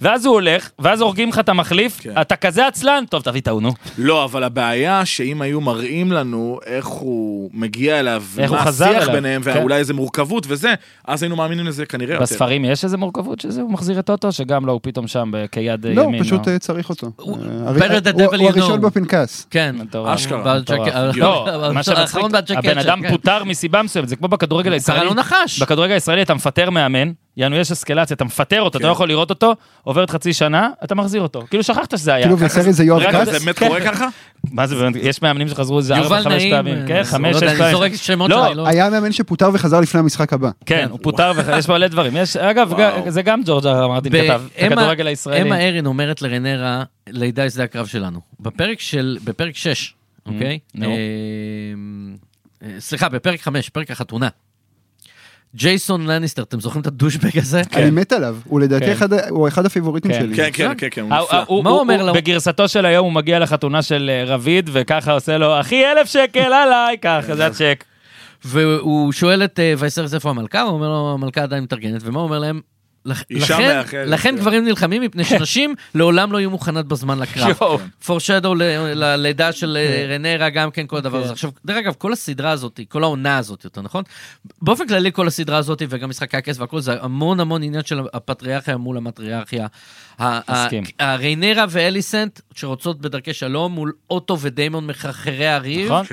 ואז הוא הולך, ואז הורגים לך את המחליף, כן. אתה כזה עצלן, טוב, תביא את ההוא, נו. לא, אבל הבעיה שאם היו מראים לנו איך הוא מגיע אליו, איך הוא מה חזר השיח אליו, ביניהם, כן. ואולי איזה מורכבות וזה, אז היינו מאמינים לזה כנראה יותר. בספרים יש איזה מורכבות שזה, הוא מחזיר את אוטו, שגם לא, הוא פתאום שם ב- כיד אה, לא, ימין. פשוט או- אה, צריך אותו. הוא- אה, better הרי- the הוא- devil הוא you הראשון know. בפנקס. כן. מטורף. אשכרה. מטורף. בג'קט- לא, מה שמצחיק, האחרון בג'קט הבן אדם שלו, כן. לא פוטר מסיבה מסוימת, זה כמו בכדורגל הוא קרא הישראלי. לו נחש. בכדורגל הישראלי אתה מפטר מאמן, יענו יש אסקלציה, אתה מפטר אותו, אתה לא יכול לראות אותו, עוברת חצי שנה, אתה מחזיר אותו. כאילו שכחת שזה היה. כאילו וסרי זה יואב רק כץ? אה, זה באמת כן. קורה ככה? מה זה באמת, יש מאמנים שחזרו איזה ארבע, יובל חמש נעים, פעמים, כן, אה, חמש, לא שש יודע, אני זורק פעמים. שמות לא, שאני לא... היה מאמן שפוטר וחזר לפני המשחק הבא. כן, הוא פוטר, ויש פה מלא דברים. יש, אגב, וואו. ג- זה גם ג'ורג' אר מרטין כתב, אמה- בכדורגל הישראלי. אמה ארין אומרת לרנרה, לידי זה הקרב שלנו. בפרק של, בפרק 6, אוקיי? Mm-hmm. נו. אמ, אה, סליחה, בפרק 5, פרק החתונה. ג'ייסון לניסטר, אתם זוכרים את הדושבג הזה? אני מת עליו. הוא לדעתי כן. אחד ה- הוא אחד הפיבוריטים כן. שלי. כן, כן, כן, כן, הוא הוא- נפלא. אה, הוא- מה הוא- הוא אומר הוא- לה? בגרסתו של היום הוא מגיע לחתונה של אה, רביד, וככה עושה לו, אחי, אלף שקל עליי, ככה, זה הצ'ק. והוא שואל את אה, וייסריס איפה המלכה, הוא אומר לו, המלכה עדיין מתארגנת, ומה הוא אומר להם? לכ- אישה לכן- מאחרת, לכן כן. גברים נלחמים מפני שנשים לעולם לא יהיו מוכנות בזמן לקרב. יואו. פורשדו ללידה של אה, רנרה, גם כן כל הדבר הזה. עכשיו, דרך אגב, כל הסדרה הזאת, כל העונה הזאת, יותר נכון? באופן כללי, כל הסדרה הזאת, וגם משחקי הכס והכל, זה המון המון עניין של הפטריארכיה מול המטריארכיה. ה- ה- מסכים. הריינרה ואליסנט, שרוצות בדרכי שלום, מול אוטו ודיימון מחרחרי הריב, נכון?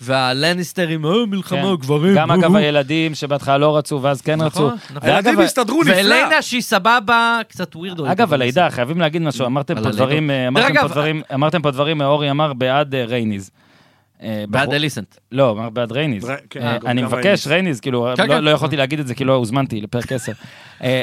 והלניסטרים, אה, מלחמה, כן. גברים. גם אה, אגב אה. הילדים שבהתחלה לא רצו ואז כן רצו. נכון, נכון. ואגב, הילדים הסתדרו נפלא. ואלנה שהיא סבבה, קצת ווירדו. אגב, הלידה, חייבים להגיד משהו, אמרתם על פה הלידות. דברים, אה, דרך אמרתם פה אגב, דברים, אמרתם פה דברים, אה, אורי אמר בעד אה, רייניז. אה, בעד בחור- אליסנט. לא, אמר בעד רייניז. ר- כן, אה, גם אני גם מבקש, רייניז. רייניז, כאילו, כן, לא- כן. לא יכולתי להגיד את זה כי לא הוזמנתי לפרק 10. אה,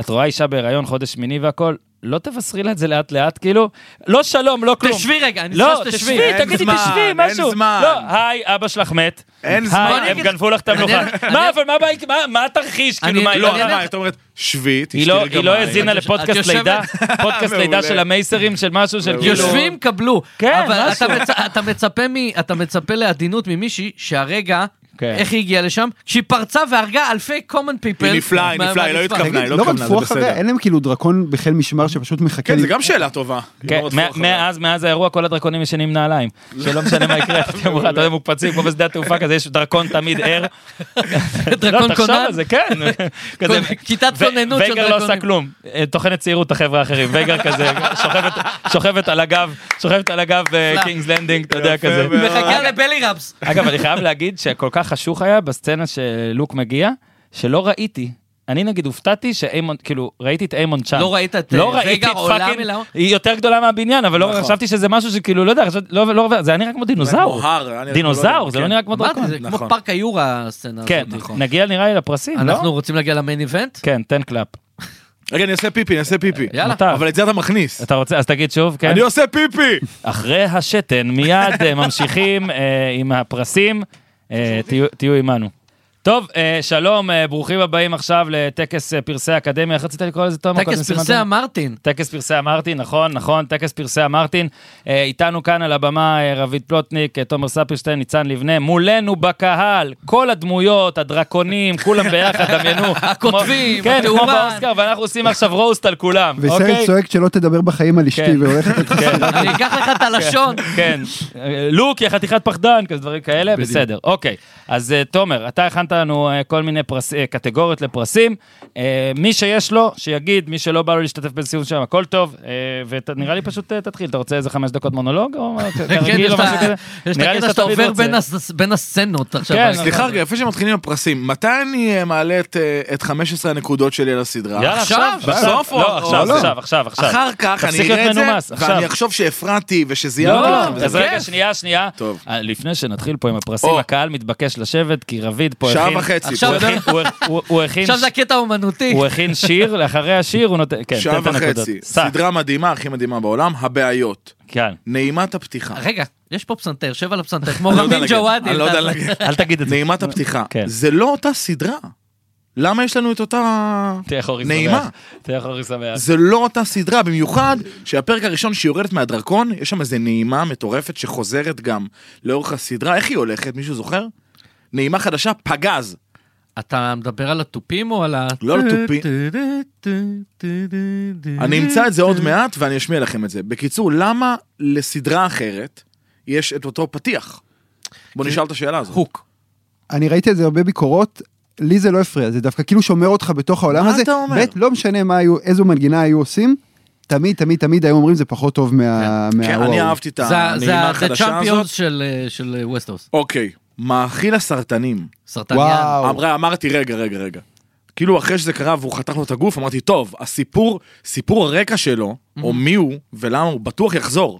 את רואה אישה בהיריון, חודש שמיני והכל, לא תבשרי לה את זה לאט-לאט, כאילו, לא שלום, לא כלום. תשבי רגע, אני לא, צריכה שתשבי. תשבי, אין תגידי, זמן, תשבי, אין משהו. זמן. לא, היי, אבא שלך מת. אין זמן. היי, אני הם אגיד- גנבו לך את המנוחה. אני- מה, אני- אבל מה הבעיה- מה- מה התרחיש? אני- כאילו, מה, לא, היא אני- לא- את אומרת, שבי, תשתי היא לא- רגע היא לא מים." האזינה את יושבת- לפודקאסט את לידה, פודקאסט מעולה. לידה של המייסרים, של משהו של כאילו... יושבים, קבלו. כן, אבל משהו. אתה מצ- אתה מצפה מ- אתה מצפה לעדינות ממישהי שהרגע, כן. איך היא הגיעה לשם? כשהיא פרצה והרגה אלפי common people. היא נפלאה, היא מה- נפלאה, היא לא מהרצפה. התכוונה. תגיד, היא לא לא התכוונה, זה רדפו אחריה? בסדר. אין להם כאילו דרקון בחיל משמר שפשוט מחכה כן, לי. זה גם שאלה טובה. לא כן, לא מאוד מה- פחות. מאז, מאז האירוע כל הדרקונים ישנים נעליים, שלא משנה מה יקרה, אתם רואים, אתה יודע, מוקפצים כמו בשדה התעופה כזה, יש דרקון תמיד ער. דרקון לא, תחשוב קונן? על זה, כן. כזה- כיתת ו- כוננות של וייגר לא עושה דרקונים. כלום, אה, טוחנת צעירות החבר'ה האחרים, וייגר כזה, שוכבת- שוכבת על הגב, שוכבת על הגב לא. קינגס לנדינג, אתה יודע, יפה כזה. מאוד. מחכה לבלי רבס. אגב, אני חייב להגיד שכל כך חשוך היה בסצנה שלוק מגיע, שלא ראיתי. אני נגיד הופתעתי שאיימון, כאילו, ראיתי את איימון צ'אן. לא ראית את, לא אה, ראיתי רגע, את עולה פאקינג, מלאו? היא יותר גדולה מהבניין, אבל לא נכון. חשבתי שזה משהו שכאילו, לא יודע, חשבתי- לא, לא, זה היה נראה כמו דינוזאור. כמו הר, היה נראה דינוזאור, כמו- זה כן. לא נראה כמו דרקון. אמרתי, זה כמו נכון. פארק היורה הסצנה כן, הזאת. נכון. נגיע נראה לי לפרסים, לא? אנחנו רוצים להגיע למיין איבנט? כן, תן קלאפ. רגע, אני עושה פיפי, אני עושה פיפי. יאללה. מותר. אבל את זה אתה מכניס. אתה רוצה, אז תגיד שוב, כן? אני עושה פיפי! אחרי השתן, מיד אה, ממשיכים אה, עם הפרסים, אה, תהיו- תהיו עימנו. טוב, אה, שלום, אה, ברוכים הבאים עכשיו לטקס אה, פרסי האקדמיה, איך רצית לקרוא לזה, תומר? קודם טקס סימנת? פרסי המרטין. טקס פרסי המרטין, נכון, נכון, טקס פרסי המרטין. אה, איתנו כאן על הבמה אה, רביד פלוטניק, אה, תומר ספירשטיין, ניצן לבנה, מולנו בקהל, כל הדמויות, הדרקונים, כולם ביחד, דמיינו. הכותבים, כמו- כן, כמו התאורן. באוסקר, ואנחנו עושים עכשיו רוסט על כולם, וישראל אוקיי? צועק שלא תדבר בחיים על אשתי, כן. והולכת כן. אני אקח לך את הלשון. כן, אה, לוק, יא חתיכת פחדן, כזה דברים כאלה, בסדר. אוקיי, אז אה, תומר, אתה הכנת לנו אה, כל מיני פרס- אה, קטגוריות לפרסים. אה, מי שיש לו, שיגיד, מי שלא בא לו להשתתף בסיום שם, הכל טוב. ונראה לי פשוט אה, תתחיל, אתה רוצה איזה חמש דקות מונולוג? או מה, כן, כרגיל יש או את לא משהו כזה? ה- יש את נראה לי הקטע שאתה תמיד עובר רוצה. בין הס- בין הסצנות עכשיו. כן, סליחה רגע, לפני שמתחילים עם הפרסים, מתי אני אה, מעלה את, אה, את 15 הנקודות שלי על הסדרה? יאללה, עכשיו? עכשיו, בסוף או- לא, עכשיו, או לא? עכשיו, עכשיו, עכשיו. אחר כך אני תפסיק אראה את להיות זה, מנומס, ואני עכשיו. אחשוב שהפרעתי ושזיירתי לא, לכם. אז וזה- רגע, שנייה, שנייה. טוב. אה, לפני שנתחיל פה עם הפרסים, או. הקהל מתבקש לשבת, כי רביד פה הכין... שעה וחצי. עכשיו הוא פה. הכין- הוא- הוא- הוא הכין עכשיו זה הקטע האומנותי. הוא הכין שיר, לאחרי השיר הוא נותן, כן, שעה תן את הנקודות. וחצי. סע, סדרה מדהימה, הכי מדהימה בעולם, הבעיות. כן. נעימת הפתיחה. רגע, יש פה פסנתר, שב על הפסנתר, כמו אני לא יודע רמין להגיד, ג'וואדי. אני לא יודע להגיד. אל תגיד את זה. נעימת הפתיחה. כן. זה לא אותה סדרה. למה יש לנו את אותה... תהיה חורי שמח. נעימה. תהיה חורי שמח. זה לא אותה סדרה, במיוחד שהפרק הראשון שהיא יורדת מהדרקון, יש שם איזה נעימה מטורפת שחוזרת גם לאורך הסדרה. איך היא הולכת, מישהו זוכר? נעימה חדשה, פגז. אתה מדבר על התופים או על ה... לא על התופים. אני אמצא את זה עוד מעט ואני אשמיע לכם את זה. בקיצור, למה לסדרה אחרת יש את אותו פתיח? בוא נשאל את השאלה הזאת. הוק. אני ראיתי על זה הרבה ביקורות, לי זה לא הפריע, זה דווקא כאילו שומר אותך בתוך העולם מה הזה. אתה אומר? ב', לא משנה מה היו, איזו מנגינה היו עושים, תמיד, תמיד, תמיד היו אומרים זה פחות טוב מה... כן, מהוואו." אני אהבתי את זה הנעימה החדשה ה-Champions הזאת. של, אה, של אה, ווסטהאוס. אוקיי, מאכיל הסרטנים. סרטניאן. וואו. אמרה, אמרתי, רגע, רגע, רגע. כאילו אחרי שזה קרה והוא חתך לו את הגוף, אמרתי, טוב, הסיפור, סיפור הרקע שלו, Mhm. או מי הוא ולמה הוא בטוח יחזור.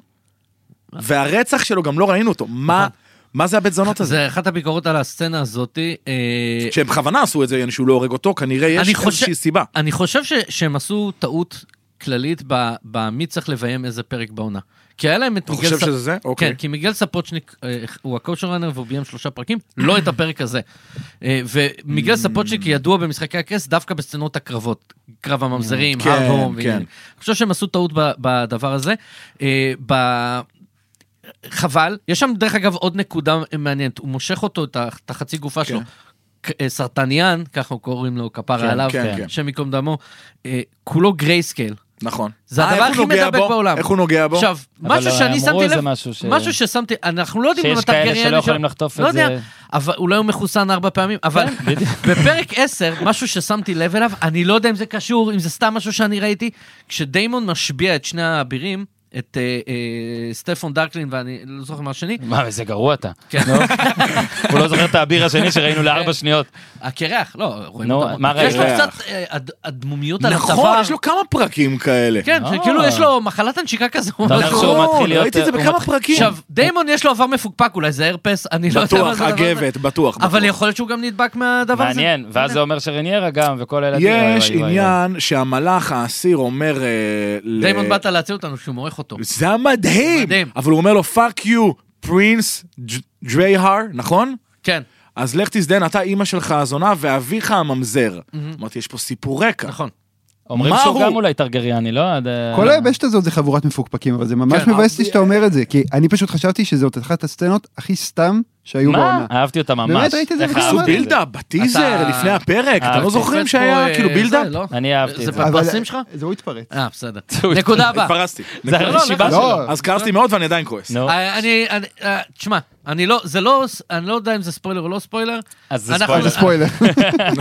נכון. והרצח שלו, גם לא ראינו אותו. מה, מה זה הבית זונות הזה? זה אחת הביקורות על הסצנה הזאתי. אה, שהם בכוונה עשו את זה, שהוא לא הורג אותו, כנראה יש אני חושב- איזושהי סיבה. אני חושב ש- שהם עשו טעות כללית ב- במי צריך לביים איזה פרק בעונה. כי היה להם את אתה מיגל... חושב ספ- שזה זה? אוקיי. כן, כי מיגל ספוצ'ניק אה, הוא הקושר ראנר והוא ביים שלושה פרקים, לא את הפרק הזה. אה, Mm. ומיגל ספוצ'ניק ידוע במשחקי הכס דווקא בסצנות הקרבות, קרב הממזרים, כן, הר הום. כן. ועניינים. אני חושב שהם עשו טעות ב- בדבר הזה. אה, ב- חבל, יש שם דרך אגב עוד נקודה מעניינת, הוא מושך אותו, את ה- את החצי גופה שלו. ק- אה, סרטניאן, ככה קוראים לו, כן, כפרה עליו, כן, כן. השם ייקום דמו, אה, כולו גרייסקייל. נכון. זה אה, הדבר איך הוא הכי נוגע מדבק בו? בעולם. איך הוא נוגע בו? עכשיו, אבל משהו לא, שאני אמרו שמתי איזה לב, משהו ש- משהו ששמתי, אנחנו לא יודעים שיש אם אתה כאלה גרי שלא אלן יכולים שם- לחטוף לא את זה. כן, יודע, אבל אולי הוא מחוסן ארבע פעמים, אבל בפרק עשר, משהו ששמתי לב אליו, אני לא יודע אם זה קשור, אם זה סתם משהו שאני ראיתי, כשדיימון משביע את שני האבירים, את אה, אה, סטפון דרקלין ואני לא זוכר מה השני, מה, איזה גרוע אתה. כן. נו. הוא לא זוכר את האביר השני שראינו לארבע שניות. הקרח, לא, רואים נו, אותו. מה יש לו ראית? קצת אה, הד- הדמומיות על הצוואר. נכון, יש לו כמה פרקים כאלה. כן, אה. שכאילו יש לו מחלת הנשיקה כזו. אתה אומר משהו. שהוא נכון, מתחיל להיות- ראיתי את זה הוא בכמה מתחיל- פרקים. עכשיו, דיימון יש לו עבר מפוקפק, אולי זה הרפס, אני לא יודע מה בטוח, זה. הדבר הזה. אגבת, בטוח. אבל בטוח. יכול להיות שהוא גם נדבק מהדבר הזה. מעניין, ואז זה אומר שרניירה גם, וכל הילדים. יש וואי, וואי, וואי. עניין שהמלאך האסיר אומר... אה, ל- דיימון באת להציל אותנו שהוא מורך אותו. זה היה מדהים! מדהים. אבל הוא אומר לו, פאק יו, פרינס דרייהר, נכון? כן, אז לך תזדיין, אתה אימא שלך הזונה ואביך הממזר. אמרתי, יש פה סיפור רקע. נכון. אה, אומרים מה שהוא הוא? גם אולי טרגריאני, לא? עד, אה, כל היבשת הזאת זה חבורת מפוקפקים, אבל זה ממש כן, מבאס לי שאתה אומר את זה, כי אני פשוט חשבתי שזאת אחת הסצנות הכי סתם שהיו מה? בעונה. אהבתי אותה ממש. באמת, ראיתי את זה איך בחסות. עשו אהבתי את זה? בילדאפ בטיזר אתה- לפני הפרק, אתם אהבתי. לא זוכרים שהיה כאילו בילדאפ? אוקיי. אני אהבתי את אה, זה לא זה. אבל- בפרסים שלך? זה הוא התפרץ. אה, בסדר. נקודה הבאה. התפרסתי. זה לא, לא, הרשיבה נכון. לא. שלו. לא, אז כעסתי מאוד ואני עדיין כועס. נו, אה, אני, אני- אה, תשמע, אני לא, זה לא, אני לא יודע אם זה ספוילר או לא ספוילר. אז זה ספוילר. אנחנו- זה ספוילר. אז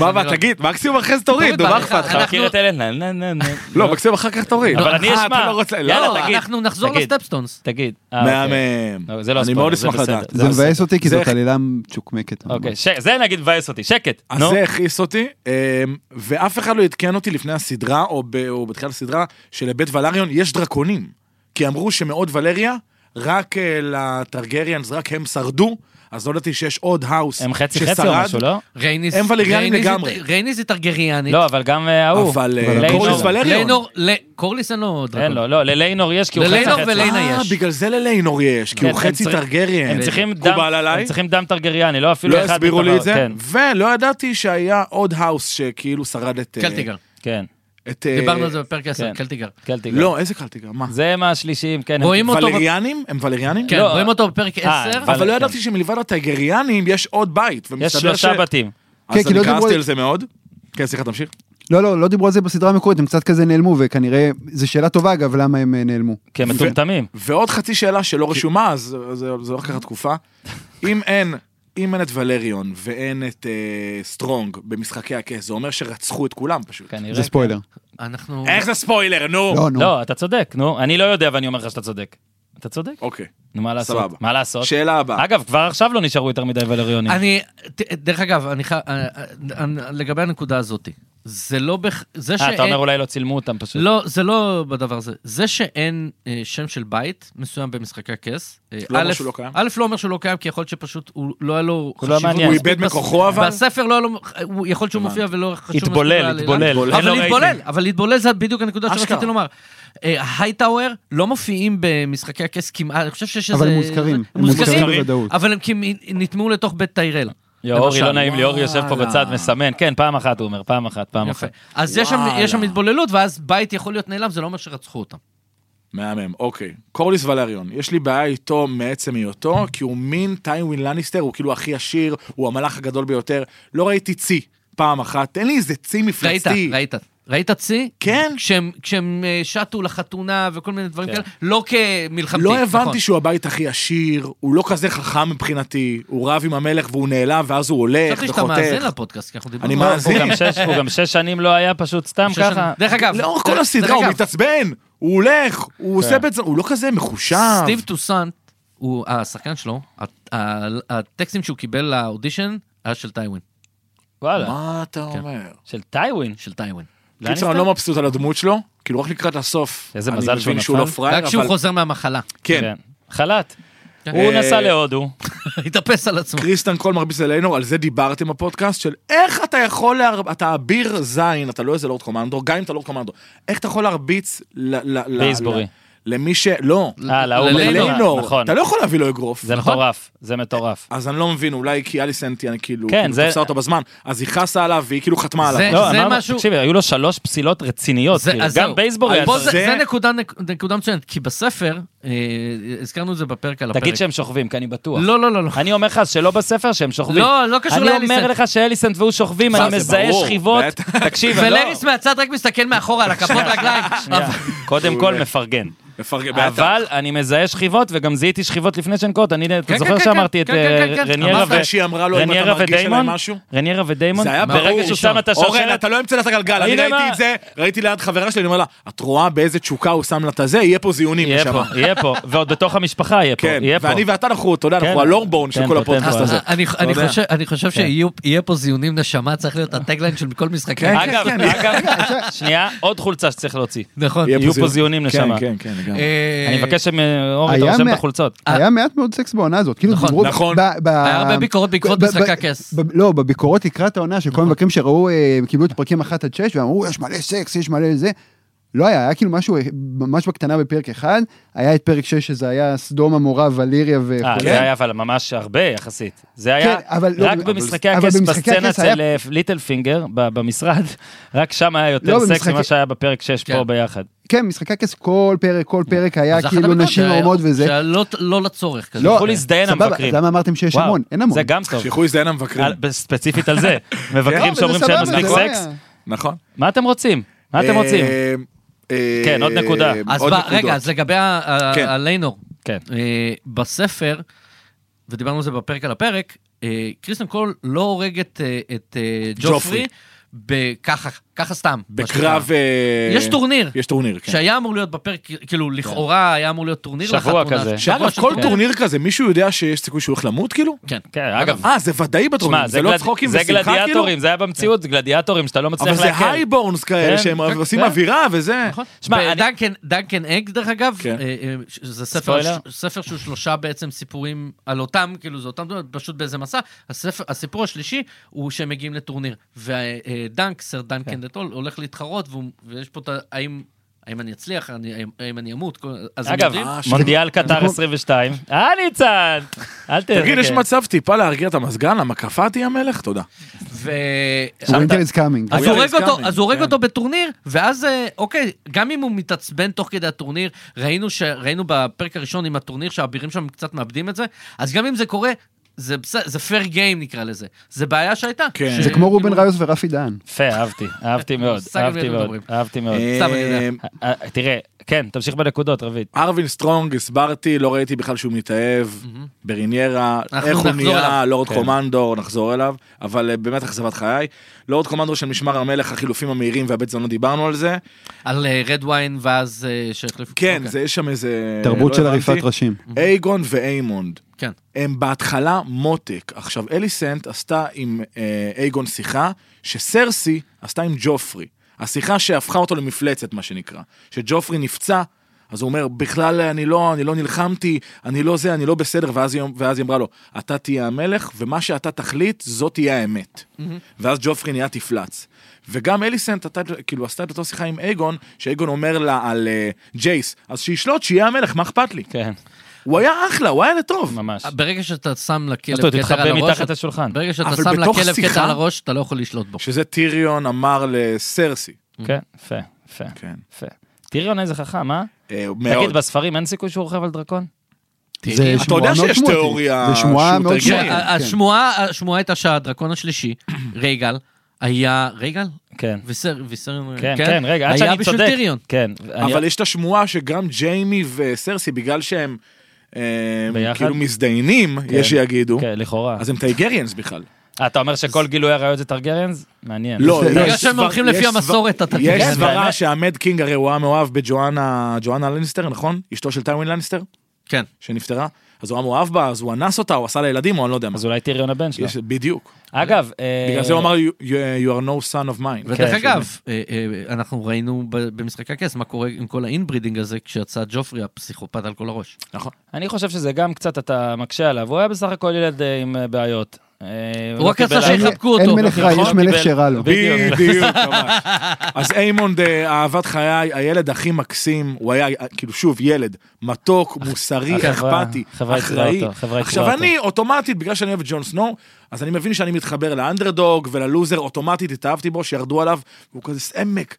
מה, אני מה, לא- תגיד, מקסימום אחרי זה תוריד, נו, מה תוריד, אכפת לך? אתה מכיר את אלה? נה, נה, נה, נה. לא, מקסימום אחר כך תוריד. אבל אני אה, אשמע. אתה לא רוצה- לא. יאללה, לא, תגיד, אנחנו נחזור תגיד. לסטפסטונס. תגיד. אה, אוקיי. מהמם. לא, זה לא אני ספוילר, מאוד זה אשמח בסדר. לדעת. זה מבאס אותי כי זה- זאת עלילה מצ'וקמקת. אוקיי, ש- זה נגיד מבאס אותי, שקט. אז נו, זה הכעיס אותי, אמ, ואף אחד לא עדכן אותי לפני הסדרה, או ב- או בתחילת הסדרה, שלבית ולריון יש דרקונים. כי אמרו שמאוד ולריה, רק אה, לטרגריאנס, רק הם שרדו, אז לא ידעתי שיש עוד האוס הם חצי חצי או משהו, לא? רייניס... הם ולריאנים רייניס- לגמרי. רייניס זה טרגריאני. לא, אבל גם אה, ההוא. אבל אה, ליינור. קוריס ולריון. ליינור, ל- קורליס אין לו אין דרקון. לו, לא, לליינור יש, כי הוא חצי חצי. לליינור וליינה אה, יש. בגלל זה לליינור יש, כי כן, הוא הם חצי צריכים- טרגריאן. הם צריכים דם, אה, מקובל עליי? הם צריכים דם טרגריאני, לא אפילו לא אחד. הסבירו לי מתוך את ה- זה, כן, ולא ידעתי שהיה עוד האוס שכאילו שרד את... אה, קלטיגר. כן, את, אה, דיברנו על זה בפרק כן. 10, קלטיגר. קלטיגר. לא, איזה קלטיגר? מה? זה מהשלישים, כן. רואים אותו... ב- ולריאנים? הם ולריאנים? כן, לא, רואים אותו בפרק אה, 10. אבל- אבל לא כן. ידעתי שמלבד הטייגריאנים יש עוד בית. יש ומסתבר שלושה ש- בתים. כן, אז כי לא אני דיברו כעסתי על- על זה מאוד. כן, סליחה, תמשיך. לא, לא, לא דיברו על זה בסדרה המקורית, הם קצת כזה נעלמו, וכנראה, זו שאלה טובה אגב, למה הם אה, נעלמו. כי הם מטומטמים. ועוד חצי שאלה שלא רשומה, אז זה זה לא ככה תקופה. אם אין... אם אין את ולריון ואין את אה, סטרונג במשחקי הכס, זה אומר שרצחו את כולם פשוט. כנראה. זה ספוילר. אנחנו... איך זה ספוילר, נו? לא, נו. כן. לא, אתה צודק, נו. אני לא יודע ואני אומר לך שאתה צודק. אתה צודק. אוקיי, נו, מה סבבה. לעשות? מה לעשות? שאלה הבאה. אגב, כבר עכשיו לא נשארו יותר מדי ולריונים. אני, ת- דרך אגב, אני חי... אה, אה, אה, לגבי הנקודה הזאת, זה לא בכ... זה אה, אתה שאין... אומר אולי לא צילמו אותם כן. פשוט. לא, זה לא בדבר הזה. זה שאין אה, שם של בית מסוים במשחקי הכס, אה, לא אומר א', שהוא לא קיים. א', לא אומר שהוא לא קיים, כי יכול להיות שפשוט הוא לא היה לו הוא לא מעניין. הוא מספיק איבד בס- מכוחו אבל? בספר לא היה לו... הוא- יכול להיות שהוא מופיע ולא חשוב... מספיק התבולל, לעלילה. התבולל. אין לו אבל רייטינג. להתבולל, אבל להתבולל זה בדיוק הנקודה אשכרה. שרציתי לומר. אה, הייטאוור לא מופיעים במשחקי הכס כמעט, אני חושב שיש איזה... אבל הם מוזכרים, הם הם מוזכרים מוזכרים, בוודאות. אבל הם כאילו נטמעו לתוך בית טיירל. יו, אורי, למשל. לא נעים לי, אורי יושב פה בצד, מסמן. כן, פעם אחת, הוא אומר, פעם אחת, פעם יפה. אחת. אז יש שם- וואלה. יש שם התבוללות, ואז בית יכול להיות נעלם, זה לא אומר שרצחו אותם. מהמם, אוקיי. קורליס ולריון, יש לי בעיה איתו מעצם היותו, כי הוא מין טיינווין לניסטר, הוא כאילו הכי עשיר, הוא המלאך הגדול ביותר. לא ראיתי צי פעם אחת, תן לי איזה צי ראית, מפלצתי. ראית. ראית צי? כן. כשהם, כשהם אה, שטו לחתונה וכל מיני דברים כן. כאלה, לא כמלחמתי. לא הבנתי נכון. שהוא הבית הכי עשיר, הוא לא כזה חכם מבחינתי, הוא רב עם המלך והוא נעלם, ואז הוא הולך חשבתי שאתה מאזין וחותך. לפודקאסט, כי אנחנו אני דיברנו. הוא מאזין. גם שש- הוא גם שש שנים לא היה פשוט סתם שש שנים. ככה. דרך אגב, לאורך כל דרך- הסדרה דרך הוא אגב, מתעצבן, הוא הולך, הוא עושה בעצם, הוא לא כזה מחושב. סטיב טוסנט, הוא השחקן שלו, ה- ה- הטקסטים שהוא קיבל לאודישן, היה של טיווין. וואלה. מה אתה אומר? של טיווין. של טיווין. קיצר, אני לא מבסוט על הדמות שלו, כאילו רק לקראת הסוף. איזה מזל אני שהוא מבין שהוא נפל. לא פראייר, רק כשהוא אבל... חוזר מהמחלה. כן. חל"ת. כן. הוא אה, נסע להודו. התאפס על עצמו. קריסטן קול מרביץ אלינו, על זה דיברתם בפודקאסט, של איך אתה יכול, להר... אתה אביר זין, אתה לא איזה לורד קומנדו, גם אם אתה לורד קומנדו, איך אתה יכול להרביץ ל... ל... ל... לאיסבורי. ל... למי ש... לא, אה, להוא. לליינור. בחיפה, לליינור, נכון. אתה לא יכול להביא לו אגרוף. זה נכון? מטורף, זה מטורף. אז אני לא מבין, אולי כי אליסנטי, אני כאילו, כן, כאילו זה- תפסה אותו בזמן, אז היא חסה עליו והיא כאילו חתמה אה, זה- עליו. לא, אמרנו, משהו- תקשיב, היו לו שלוש פסילות רציניות, זה- כאילו, אז גם זהו. בייסבורי היה פה צריך. זה- זה- זה נקודה- נקודה מצוינת, כי בספר אה, הזכרנו את זה בפרק על הפרק. תגיד שהם שוכבים, כי אני בטוח. לא, לא, לא, לא. אני אומר לך שלא בספר שהם שוכבים. לא, לא קשור לאליסנט. אני אומר לאליסנט. לך שאליסנט והוא שוכבים, מה, אני זה מזהה ברור, שכיבות. בטח. תקשיב, אני לא... ולאריס מהצד רק מסתכל מאחורה על הכפות רגליים. שנייה. קודם כל מפרגן. מפרגן, בטח. אבל אני מזהה שכיבות, וגם זיהיתי שכיבות לפני שהן קורות. אני, אתה כן, זוכר כן, שאמרתי את כן, אה, כן, כן, כן. רניירה אמרת שהיא אמרה לו, אם אתה רניירה מרגיש עליי ודיימון? משהו? רניירה ודיימון? זה היה ברור. ברגע שהוא שם את אורן, השרשרת... אתה לא המצאת את הגלגל, אני הנה ראיתי מה- את זה, ראיתי ליד חברה שלי, אני אומר לה, את רואה באיזה תשוקה הוא שם לה את הזה, יהיה פה זיונים יהיה לשם. פה, יהיה פה. ועוד בתוך המשפחה יהיה פה. כן, יהיה פה. ואני ואתה אנחנו, אתה יודע, כן. אה, אנחנו הלורבורן של תן כל פה, תן פה. הפודקאסט הזה. אני- אני יודע. חושב- אני כן. חושב שיהיה פה זיונים נשמה, צריך להיות הטגליין של כל משחק. כן, אגב, כן, אגב, שנייה, עוד חולצה שצריך להוציא. כן. נכון. יהיה יהיו זיונים. פה זיונים נשמה. כן, כן, כן, לגמרי. אה, אני מבקש שאורי, היה תרשם מה- את החולצות. היה מעט מאוד סקס בעונה הזאת. כאילו, נכון, דיברו- נכון. ב- ב- היה הרבה ביקורות בעקבות ב- ב- משחקי ב- הכס. ב- לא, בביקורות לקראת העונה, שכל המבקרים שראו, אה, קיבלו את הפרקים 1 עד 6, ואמרו, יש מלא סקס, יש מלא זה. לא היה, היה כאילו משהו אה, ממש בקטנה בפרק 1, היה את פרק 6 שזה היה סדום המורה, וליריה אה, וכו'. זה היה אבל ממש הרבה יחסית. זה היה כן, אבל לא, רק אבל- במשחקי אבל הכס, במשחקי בסצנה הכס היה- אצל אה, ליטל פינגר, ב- במשרד, רק שם היה יותר לא, סקס במשחקי- ממה שהיה בפרק 6 פה כן. ביחד. כן, משחקי כס, כל פרק, כל פרק היה אז אחת כאילו הביקורות נשים שהיה- הומות וזה. שהיה לא- לא לצורך כזה. לא, הלכו להזדיין סבבה, המבקרים. אז למה אמרתם שיש וואו, המון? אין המון. זה גם טוב. שילכו להזדיין המבקרים. על- ספציפית על זה. לא, מבקרים אבל זה שאומרים שאין סבבה, מספיק זה כן. לא סקס. היה. נכון. מה אתם רוצים? מה אתם רוצים? אה, אה, כן, עוד נקודה. אז עוד ב- נקודות. רגע, אז לגבי ה- ה- כן. הליינור, כן. אה, בספר, ודיברנו על זה בפרק על הפרק, אה, קריסטן קול לא הורג את, אה, את אה, ג'ופרי. ג'ופרי בככה, ככה סתם. מה שנקרא. בקרב... אה, יש טורניר. יש טורניר, כן. שהיה אמור להיות בפרק, כאילו לכאורה היה אמור להיות טורניר כן. שבוע לחתונה. כזה. שבוע שאגב, של כל טורניר כזה, מישהו יודע שיש סיכוי שהוא הולך למות כאילו? כן. כן, אגב, אה, זה ודאי בטורניר, שמע, זה זה לא גלד- צחוקים זה ושמחה כאילו? גלדיאטורים, זה היה במציאות, זה גלדיאטורים שאתה לא אבל מצליח זה להקל. הייבורנס כאלה, כן, שהם כן, עושים כן. אווירה וזה. שמע, ב- אני- דנקן- דנקן אג, דרך אגב, כן. אה, אה, ש- זה ספר, ספוילר? ש- ספר שהוא שלושה בעצם סיפורים על אותם, כאילו זה אותם, דמויות, פשוט באיזה מסע. הספר, הסיפור השלישי הוא שהם מגיעים לטורניר. ודנק, סר כן. דנקן דטול, הולך להתחרות, והוא- ויש פה את ה... האם... האם אני אצליח, אני- האם- האם אני אמות, כל- אז הם אגב, אה? יודעים. מונדיאל קטר 22. אה, ניצן! אל אוקיי. תזכה. תגיד, יש מצב טיפה להרגיע את המזגן? המקפה תהיה המלך? תודה. ו... ווינטר is coming. אז We הוא are הורג אותו, coming, אז הוא הורג כן. אותו בטורניר, ואז אה, אוקיי, גם אם הוא מתעצבן תוך כדי הטורניר, ראינו ש- ראינו בפרק הראשון עם הטורניר שהאבירים שם קצת מאבדים את זה, אז גם אם זה קורה, זה בסדר, זה פייר גיים נקרא לזה. זה בעיה שהייתה. כן. ש- זה כמו רובן כאילו, ראיוס ורפי דהן. יפה, אהבתי, אהבתי מאוד, מושג על מי אהבתי אתם מאוד, מדברים. אהבתי מאוד. סתם, אני יודע. אה, אה, אה, תראה, כן, תמשיך בנקודות, רביד. ארווין סטרונג, הסברתי, לא ראיתי בכלל שהוא מתאהב בריניירה, אנחנו איך הוא נחזור נראה, אליו. לורד כן. קומנדו, נחזור אליו, אבל אה, באמת אכזבת חיי. לורד קומנדו של משמר המלך, החילופים המהירים והבית זונות, דיברנו על זה. על רד וויין ואז אה, שהחליפו. כן, אוקיי. זה יש שם איזה... תרבות לא של הבנתי. עריפת ראשים. אייגון ואיימונד. כן. הם בהתחלה מותק. עכשיו, אליסנט עשתה עם אה, אייגון שיחה שסרסי עשתה עם ג'ופרי. השיחה שהפכה אותו למפלצת, מה שנקרא. שג'ופרי נפצע, אז הוא אומר, בכלל אני לא, אני לא נלחמתי, אני לא זה, אני לא בסדר, ואז היא, ואז היא אמרה לו, אתה תהיה המלך, ומה שאתה תחליט, זאת תהיה האמת. ואז ג'ופרי נהיה תפלץ. וגם אליסנט עתה, כאילו, עשתה את אותו שיחה עם אייגון, שאייגון אומר לה על אה, ג'ייס, אז שישלוט, שיהיה המלך, מה אכפת לי? כן, הוא היה אחלה, הוא היה ילד טוב. ממש. ברגע שאתה שם אז טוב, לכלב קטע על תתחבא הראש, מתחת לשולחן. ברגע שאתה אבל שם בתוך לכלב שיחה- קטע על הראש, אתה לא יכול לשלוט בו. שזה טיריון אמר לסרסי. כן, יפה, יפה, כן. יפה. טיריון איזה חכם, אה? אה, תגיד, מאוד. בספרים אין סיכוי שהוא רוכב על דרקון? זה אתה יודע שמועה מאוד שיש שמועתית. תיאוריה זה שמועה שהוא אה, מאוד תרגיל. שמועתית, ה- כן. השמועה השמועה הייתה שהדרקון השלישי, רייגל, היה... רייגל? כן. ויסר, ויסר, כן, כן, רגע, עד היה שאני בשביל צודק. טיריון. כן, אני- אבל יש את השמועה שגם ג'יימי וסרסי, בגלל שהם אה, ביחד? כאילו מזדיינים, יש שיגידו, כן, לכאורה. אז הם טייגריאנס בכלל. אה, אתה אומר שכל גילוי עריות זה טרגריאנס? מעניין. לא, בגלל יש שהם סבר- הולכים לפי יש סבר- המסורת, אתה יש תגיד. סברה באמת. שהמד קינג הרי הוא היה מאוהב בג'ואנה ג'ואנה לניסטר, נכון? אשתו של טיווין לניסטר, כן. שנפטרה. אז הוא היה מאוהב בה, אז הוא אנס אותה, הוא עשה לה ילדים, או אני לא יודע מה. אז אולי טיריון הבן שלו. יש- בדיוק. אגב, אה, בגלל זה הוא אמר, "You- you are no son of mine. ודרך כן, אגב, אה, אה, אנחנו ראינו ב- במשחק הכס מה קורה עם כל האינברידינג הזה כשיצא ג'ופרי הפסיכופת על כל הראש. נכון. אני חושב שזה גם קצת, אתה מקשה עליו. הוא היה בסך הכל ילד אה, עם אה, בעיות. אה, הוא לא רק רצה קיבל- שיחבק שיחבקו אותו. אין מלך רע, נכון, יש מלך קיבל- שרע לו. בדיוק. בדיוק, ממש. אז איימונד, אה, אהבת חיי, הילד הכי מקסים, הוא היה, אה, כאילו, שוב, ילד, מתוק, מוסרי, החברה- אכפתי, החברה ייצרה אחראי. אותו, החברה ייצרה עכשיו אותו. אני, אוטומטית, בגלל שאני אוהב את ג'ון סנואו, אז אני מבין שאני מתחבר לאנדרדוג וללוזר, אוטומטית התאהבתי בו, שירדו עליו, והוא כזה עמק.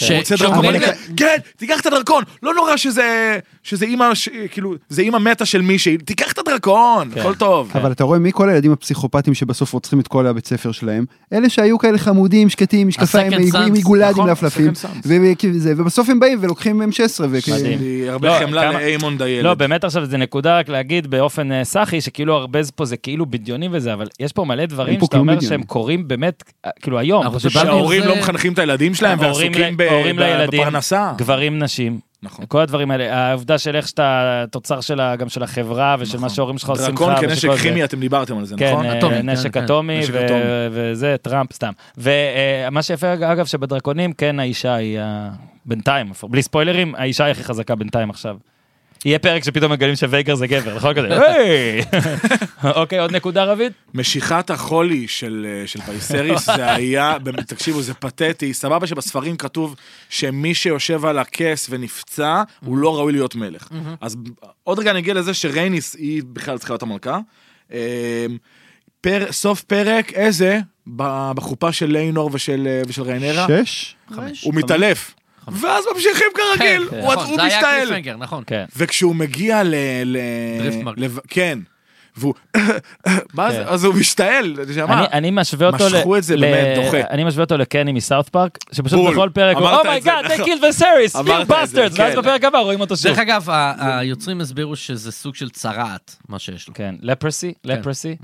כן. ש- אה, רוצה שאומרים דרכון, ל- אבל אני- כן, תיקח את הדרכון, לא נורא שזה, שזה אימא, ש- כאילו, זה אימא מתה של מישהי, תיקח את הדרכון, כן. הכל טוב. אבל אתה רואה מי כל הילדים הפסיכופטים שבסוף רוצחים את כל הבית ספר שלהם? אלה שהיו כאלה חמודים, שקטים, משקפיים, ה-second sons, עם עיגולדים נכון, לעפלפים, ה-second sons. ו- זה, ובסוף הם באים ולוקחים M16. וכאילו- מדהים. לי הרבה לא, חמלה כמה- לאיימון דיילד. לא, באמת עכשיו זה נקודה רק להגיד באופן אה, סאחי, שכאילו הרבה זה פה זה כאילו בדיוני וזה, אבל יש פה מלא דברים פה שאתה כלום אומר בדיוני. שהם קורים באמת, אה, כאילו היום. אנחנו פשוט דיברנו- שההורים זה- לא מחנכים את הילדים שלהם ההורים ועסוקים ל- ב- ההורים ב- לילדים, בפרנסה. גברים, נשים. נכון. כל הדברים האלה, העובדה של איך שאתה, תוצר שלה, גם של החברה ושל מה שההורים שלך עושים לך. נכון. דרקון ושל כנשק כל זה. כימי, אתם דיברתם על זה, כן, נכון? אה, אטומי, נשק כן, כן. אטומי, נשק ו- אטומי. וזה, טראמפ, סתם. ומה שיפה, אגב, שבדרקונים, כן, האישה היא, ה- בינתיים, בלי ספוילרים, האישה היא הכי חזקה בינתיים עכשיו. יהיה פרק שפתאום מגלים שווייגר זה גבר, נכון כזה? היי! אוקיי, עוד נקודה רביד? משיכת החולי של, אה, של פייסריס זה היה, באמת, תקשיבו, זה פתטי. סבבה שבספרים כתוב שמי שיושב על הכס ונפצע, הוא לא ראוי להיות מלך. אז עוד רגע נגיע לזה שרייניס היא בכלל צריכה להיות המלכה. אה, פר, סוף פרק, איזה? ב- בחופה של ליינור ושל, אה, ושל ריינרה. שש? הוא מתעלף. ואז ממשיכים כרגיל, כן, הוא נכון, הוא זה היה משתעל. קליפהנגר, נכון. כן. וכשהוא מגיע ל... ל... דריפט מרק. לב- כן. והוא... מה כן. זה? אז הוא משתעל, אתה יודע מה? אני- אני משווה אותו ל... משכו את זה, ל- באמת, דוחה. אני משווה אותו לקני מסאוט פארק, שפשוט בול. בכל פרק הוא, אמרת את זה, אומייגאד, they נכון. killed Viserys, you אמרת את זה, bastards, ואז כן. בפרק הבא רואים אותו שוב. דרך אגב, ה- היוצרים הסבירו שזה סוג של צרעת, מה שיש לו. כן, לפרסי, לפרסי.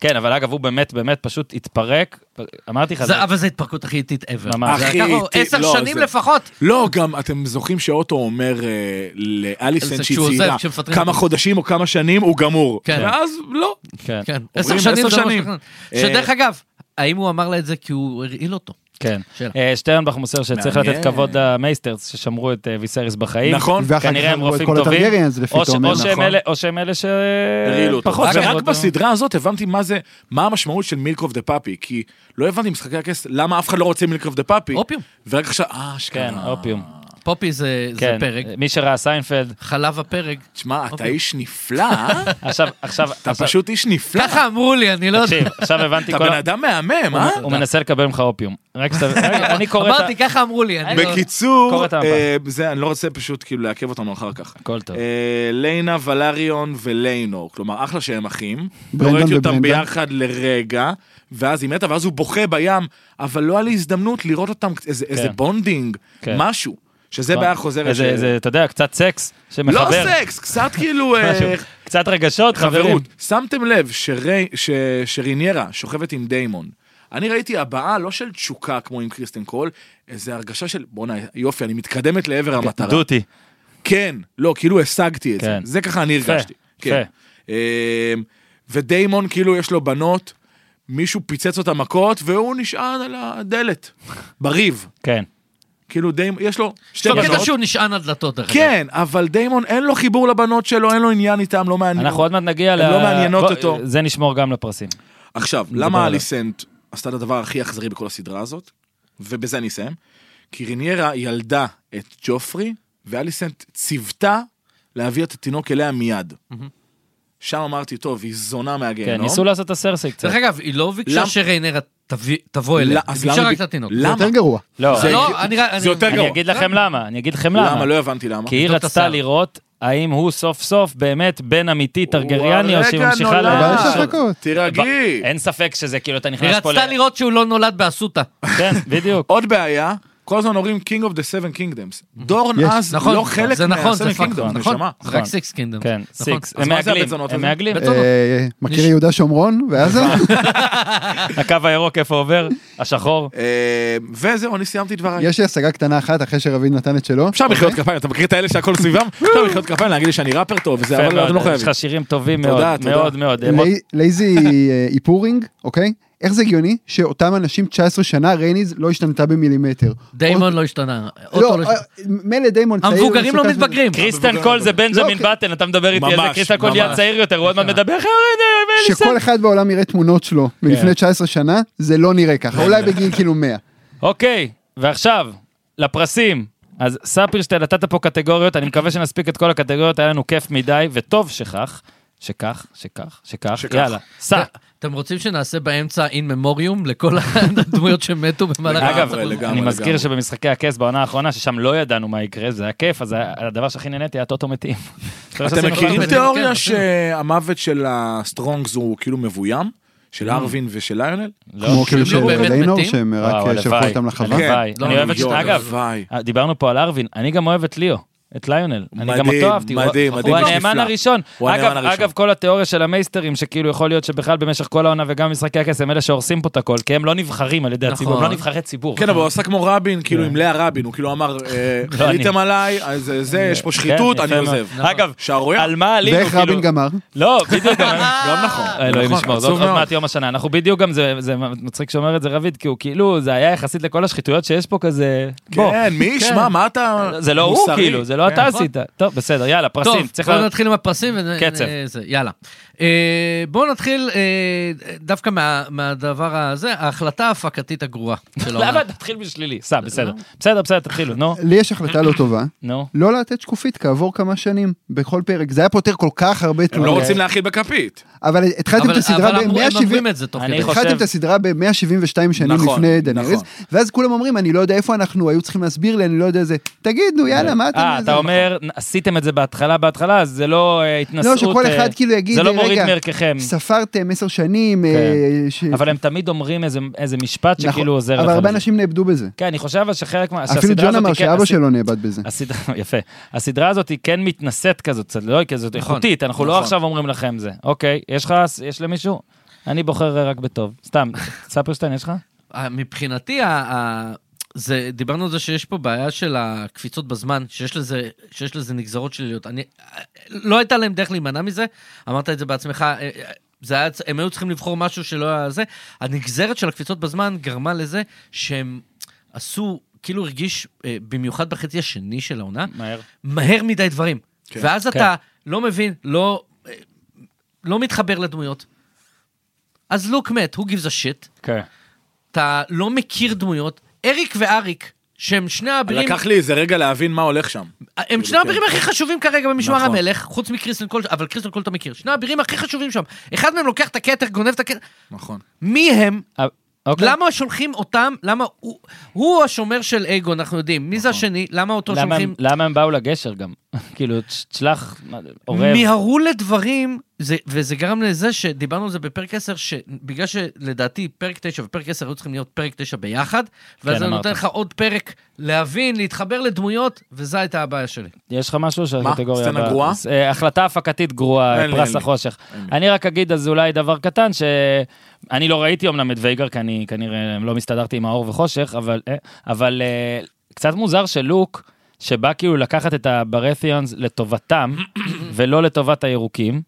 כן, אבל אגב, הוא באמת, באמת פשוט התפרק. אמרתי לך, זה- זה- אבל זו ההתפרקות הכי איטית ever. ממש. כן. זה הכי לקח לו איטי, עשר לא, שנים זה- לפחות. לא, גם אתם זוכרים שאוטו אומר אה, לאליסן אליסן, שהיא כשהוא עוזב, צעירה, כשמפטרים כמה אותו. חודשים או כמה שנים הוא גמור. כן. ואז לא. כן, כן, עשר עשר שנים זה מה שנים. אה, שתכנן. שדרך אגב, האם הוא אמר לה את זה כי הוא הרעיל אותו? כן. שאלה. אה, שטרנבך מוסר שצריך מעניין. לתת כבוד למייסטרס ששמרו את אה, ויסריס בחיים. נכון. ואחר כך כנראה הם אמרו את רופאים כל טובים. הטרגריאנס לפי או ש- תומר. או שהם נכון. אלה- או שהם אלה ש... הרעילו אותו. אה, פחות שמרו ורק אותו. בסדרה הזאת הבנתי מה זה, מה המשמעות של מילק אוף דה פאפי, כי לא הבנתי משחקי הכס, למה אף אחד לא רוצה מילק אוף דה פאפי. אופיום. ורק עכשיו, אה, אשכרה. כן, אופיום. פופי זה זה כן. פרק, מי שראה סיינפלד. חלב הפרק. תשמע, אתה אופיום. איש נפלא, אה? עכשיו, עכשיו, אתה עכשיו- פשוט איש נפלא. ככה אמרו לי, אני לא יודע. תקשיב, עכשיו הבנתי אתה כל... בן ה- אדם מהמם, אה? הוא מנסה לקבל ממך אופיום. רק שאתה... רק- אני קורא את ה... אמרתי, ככה אמרו לי. אני לא- קורא בקיצור, את המפה. אה, זה, אני לא רוצה פשוט כאילו לעכב אותנו אחר כך. הכל טוב. אה, ליינה ולריון וליינו, כלומר אחלה שהם אחים, לא ברנדון ראיתי אותם וברנדון. ביחד לרגע, ואז היא מתה ואז הוא בוכה בים, אבל לא היה לי הזדמנות לראות אותם, איזה- איזה בונדינג, כן. משהו, שזה בעיה חוזרת. איזה- ש- איזה, אתה יודע, קצת סקס שמחבר. לא סקס, קצת כאילו אה, משהו. קצת רגשות, חברים. חברות. שמתם לב שרי- ש- שריניירה שוכבת עם דיימון. אני ראיתי הבעה לא של תשוקה כמו עם קריסטן קול, איזה הרגשה של בואנה יופי, אני מתקדמת לעבר המטרה. דותי. כן, לא, כאילו השגתי את זה. כן. זה ככה אני יפה, הרגשתי. כן. אמ, ודיימון, כאילו, יש לו בנות, מישהו פיצץ אותה מכות, והוא נשען על הדלת, בריב. כן. כאילו, דיימון, יש לו שתי לא קטע בנות. שהוא נשען על דלתות, דרך אגב. כן, אבל דיימון, אין לו חיבור לבנות שלו, אין לו עניין איתם, לא מעניין. אנחנו עוד מעט נגיע ל... לא מעניינות בוא, אותו. כן, זה נשמור גם לפרסים. עכשיו, עליו. למה אליסנט עשתה את הדבר הכי אכזרי בכל הסדרה הזאת? ובזה אני אסיים. כי ריניירה ילדה את ג'ופרי, ואליסנט ציוותה להביא את התינוק אליה מיד. שם אמרתי, טוב, היא זונה Mm-hmm. כן, מהגיהנום. ניסו לעשות את הסרסי קצת. דרך אגב, היא לא ביקשה למ- שריינרה תביא- תבוא אליה, לא, היא אז ביקשה למה רק ב- את התינוק. למה? זה יותר גרוע. לא, זה- לא, אני- אני- זה יותר אני גרוע. אגיד לכם למה, אני אגיד לכם למה. למה? לא הבנתי למה. כי היא לבדוק את רצתה השיער. לראות האם הוא סוף סוף באמת בן אמיתי טרגריאני, או שהיא הרגע ממשיכה נולד. אבל ל... יש אה, הפקות. תירגעי. אין ספק שזה כאילו, אתה היא נכנס פה ל... רצתה לראות שהוא לא נולד באסותא. כן, בדיוק. עוד בעיה, כל הזמן אומרים King of the Seven Kingdoms. דורן יש, אז נכון, לא חלק זה נכון, זה מה-Seven פאקטור, Kingdoms, נכון, נשמה. נכון. רק נכון. סיקס קינדום. כן, סיקס. הם מה זה מעגלים, הבית זונות הם הזה? מעגלים. בית זונות. אה, מכיר יהודה שומרון ועזה? הקו הירוק איפה עובר, השחור. אה, וזהו, אני סיימתי את דבריי. יש לי השגה קטנה אחת אחרי שרביד נתן את שלו. אוקיי. אפשר מחיאות כפיים, אתה מכיר את האלה שהכל סביבם? אפשר מחיאות כפיים להגיד לי שאני ראפר טוב וזה, יפה אבל אתם לא מאוד, יש חייבים. לך שירים טובים מאוד, תודה, תודה. מאוד מאוד. הם עוד- לי- לייזי אה, איפורינג, אוקיי? איך זה הגיוני שאותם אנשים 19 שנה רייניז לא השתנתה במילימטר? דיימון לא השתנה. לא, אוטו לא השתנה. אה, מילא דיימון צעיר. המבוגרים לא מסוכן- מתבגרים. קריסטן קול זה בנג'מין לא, בטן, אתה מדבר איתי על זה, ממש, קריסטן קול נהיה ממש. כן. צעיר יותר, הוא עוד מעט מדבר, "חבר'ה, אני- אני- שכל אחד בעולם יראה תמונות שלו כן. מלפני 19 שנה, זה לא נראה ככה, אולי בגיל כאילו 100. אוקיי, ועכשיו, לפרסים. אז ספירשטיין, נתת פה קטגוריות, אני מקווה שנספיק את כל הקטגוריות, היה לנו כיף מדי, וטוב שכך. שכך, שכך, שכך, שכך. יאללה, סע. אתם רוצים שנעשה באמצע אין ממוריום לכל הדמויות שמתו במהלך... אגב, אה, לגמרי, אני לגמרי. מזכיר שבמשחקי הכס בעונה האחרונה, ששם לא ידענו מה יקרה, זה היה כיף, אז היה- הדבר שהכי נהניתי היה טוטו מתים. אתם מכירים כן, תיאוריה כן. שהמוות של הסטרונגס הוא כאילו מבוים? של ארווין ושל ליונל? Mm. לא. כמו כאילו של לא באמת דיינור, מתים? שהם וואו, רק שלחו הלוואי, אותם לחווה. הלוואי. כן. אני לא, אוהב את... יואו, אגב, אה, הלוואי. דיברנו פה על ארווין, אני גם אוהב את ליאו. את ליונל, אני גם מדהים, אותו אהבתי, הוא- מדהים, מדהים, הוא איש הנאמן נפלא. הראשון. הוא הנאמן אגב, הראשון. אגב, כל התיאוריה של המייסטרים, שכאילו יכול להיות שבכלל במשך כל העונה וגם משחקי הכס הם אלה שהורסים פה את הכל, כי הם לא נבחרים על ידי הציבור, הם לא נכון. נבחרי ציבור. כן, אבל הוא עשה כמו רבין, כאילו עם לאה רבין, הוא כאילו אמר, אה, כן. לא אני. חליתם עליי, אז אה, זה, יש פה שחיתות, כן, אני יפה עוזב. נכון. מאוד. אגב, שערורייה. על מה עלינו, ואיך כאילו- רבין גמר? לא, בדיוק. גם נכון. אלוהים נכון, ישמור, זה עצוב עוד עוד מאוד. מעט יום השנה. אנחנו בדיוק גם, זה זה מצחיק שאומר את זה רביד, כי הוא כאילו, זה היה יחסית לכל השחיתויות שיש פה כזה, בוא. כן, מי ישמע, מה אתה... זה לא הוא מוסרי. כאילו, זה לא אתה עשית. טוב, בסדר, יאללה, פרסים. כן. טוב, צריך בואו לה- נתחיל עם הפרסים. קצב. קצב. יאללה. אה, בואו נתחיל אה, דווקא מה- מהדבר הזה, ההחלטה ההפקתית הגרועה של העונה. למה תתחיל בשלילי? סע, לא. בסדר. בסדר, בסדר, תתחילו, נו, לי יש החלטה לא טובה, נו. לא לתת שקופית כעבור כמה שנים, בכל פרק. זה היה פותר כל כך הרבה הם לא אוקיי. תלונות. רוצים להאכיל בכפית. אבל התחלתם את אבל- הסדרה אבל אמרו- הם אומרים ב-170... את זה תוך אני כדי. חושב- התחלתם את הסדרה ב-172 שנים נכון, לפני דנריס, נכון. ואז כולם אומרים, אני לא יודע איפה אנחנו, היו צריכים להסביר לי, אני לא יודע זה. תגידו, יאללה, מה אתם... אה, אתה זה?" אומר, עשיתם את זה בהתחלה, בהתחלה, אז זה לא אה, לא, התנשאות... שכל אה, אחד כאילו יגיד, זה לא "רגע, מוריד מערככם. ספרתם עשר שנים, אה, כן. ש- אבל הם תמיד אומרים איזה- איזה משפט נכון, שכאילו עוזר לך. אבל הרבה לזה. אנשים נאבדו בזה. כן, אני חושב אבל שחלק מה... אפילו שהסדרה ג'ון הזאת אמר היא כן- שאבא הסד- שלו נאבד בזה. הסדרה, יפה. הסדרה הזאת היא כן מתנשאת כזאת, קצת, לא היא כזאת נכון, איכותית, אנחנו לא נכון. עכשיו אומרים לכם זה. אוקיי, יש לך, יש למישהו? אני בוחר אה, רק בטוב. סתם, ספרשטיין, יש לך? אה, מבחינתי, ה- ה- זה, דיברנו על זה שיש פה בעיה של הקפיצות בזמן, שיש לזה, שיש לזה נגזרות שליליות. אני, אה, לא הייתה להם דרך להימנע מזה, אמרת את זה בעצמך. אה, אה, זה היה, הם היו צריכים לבחור משהו שלא היה זה. הנגזרת של הקפיצות בזמן גרמה לזה שהם עשו, כאילו הרגיש, אה, במיוחד בחצי השני של העונה, מהר. מהר מדי דברים. כן, ואז כן. כן. אתה לא מבין, לא, אה, לא מתחבר לדמויות. אז לוק מת, who gives a shit. כן. אתה לא מכיר דמויות. אריק ואריק, שהם שני האבירים, לקח לי איזה רגע להבין מה הולך שם. הם שני האבירים הכי חשובים כרגע במשמר נכון. המלך, חוץ מקריסטון קול, אבל קריסטון קול אתה מכיר. שני האבירים הכי חשובים שם. אחד מהם לוקח את הכתר, גונב את הכתר. נכון. מי הם? אה, אוקיי. למה שולחים אותם? למה הוא- הוא השומר של אגון, אנחנו יודעים. מי זה השני? למה אותו למה הם- שולחים? למה הם באו לגשר גם? כאילו, תש- תשלח, מה, עורב. מיהרו לדברים, זה, וזה גרם לזה שדיברנו על זה בפרק 10, שבגלל שלדעתי פרק 9 ופרק 10 היו צריכים להיות פרק 9 ביחד, ואז כן, זה אמרת. נותן לך עוד פרק להבין, להתחבר לדמויות, וזו הייתה הבעיה שלי. יש לך משהו של מה? הקטגוריה סצנה הבאה? גרועה? ס- אה, החלטה הפקתית גרועה, אין לי, פרס אין לי. החושך. אין לי. אני רק אגיד אז אולי דבר קטן, שאני לא ראיתי אמנם את וייגר, כי אני כנראה לא הסתדרתי עם האור וחושך, אבל, אה, אבל אה, קצת מוזר שלוק, שבא כאילו לקחת את הברתיונס לטובתם, ולא לטובת הירוקים,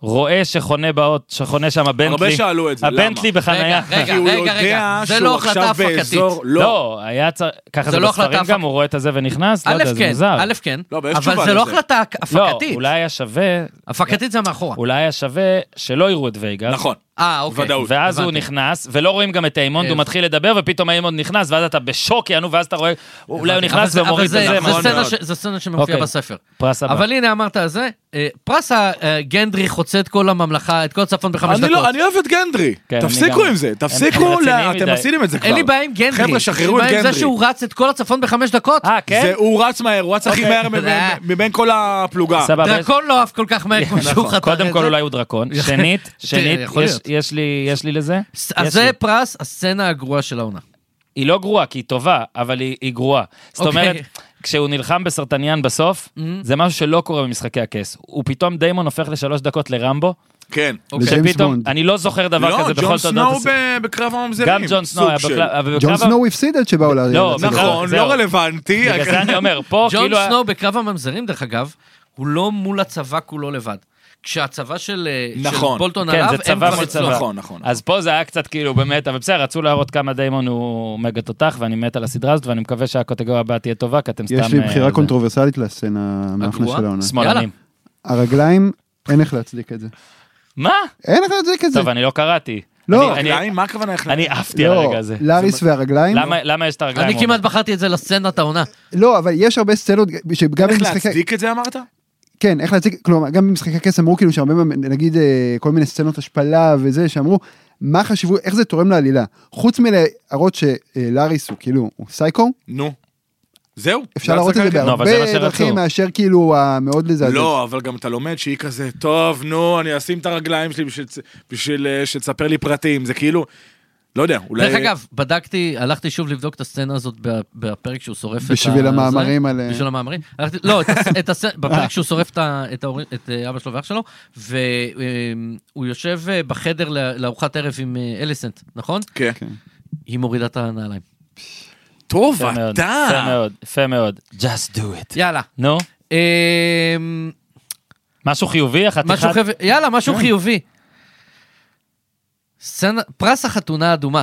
רואה שחונה באות, שחונה שם הבנטלי. הרבה שאלו את זה, למה? הבנטלי בחנייה. רגע, כי הוא רגע, יודע רגע, זה שהוא לא החלטה עכשיו הפקתית. באזור... לא. לא, היה צריך, ככה זה זה לא בספרים החלטה גם, הפק- הוא רואה את הזה ונכנס, לא א' יודע, זה כן, מוזר. א' כן, לא, אבל יש אבל תשובה זה לא לזה. החלטה לא, הפקתית. אולי היה שווה, הפקתית זה מאחורה. אולי היה שווה שלא יראו את וייגר. נכון. אה, אוקיי. ודאות. ואז הוא הבנתי. נכנס, ולא רואים גם את איימונד, הוא אה. מתחיל לדבר, ופתאום איימונד נכנס, ואז אתה בשוק, יענו, ואז אתה רואה, אולי הוא אבל נכנס זה- אבל ומוריד זה- את זה. זה נכון סצנה מאוד. ש- זה סצנה שמופיעה אוקיי. בספר. פרס הבא. אבל הנה אמרת על זה, אה, פרס הגנדרי חוצה את כל הממלכה, את כל הצפון בחמש אני דקות. לא, אני אוהב את גנדרי. כן, אני תפסיקו גם. עם זה, תפסיקו, רציניים לה- מדי. אתם עשיתם את זה כבר. אין לי בעיה עם גנדרי. חבר'ה, שחררו את אין לי בעיה עם גנדרי. זה שהוא רץ את כל הצפון בחמש דקות. אה, כן? זה- הוא רץ מהר, הוא רץ הכי אוקיי. מהר מבין- אה. מבין כל הפלוגה. סבבה. דרקון לא עף כל כך מהר כמו שהוא חתר נכון. קודם את כל זה. אולי הוא דרקון, שנית, שנית, יכול יש- להיות. יש לי- יש לי לזה. ס- יש אז זה לי. פרס הסצנה הגרועה של העונה. היא לא גרועה, כי היא טובה, אבל היא היא גרועה. זאת אוקיי. אומרת, כשהוא נלחם בסרטניין בסוף, Mm-hmm. זה משהו שלא קורה במשחקי הכס. הוא פתאום דיימון הופך לשלוש דקות לרמבו, כן. אוקיי. לג'יימס שפתאום, בונד. אני לא זוכר דבר לא, כזה ג'ון בכל תולדות סנואו הסרט. ב- בקרב הממזרים. גם ג'ון סנואו היה סוג של. בקרב... אבל ג'ון בקרב ה- סנואו הפסיד עד שבאו ל... לא, לצבא. נכון, זהו. לא רלוונטי. בגלל זה כן. אני אומר, פה ג'ון כאילו... ה- סנואו בקרב הממזרים, דרך אגב, הוא לא מול הצבא כולו לבד. כשהצבא של אה, של נכון. בולטון כן, עליו, זה הם צבא כבר מול צבא. אצלו. נכון, נכון. אז פה זה היה קצת כאילו באמת, אבל בסדר, רצו להראות כמה דיימון הוא מגה תותח, ואני מת על הסדרה הזאת, ואני מקווה שהקטגוריה הבאה תהיה טובה, כי אתם סתם... יש לי אה, בחירה זה. קונטרוברסלית לסצנה המאפנה הגרועה? של העונה. שמאלנים. הרגליים, אין איך להצדיק את זה. מה? אין איך להצדיק את זה. טוב, אני לא קראתי. לא. אני- אני- רגליים? מה הכוונה? איך- אני עפתי על לא, הרגע הזה. לאריס והרגליים. למה- למה יש את הרגליים? אני כמעט בחרתי את זה לסצנת העונה. לא, אבל יש הרבה סצנות שגם איך במשחקי... להצדיק את זה אמרת? כן, איך להציג, כלומר, גם במשחקי הכס אמרו כאילו שהרבה, מה- נגיד, אה, כל מיני סצנות השפלה וזה, שאמרו, מה חשבו, איך זה תורם לעלילה? חוץ מלהראות שלאריס הוא כאילו, הוא סייקו, נו. זהו. אפשר להראות את זה הסקרן. לא, אבל זה מה בהרבה שרצו. דרכים מאשר כאילו המאוד לזעזע. לא, אבל גם אתה לומד שהיא כזה, טוב, נו, אני אשים את הרגליים שלי בשביל, בשביל אה, שתספר לי פרטים. זה כאילו, לא יודע, אולי... דרך אגב, בדקתי, הלכתי שוב לבדוק את הסצנה הזאת ב- בפרק שהוא שורף את ה... בשביל זה. המאמרים על... בשביל המאמרים? הלכתי- לא, את הס- את הסצנה, בפרק שהוא שורף את ה- את ההורים- את אה, אבא שלו ואח שלו, והוא יושב אה, בחדר לא- לארוחת ערב עם אה, אליסנט, נכון? כן. היא מורידה את הנעליים. טוב, יפה מאוד, יפה אתה. מאוד, יפה מאוד. Just do it. יאללה. נו, אמ, משהו חיובי, משהו החתיכת... חיובי, יאללה, משהו כן. חיובי. סצנה- פרס החתונה האדומה,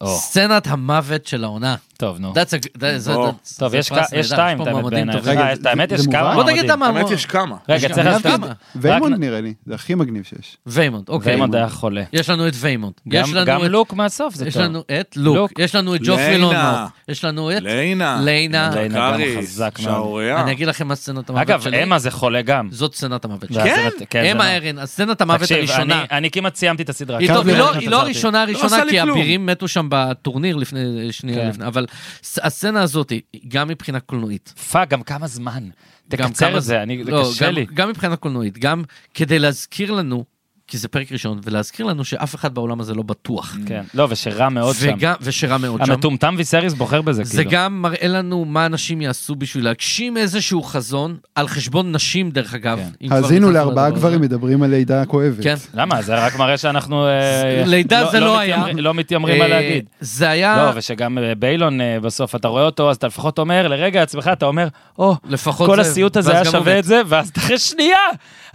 או, סצנת המוות של העונה. טוב, נו. That's a- that- זה- או. זה- טוב, זה יש פרס כ- יש נהדר, שתיים, פה את האמת, מועמדים בעיניי. טובים. אה, את זה- האמת, זה יש מובן? כמה בוא תגיד את מועמדים. המועמדים. באמת יש כמה. רגע, יש צריך גם- להזכיר... כמה? ויימונד רק- נראה לי, זה הכי מגניב שיש. ויימונד, אוקיי. ויימונד היה חולה. יש לנו את ויימונד. גם- יש לנו גם את- לוק מהסוף זה יש טוב. לנו את לוק, לוק. יש לנו את ג'ופרי ליינה. לונארט, יש לנו את... ליינה. ליינה. ליינה גם קארי, חזק מאוד. שערוריה. אני אגיד לכם מה סצנת המוות אגב, שלי. אמה זה חולה גם. זאת סצנת המוות שלי. והסרט- זה אמה מה- ארן, הסצנת המוות תקשיב, הראשונה. אני- אני כמעט סיימתי את הסדרה. היא כמה לא- היא פעמים לא- חזרתי. היא לא הראשונה הראשונה, עשה לי כי כלום. האבירים מתו שם בטורניר לפני אה, שנייה כן. לפני, אבל ס- הסצנה הזאת, היא גם מבחינה קולנועית. פאק, גם כמה זמן. גם כמה תקצר את זה, אני- זה לא, קשה גם- לי. גם מבחינה קולנועית, גם כדי להזכיר לנו, כי זה פרק ראשון, ולהזכיר לנו שאף אחד בעולם הזה לא בטוח. כן, לא, ושרע מאוד שם. וגם- ושרע מאוד שם. המטומטם ויסריס בוחר בזה, זה כאילו. גם מראה לנו מה אנשים יעשו בשביל להגשים איזשהו חזון, על חשבון נשים דרך אגב. כן. לא אם כבר האזינו נכנסנו לארבעה לדבר גברים הזה. מדברים על לידה כואבת. כן. למה? זה רק מראה שאנחנו... אה, לידה זה לא היה. מתיימרים- לא מתיימרים מה אה, להגיד. זה לא, היה ושגם אה, ביילון אה, בסוף, אתה רואה אותו, אז אתה לפחות אומר לרגע לעצמך, אתה אומר, או, לפחות... כל זה- הסיוט הזה ואז היה גם שווה עובד. את זה, ואז אחרי שנייה,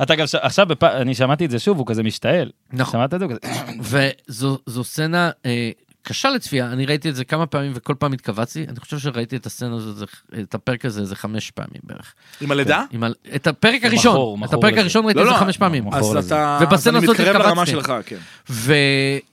אתה גם, ש- עכשיו, בפ- אני שמעתי את זה שוב, הוא כזה משתעל. נכון. שמעת את זה? הוא כזה, וזו זו סצנה אה, קשה לצפייה, אני ראיתי את זה כמה פעמים וכל פעם התכווצתי, אני חושב שראיתי את הסצנה הזאת, זה- את הפרק הזה, איזה חמש פעמים בערך. עם הלידה? עם ה- את הפרק הוא הראשון, מכור, הוא את מכור הפרק לזה. הראשון ראיתי לא, את זה לא, חמש פעמים. הוא מכור אז לזה. אתה... אז ובסצנה אני הזאת מתקרב לרמה התכווצתי. שלך, כן.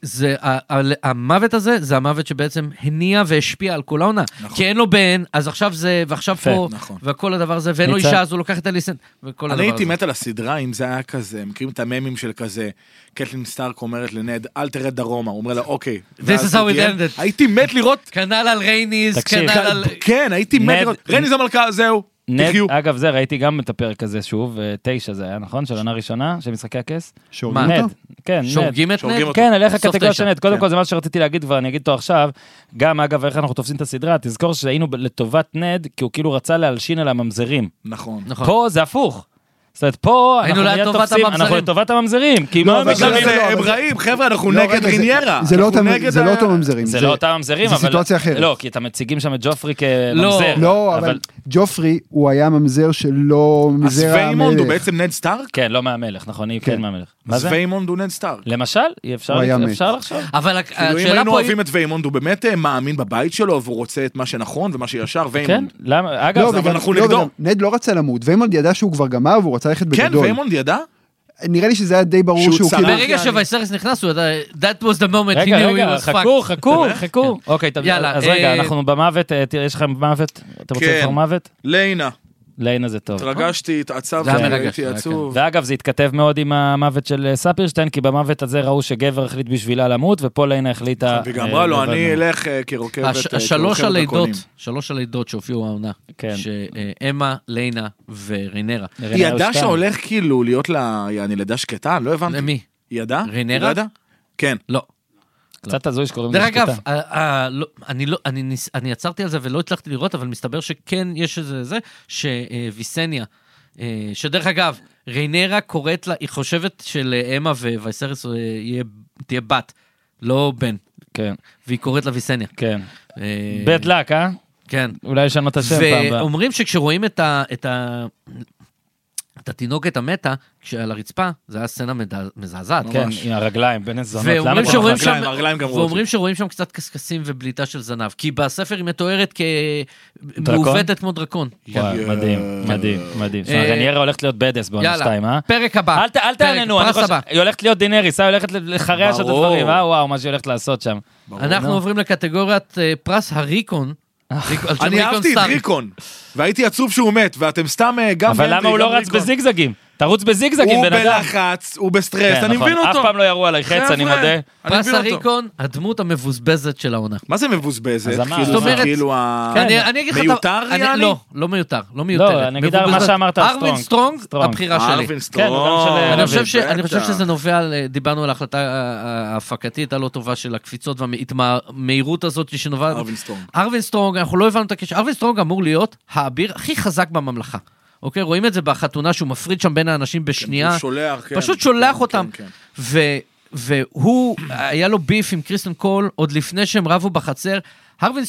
וזה, ה- ה- המוות הזה, זה המוות שבעצם הניע והשפיע על כל העונה. נכון. כי אין לו בן, אז עכשיו זה, ועכשיו יפה, פה, נכון. וכל הדבר הזה, ואין לו ניצן. אישה, אז הוא לוקח את אליסן, וכל הדבר אני הייתי הזה. מת על הסדרה אם זה היה כזה, מכירים את הממים של כזה, קטלין סטארק אומרת לנד, אל תרד דרומה, הוא אומר לה, אוקיי. ואז is זה how it תהיה- ended. הייתי מת לראות, כנ"ל על רייניז, תקשיב, כנ"ל על... כן, הייתי מת נד- לראות, רני זה מלכה, זהו, נד, תחיו. אגב, זה, ראיתי גם את הפרק הזה שוב, אה, תשע זה היה, נכון? של עונה ראשונה, של משחקי הכס? שהורגים מה? נד, אותו? כן, נד. שוגים את נד? שוגים אותו. כן, על איך סוף הקטגוריה תשע. של נט. קודם כל, זה מה שרציתי להגיד כבר, אני אגיד אותו עכשיו. גם, אגב, איך אנחנו תופסים את הסדרה, תזכור שהיינו ב- לטובת נד, כי הוא כאילו רצה להלשין על הממזרים. נכון. נכון. פה זה הפוך. זאת אומרת, פה היינו אנחנו מיד לטובת תופסים, הממזרים. אנחנו לטובת הממזרים. כי לא, מה, הם אבל- זה- מגזרים, זה- לא, הם אבל זה- רעים, חבר'ה, אנחנו לא, נגד רגע, זה- ריניירה. זה לא אנחנו אותם- נגד זה ה- לא אותו ממזרים. זה לא אותם ממזרים, זה אבל... סיטואציה אחרת. לא, כי אתם מציגים שם את ג'ופרי לא. כממזר. לא, אבל ג'ופרי הוא היה ממזר שלא אז ממזר ויימונד הוא המלך. בעצם נד סטארק? כן, לא מהמלך, נכון? היא כן. כן מהמלך. מה אז זה? ויימונד הוא נד סטארק. למשל, אי אפשר הוא היה מת. אפשר לחשוב. אבל הק- כאילו, אם אה, השאלה היינו פה היא... אוהבים את ויימונד, הוא באמת אה, מאמין בבית שלו, והוא רוצה את מה שנכון ומה שישר, כן? ויימונד. למה? אגב, לא, זה- אבל וגם- אנחנו לא, נגדו. וגם נד לא רצה למות, ויימונד ידע שהוא כבר גמר והוא רצה ללכת כן, בגדול. ויימונד ידע? נראה לי שזה היה די ברור שהוא שהוא צרח. כאילו... ברגע שווייסרס נכנס, הוא ידע, that was the moment he רגע, knew he רגע, was fucked. כן. חכו, חכו, חכו. אוקיי, טוב, יאללה, אז רגע, אה, אנחנו במוות, אה, תראה, יש לכם מוות? אתם רוצים כן. לבחור מוות? ליינה. ליינה זה טוב. התרגשתי, התעצבתי, נכון. זה היה מרגש, הייתי זה היה עצוב. ואגב, זה התכתב מאוד עם המוות של אה, ספירשטיין, כי במוות הזה ראו שגבר החליט בשבילה למות, ופה ליינה החליטה... והיא גם אה, אמרה לו, לבד אני למות." אלך אה, כרוכבת... לא הש- אה, השלוש כרוכבת הלידות, דרקונים." שלוש הלידות שהופיעו העונה, כן. שאמה, ליינה ורינרה. לרינה היא היו ידעה שתיים. שהולך כאילו להיות לה, יעני לידה שקטה? לא הבנתי. למי? היא ידעה? רינרה? היא לא ידעה? כן. לא. קצת הזוי שקוראים דרך לזה שקטה. אגב, ה- ה- לא- אני לא- אני ניס- אני עצרתי על זה ולא הצלחתי לראות, אבל מסתבר שכן יש איזה זה, שוויסניה, אה, שדרך אגב, ריינרה קוראת לה, היא חושבת שלאמה ווייסרס אה, יהיה- תהיה בת, לא בן, כן, והיא קוראת לה ויסניה. כן. אה, בית לק, אה? כן. אולי ישנו את השם פעם הבאה. ואומרים שכשרואים את ה... את ה... את התינוקת המתה, כשעל הרצפה, זו הייתה סצנה מדע- מזעזעת. כן, עם הרגליים, בין הזונות. למה ואומרים אתם שרואים הרגליים? שם- הרגליים גמרו אותי. ואומרים שרואים שם קצת קשקשים ובליטה של זנב, כי בספר היא מתוארת דרקון? כמעוותת כמו דרקון. וואי, יואו. מדהים, מדהים, מדהים. שמע, אה, רניירה הולכת להיות בדס בעונה יאללה, שתיים, אה? פרק הבא. אל ת- אל פרק, תעננו, אני פרס חושב, הבא. היא הולכת להיות דנריס, היא הולכת לחרע של ברור. הדברים, אה? וואו, מה שהיא הולכת לעשות שם. אנחנו עוברים לקטגוריית אה, פרס הריקון. ריק- על שם אני ריקון אהבתי את סטארק. ריקון, והייתי עצוב שהוא מת, ואתם סתם אה, גם... אבל הנדרי, למה הוא גם לא רץ ריקון. בזיגזגים? תרוץ בזיגזגים, הוא בן אדם. בלחץ, הוא בסטרס, כן, אני נכון. מבין אותו. אף פעם לא ירו עליי חץ, אני חבר'ה, מודה. אני פרס מבין אותו. הריקון, הדמות המבוזבזת של העונה. מה זה מבוזבזת? אז אמר- כאילו, זאת זה אומרת- כן, כאילו ה... אני אני אגיד לך... את ה- מיותר, אני- יעני? לא, לא מיותר, לא מיותרת. כן. אני אגיד על מה מבוזבזת. שאמרת על ארווין סטרונג. סטרונג, סטרונג. הבחירה לא שלי. ארווין כן, הוא גם של, אה, אני אביב, חושב, ש... אני חושב אה, בטח. שזה נובע, על, דיברנו על ההחלטה אה, ההפקתית הלא טובה של הקפיצות והמהירות הזאת שנובעת. ארווין סטרונג. ארווין סטרונג, אנחנו לא הבנו את הקשר. ארווין סטרונג אמור להיות האביר הכי חזק בממלכה. אוקיי, רואים את זה בחתונה שהוא מפריד שם בין האנשים בשנייה. הוא שולח, כן. פשוט שולח כן, אותם. כן, כן. ו... והוא, היה לו ביף עם קריסטן קול עוד לפני שהם רבו בחצר. הרווין,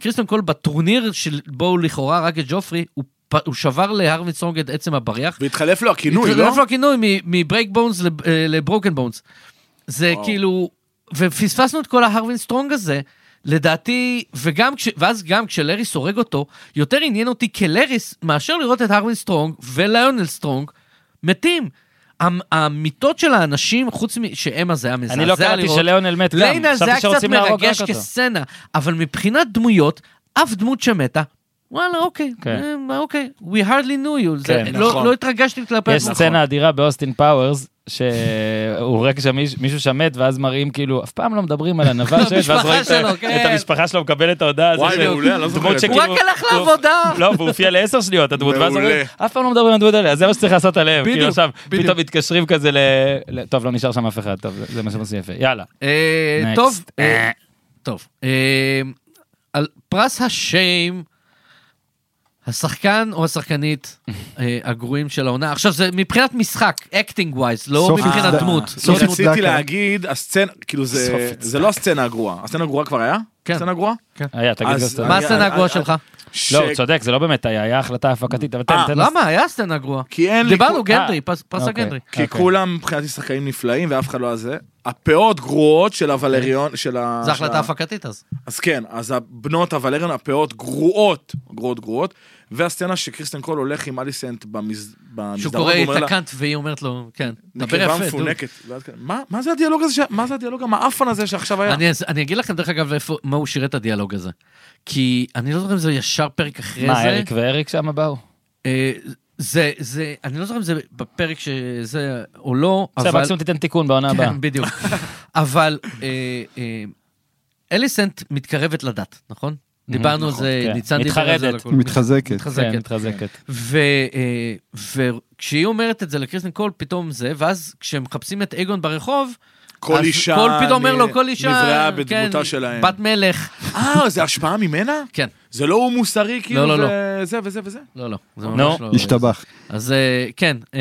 קריסטן קול בטורניר שבו הוא לכאורה הרג את ג'ופרי, הוא, פ- הוא שבר להרווין סטרונג את עצם הבריח. והתחלף לו הכינוי, לא? התחלף לו הכינוי מ- מברייק בונס לב- אה, לברוקן בונס. זה וואו. כאילו, ופספסנו את כל ההרווין סטרונג הזה, לדעתי, וגם כש... ואז גם כשלריס הורג אותו, יותר עניין אותי כלריס מאשר לראות את הרווין סטרונג וליונל סטרונג מתים. המ- המיטות של האנשים, חוץ משאמה זה היה מזעזע אני לראות. לא קראתי שלאונל מת גם. ליינל זה חשבתי היה קצת שרוצים להרוג מרגש רק אותו. כסצנה, אבל מבחינת דמויות, אף דמות שמתה, וואלה, אוקיי, כן. אה, אוקיי, we hardly knew you, זה- כן, לא- נכון. לא התרגשתי כלפי יש סצנה אדירה באוסטין פאוורס, שהוא הורג שם מיש- מישהו שם מת, ואז מראים כאילו, אף פעם לא מדברים על הנבל שיש, ואז המשפחה רואים את ה- שלו, כן. את המשפחה שלו מקבלת את ההודעה הזאת. וואי, של- מעולה, אני לא זוכר דמות את זה. הוא שכאילו- רק הלך הוא- לעבודה. כאילו, לא, והוא הופיע לעשר שניות, הדמות, ואז מעולה. אומרים, אף פעם לא מדברים על הדמות האלה, אז זה מה שצריך לעשות עליהם. בדיוק, כאילו עכשיו, בדיוק. פתאום מתקשרים כזה ל... ל- טוב, לא נשאר שם אף אחד, טוב, זה- זה מה שהם עושים יפה. יאללה. אה, Next. טוב, אה, טוב. אה, על פרס השיים, השחקן או השחקנית אה, הגרועים של העונה. עכשיו זה מבחינת משחק, אקטינג ווייז, לא סוף מבחינת הצד- דמות. סוף לא הצד- דמות. רציתי צדקה. להגיד, הסצנה, כאילו זה, זה לא הסצנה הגרועה. הסצנה הגרועה כבר היה? כן. הסצנה הגרועה? היה, תגיד אז- את זה. מה אני- הסצנה הגרועה אני- שלך? ש- לא, הוא צודק, זה לא באמת היה, היה החלטה הפקתית, אבל תן, אה, תן. למה? היה הסצנה הגרועה. כי אין לי... דיברנו אה, גנדרי, פרס- פרס אוקיי. הגנדרי. כי אוקיי. כולם מבחינתי שחקנים נפלאים ואף אחד לא הזה. הפאות גרועות של הוולריון, של ה... זו אה, של אוקיי. החלטה ה- הפקתית אז. אז כן, אז הבנות הוולריון, הפאות גרועות, גרועות גרועות. והסצנה שקריסטן קול הולך עם אליסנט במז- במסדרון, שהוא קורא ואומר את לה, הקאנט והיא אומרת לו, כן, דבר נקבה יפה. דוד. מפונקת. לא יודעת- מה- מה זה הדיאלוג הזה, ש- מה זה הדיאלוג המעפן הזה שעכשיו היה? אני, אז- אני אגיד לכם דרך אגב איפה, מה הוא שירת את הדיאלוג הזה. כי אני לא זוכר אם זה ישר פרק אחרי מה, זה. אריק ואריק שם באו? אה, זה, זה, אני לא זוכר אם זה בפרק שזה או לא, בסדר, אבל... מקסימום תיתן תיקון בעונה הבאה. כן, בדיוק. אבל אה, אה, אליסנט מתקרבת לדת, נכון? דיברנו על זה, כן. ניצן דיבר על זה. מתחרדת. על הכל. היא מתחזקת. כן, מתחזקת. מתחזקת. ו- אה, וכשהיא אומרת את זה לקריסטין קול, פתאום זה, ואז כשהם מחפשים את אגון ברחוב, כל אז אישה... קול פתאום אומר נ- לו, כל אישה... נבראה כן, בדמותה שלהם. בת מלך. אה, זה השפעה ממנה? כן. זה לא הוא מוסרי, כאילו, לא, לא, זה- זה וזה וזה? לא, לא. זה נו. ממש לא... השתבח. אז אה, כן, אה,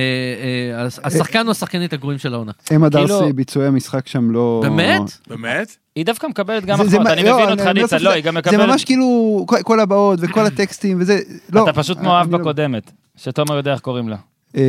אה, הש- השחקן או השחקנית הגרועים של העונה. אמה כאילו- דרסי, ביצועי המשחק שם לא... באמת? באמת? היא דווקא מקבלת גם זה- זה אחות, מה- אני לא, מבין אותך אני לא ניצן, חושב לא, שזה- היא גם זה מקבלת, ממש כאילו, כל- כל הבאות וכל הטקסטים וזה, לא. אתה פשוט אני מאוהב לא- בקודמת, שתומר יודע איך קוראים לה, אה,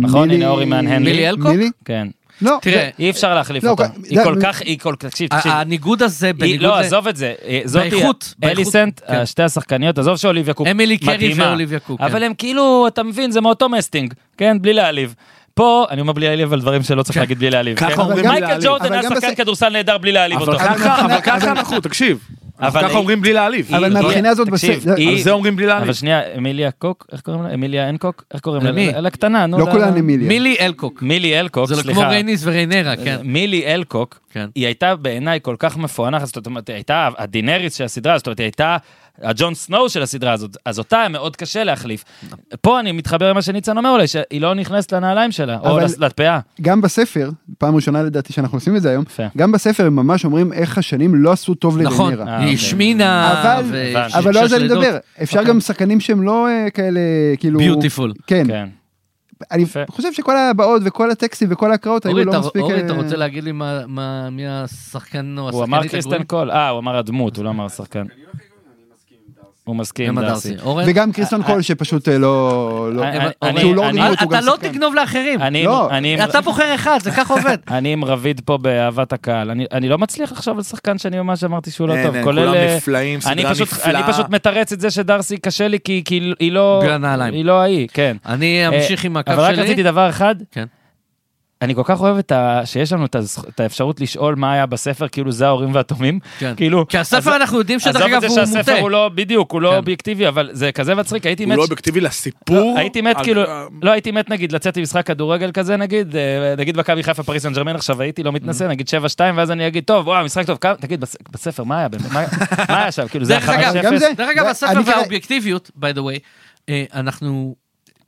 נכון? מילי- הנה, אורי מהנהן לי. מילי אלקוק? מילי? כן. לא. תראה, אי אפשר להחליף לא, אותה, זה- אה, היא כל זה- כך, היא כל כך, תקשיב, תקשיב. ה- הניגוד הזה היא- בניגוד לא, ל- עזוב את זה, אה, זאתי באיכות, באיכות, אליסנט, כן. אה, שתי השחקניות, עזוב שאוליביה קוק אמילי קרי מדהימה, ואוליביה קוק. כן. אבל הם כאילו, אתה מבין, זה מאותו מסטינג, כן? בלי להעליב. פה, אני אומר בלי להעליב על דברים שלא צריך להגיד בלי להעליב. ככה כן? אומרים בלי מייקל להעליב. ג'ורדן אבל היה גם שחקן בס- כדורסל נהדר בלי להעליב אבל אותו. ככה, אבל אבל- ככה אבל- אנחנו, תקשיב. אבל- אנחנו ככה אומרים בלי להעליב. לא. אבל היא- מהבחינה הזאת תקשיב, בסדר, היא- על זה אומרים בלי אבל להעליב. שנייה, אמיליה קוק, איך קוראים לה? אמיליה אנקוק? איך קוראים לה? למי? לקטנה, נו. לא ל- כולן אמיליה. מילי אלקוק. מילי אלקוק, זה לא כמו סליחה. אה, רייניס וריינרה, כן. מילי אלקוק, כן. היא הייתה בעיניי כל כך מפוענחת, זאת אומרת, היא הייתה הדינריס של הסדרה, זאת אומרת, היא הייתה הג'ון סנואו של הסדרה הזאת, אז אותה היה מאוד קשה להחליף. פה אני מתחבר למה שניצן אומר אולי, שהיא לא נכנסת לנעליים שלה, או אבל- לס- לפאה. גם בספר, פעם ראשונה לדעתי שאנחנו עושים את זה היום, יפה. גם בספר הם ממש אומרים איך השנים לא עשו טוב נכון, לדנירה. אה, היא אוקיי. השמינה, אבל- ו- הבנתי. אבל לא על זה אני שש לידות. מדבר, אפשר אוקיי. גם שחקנים שהם לא אה, כאלה, כאילו... ביוטיפול. כן, כן. אני יפה. חושב שכל הבאות וכל הטקסטים וכל ההקראות היו אורי, לא אתה- מספיק... אורי, אתה אה, רוצה להגיד לי מה- מה- מי השחקן או הוא אמר השחקנית קריסטן קול, אה, הוא אמר הדמות, הוא לא אמר השחקן. הוא מסכים עם אמה דארסי. דארסי. אורן? וגם קריסטון קול שפשוט אה, לא... לא- אה, אורן, אני- שהוא לא אני- דמות, הוא אתה גם לא שחקן. תגנוב לאחרים. אני- לא, אני- אתה בוחר אחד, זה ככה עובד. אני עם רביד פה באהבת הקהל, אני, אני לא מצליח לחשוב על שחקן שאני ממש אמרתי שהוא לא אין, טוב, אין, כולל... כולם אה, נפלאים, סדרה אני פשוט, נפלאה. אני פשוט מתרץ את זה שדרסי קשה לי כי, כי היא לא... בגלל הנעליים. היא לא ההיא, כן. אני אמשיך עם הקו אבל רק שלי. רציתי דבר אחד. כן. אני כל כך אוהב את ה... שיש לנו את, הזכ... את האפשרות לשאול מה היה בספר, כאילו זה ההורים והתומים. כן. כאילו... כי עזוב- הספר אנחנו יודעים שדרך עזוב את אגב זה הוא מוטה. שהספר הוא לא, בדיוק, הוא לא כן. אובייקטיבי, אבל זה כזה מצחיק, הייתי הוא מת... לא ש- אובייקטיבי לסיפור. אה, לא, הייתי מת אז- כאילו, אה, לא הייתי מת נגיד לצאת למשחק כדורגל כזה נגיד, אה, נגיד מכבי חיפה פריס סן ג'רמן עכשיו הייתי לא מתנשא, Mm-hmm. נגיד 7-2 ואז אני אגיד טוב וואו משחק טוב, כמה- תגיד בס- בספר מה היה באמת, מה מה היה שם, כאילו זה דרך אגב, גם 5-0, זה- דרך אגב, אני הספר כרגע- והאובייקטיביות, by the way, אה, אנחנו...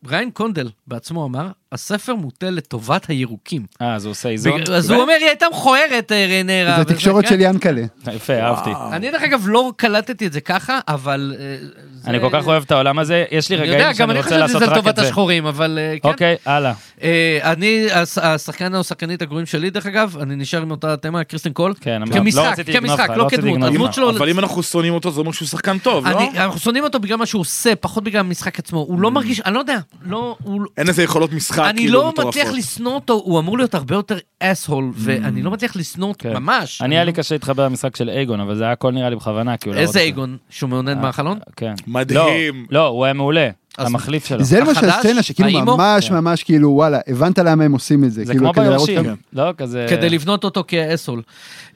ריין קונדל בעצמו אמר, הספר מוטה לטובת הירוקים. אה אז הוא עושה איזון, אז הוא אומר, היא הייתה מכוערת, אה, רנרה. זה וזה, תקשורת כן. של ינקלה. יפה אהבתי, אני דרך אגב לא קלטתי את זה ככה, אבל... אה, זה- אני כל כך אוהב את העולם הזה, יש לי אני יודע, רגעים גם שאני אני רוצה חושב לעשות שזה רק לטובת את זה, השחורים, אבל אה, כן. אוקיי הלאה, אה, אני, הש- השחקן או השחקנית הגרועים שלי, דרך אגב, אני נשאר עם אותה תמה, קריסטן קול. כן, אמרת, לא כמשחק, רציתי לגנוב כמשחק, לך, לא לא רציתי כדמות, לגנוב לך. הדמות שלו... אבל אם אנחנו שונאים אותו, זה אומר שהוא שחקן טוב, לא? אני- אנחנו שונאים אותו בגלל מה שהוא עושה, פחות בגלל המשחק עצמו. הוא לא מרגיש, אני לא יודע, לא, הוא... אין איזה יכולות משחק, אני כאילו, לא מטורפות. מצליח לשנוא אותו, הוא אמור להיות הרבה יותר אסהול, ואני לא מצליח לשנוא אותו, Mm. כן. ממש. אני היה לי קשה להתחבר למשחק של אייגון אבל זה היה הכל נראה לי בכוונה, כאילו, איזה להראות- אגון, שהוא מעונן מהחלון? כן, מדהים. לא הוא היה מעולה, אז- המחליף שלו, זה למשל החדש? סצנה שכאילו האימו? ממש כן. ממש כאילו וואלה, הבנת למה הם עושים את זה. זה כאילו, כמו כדי להראות ביורשים, כמה- לא כזה, כדי לבנות אותו כאסהול.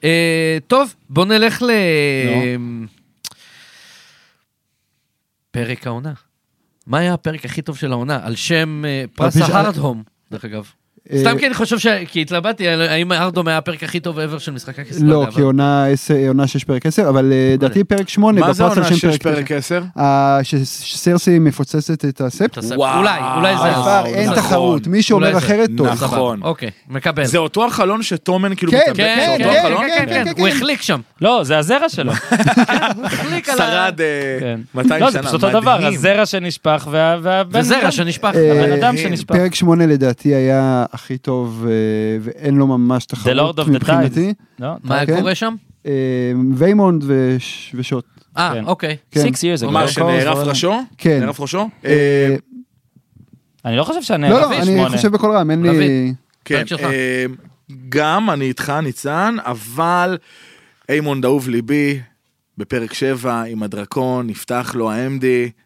אה, טוב, בוא נלך ל... פרק העונה. מה היה הפרק הכי טוב של העונה? על שם אה, פרס הפש- ההארדהום, דרך אגב. אה, סתם כי אני חושב ש... כי התלבטתי, על- האם ההארדהום היה הפרק הכי טוב ever של משחק הכסף. לא, כי עונה עשר- עונה 6 פרק 10, אבל אה, דעתי פרק 8 מה זה בפרס על עונה שם שש פרק 9. פרק 10? שסרסי מפוצצת את הספט. וואו. אולי, אולי זה... כבר אין נכון. תחרות, מי שאומר אולי זה. אחרת טוב. סבבה, נכון. אוקיי, מקבל. כן. זה אותו החלון שטומן כאילו... כן, מתאבק? זה כן, אותו כן, החלון? כן, כן, כן, הוא החליק שם. לא זה הזרע שלו, החליק על ה... שרד אה, כן. 200 שנה. לא, זה פשוט אותו דבר, מדהים. הזרע שנשפך וה... והבן וזרע אדם- שנשפך. אה, הבן אדם אה, שנשפך. פרק 8 לדעתי היה הכי טוב, אה, ואין לו ממש The Lord תחרות of the מבחינתי. Tides. לא? מה כן. קורה שם? אה, ויימונד וש- ושוט. אה, כן. אוקיי. כן. Six years ago. מה, לא? שנערף אה, ראשו? כן. נערף ראשו? אה, אני לא חושב לא, שהנערף לא, היא אני שמונה. חושב בקול רם, אין לי... רביד. כן, פרק שלך. אה, גם אני איתך ניצן, אבל איימונד אהוב ליבי, בפרק 7 עם הדרקון, נפתח לו ה-MD,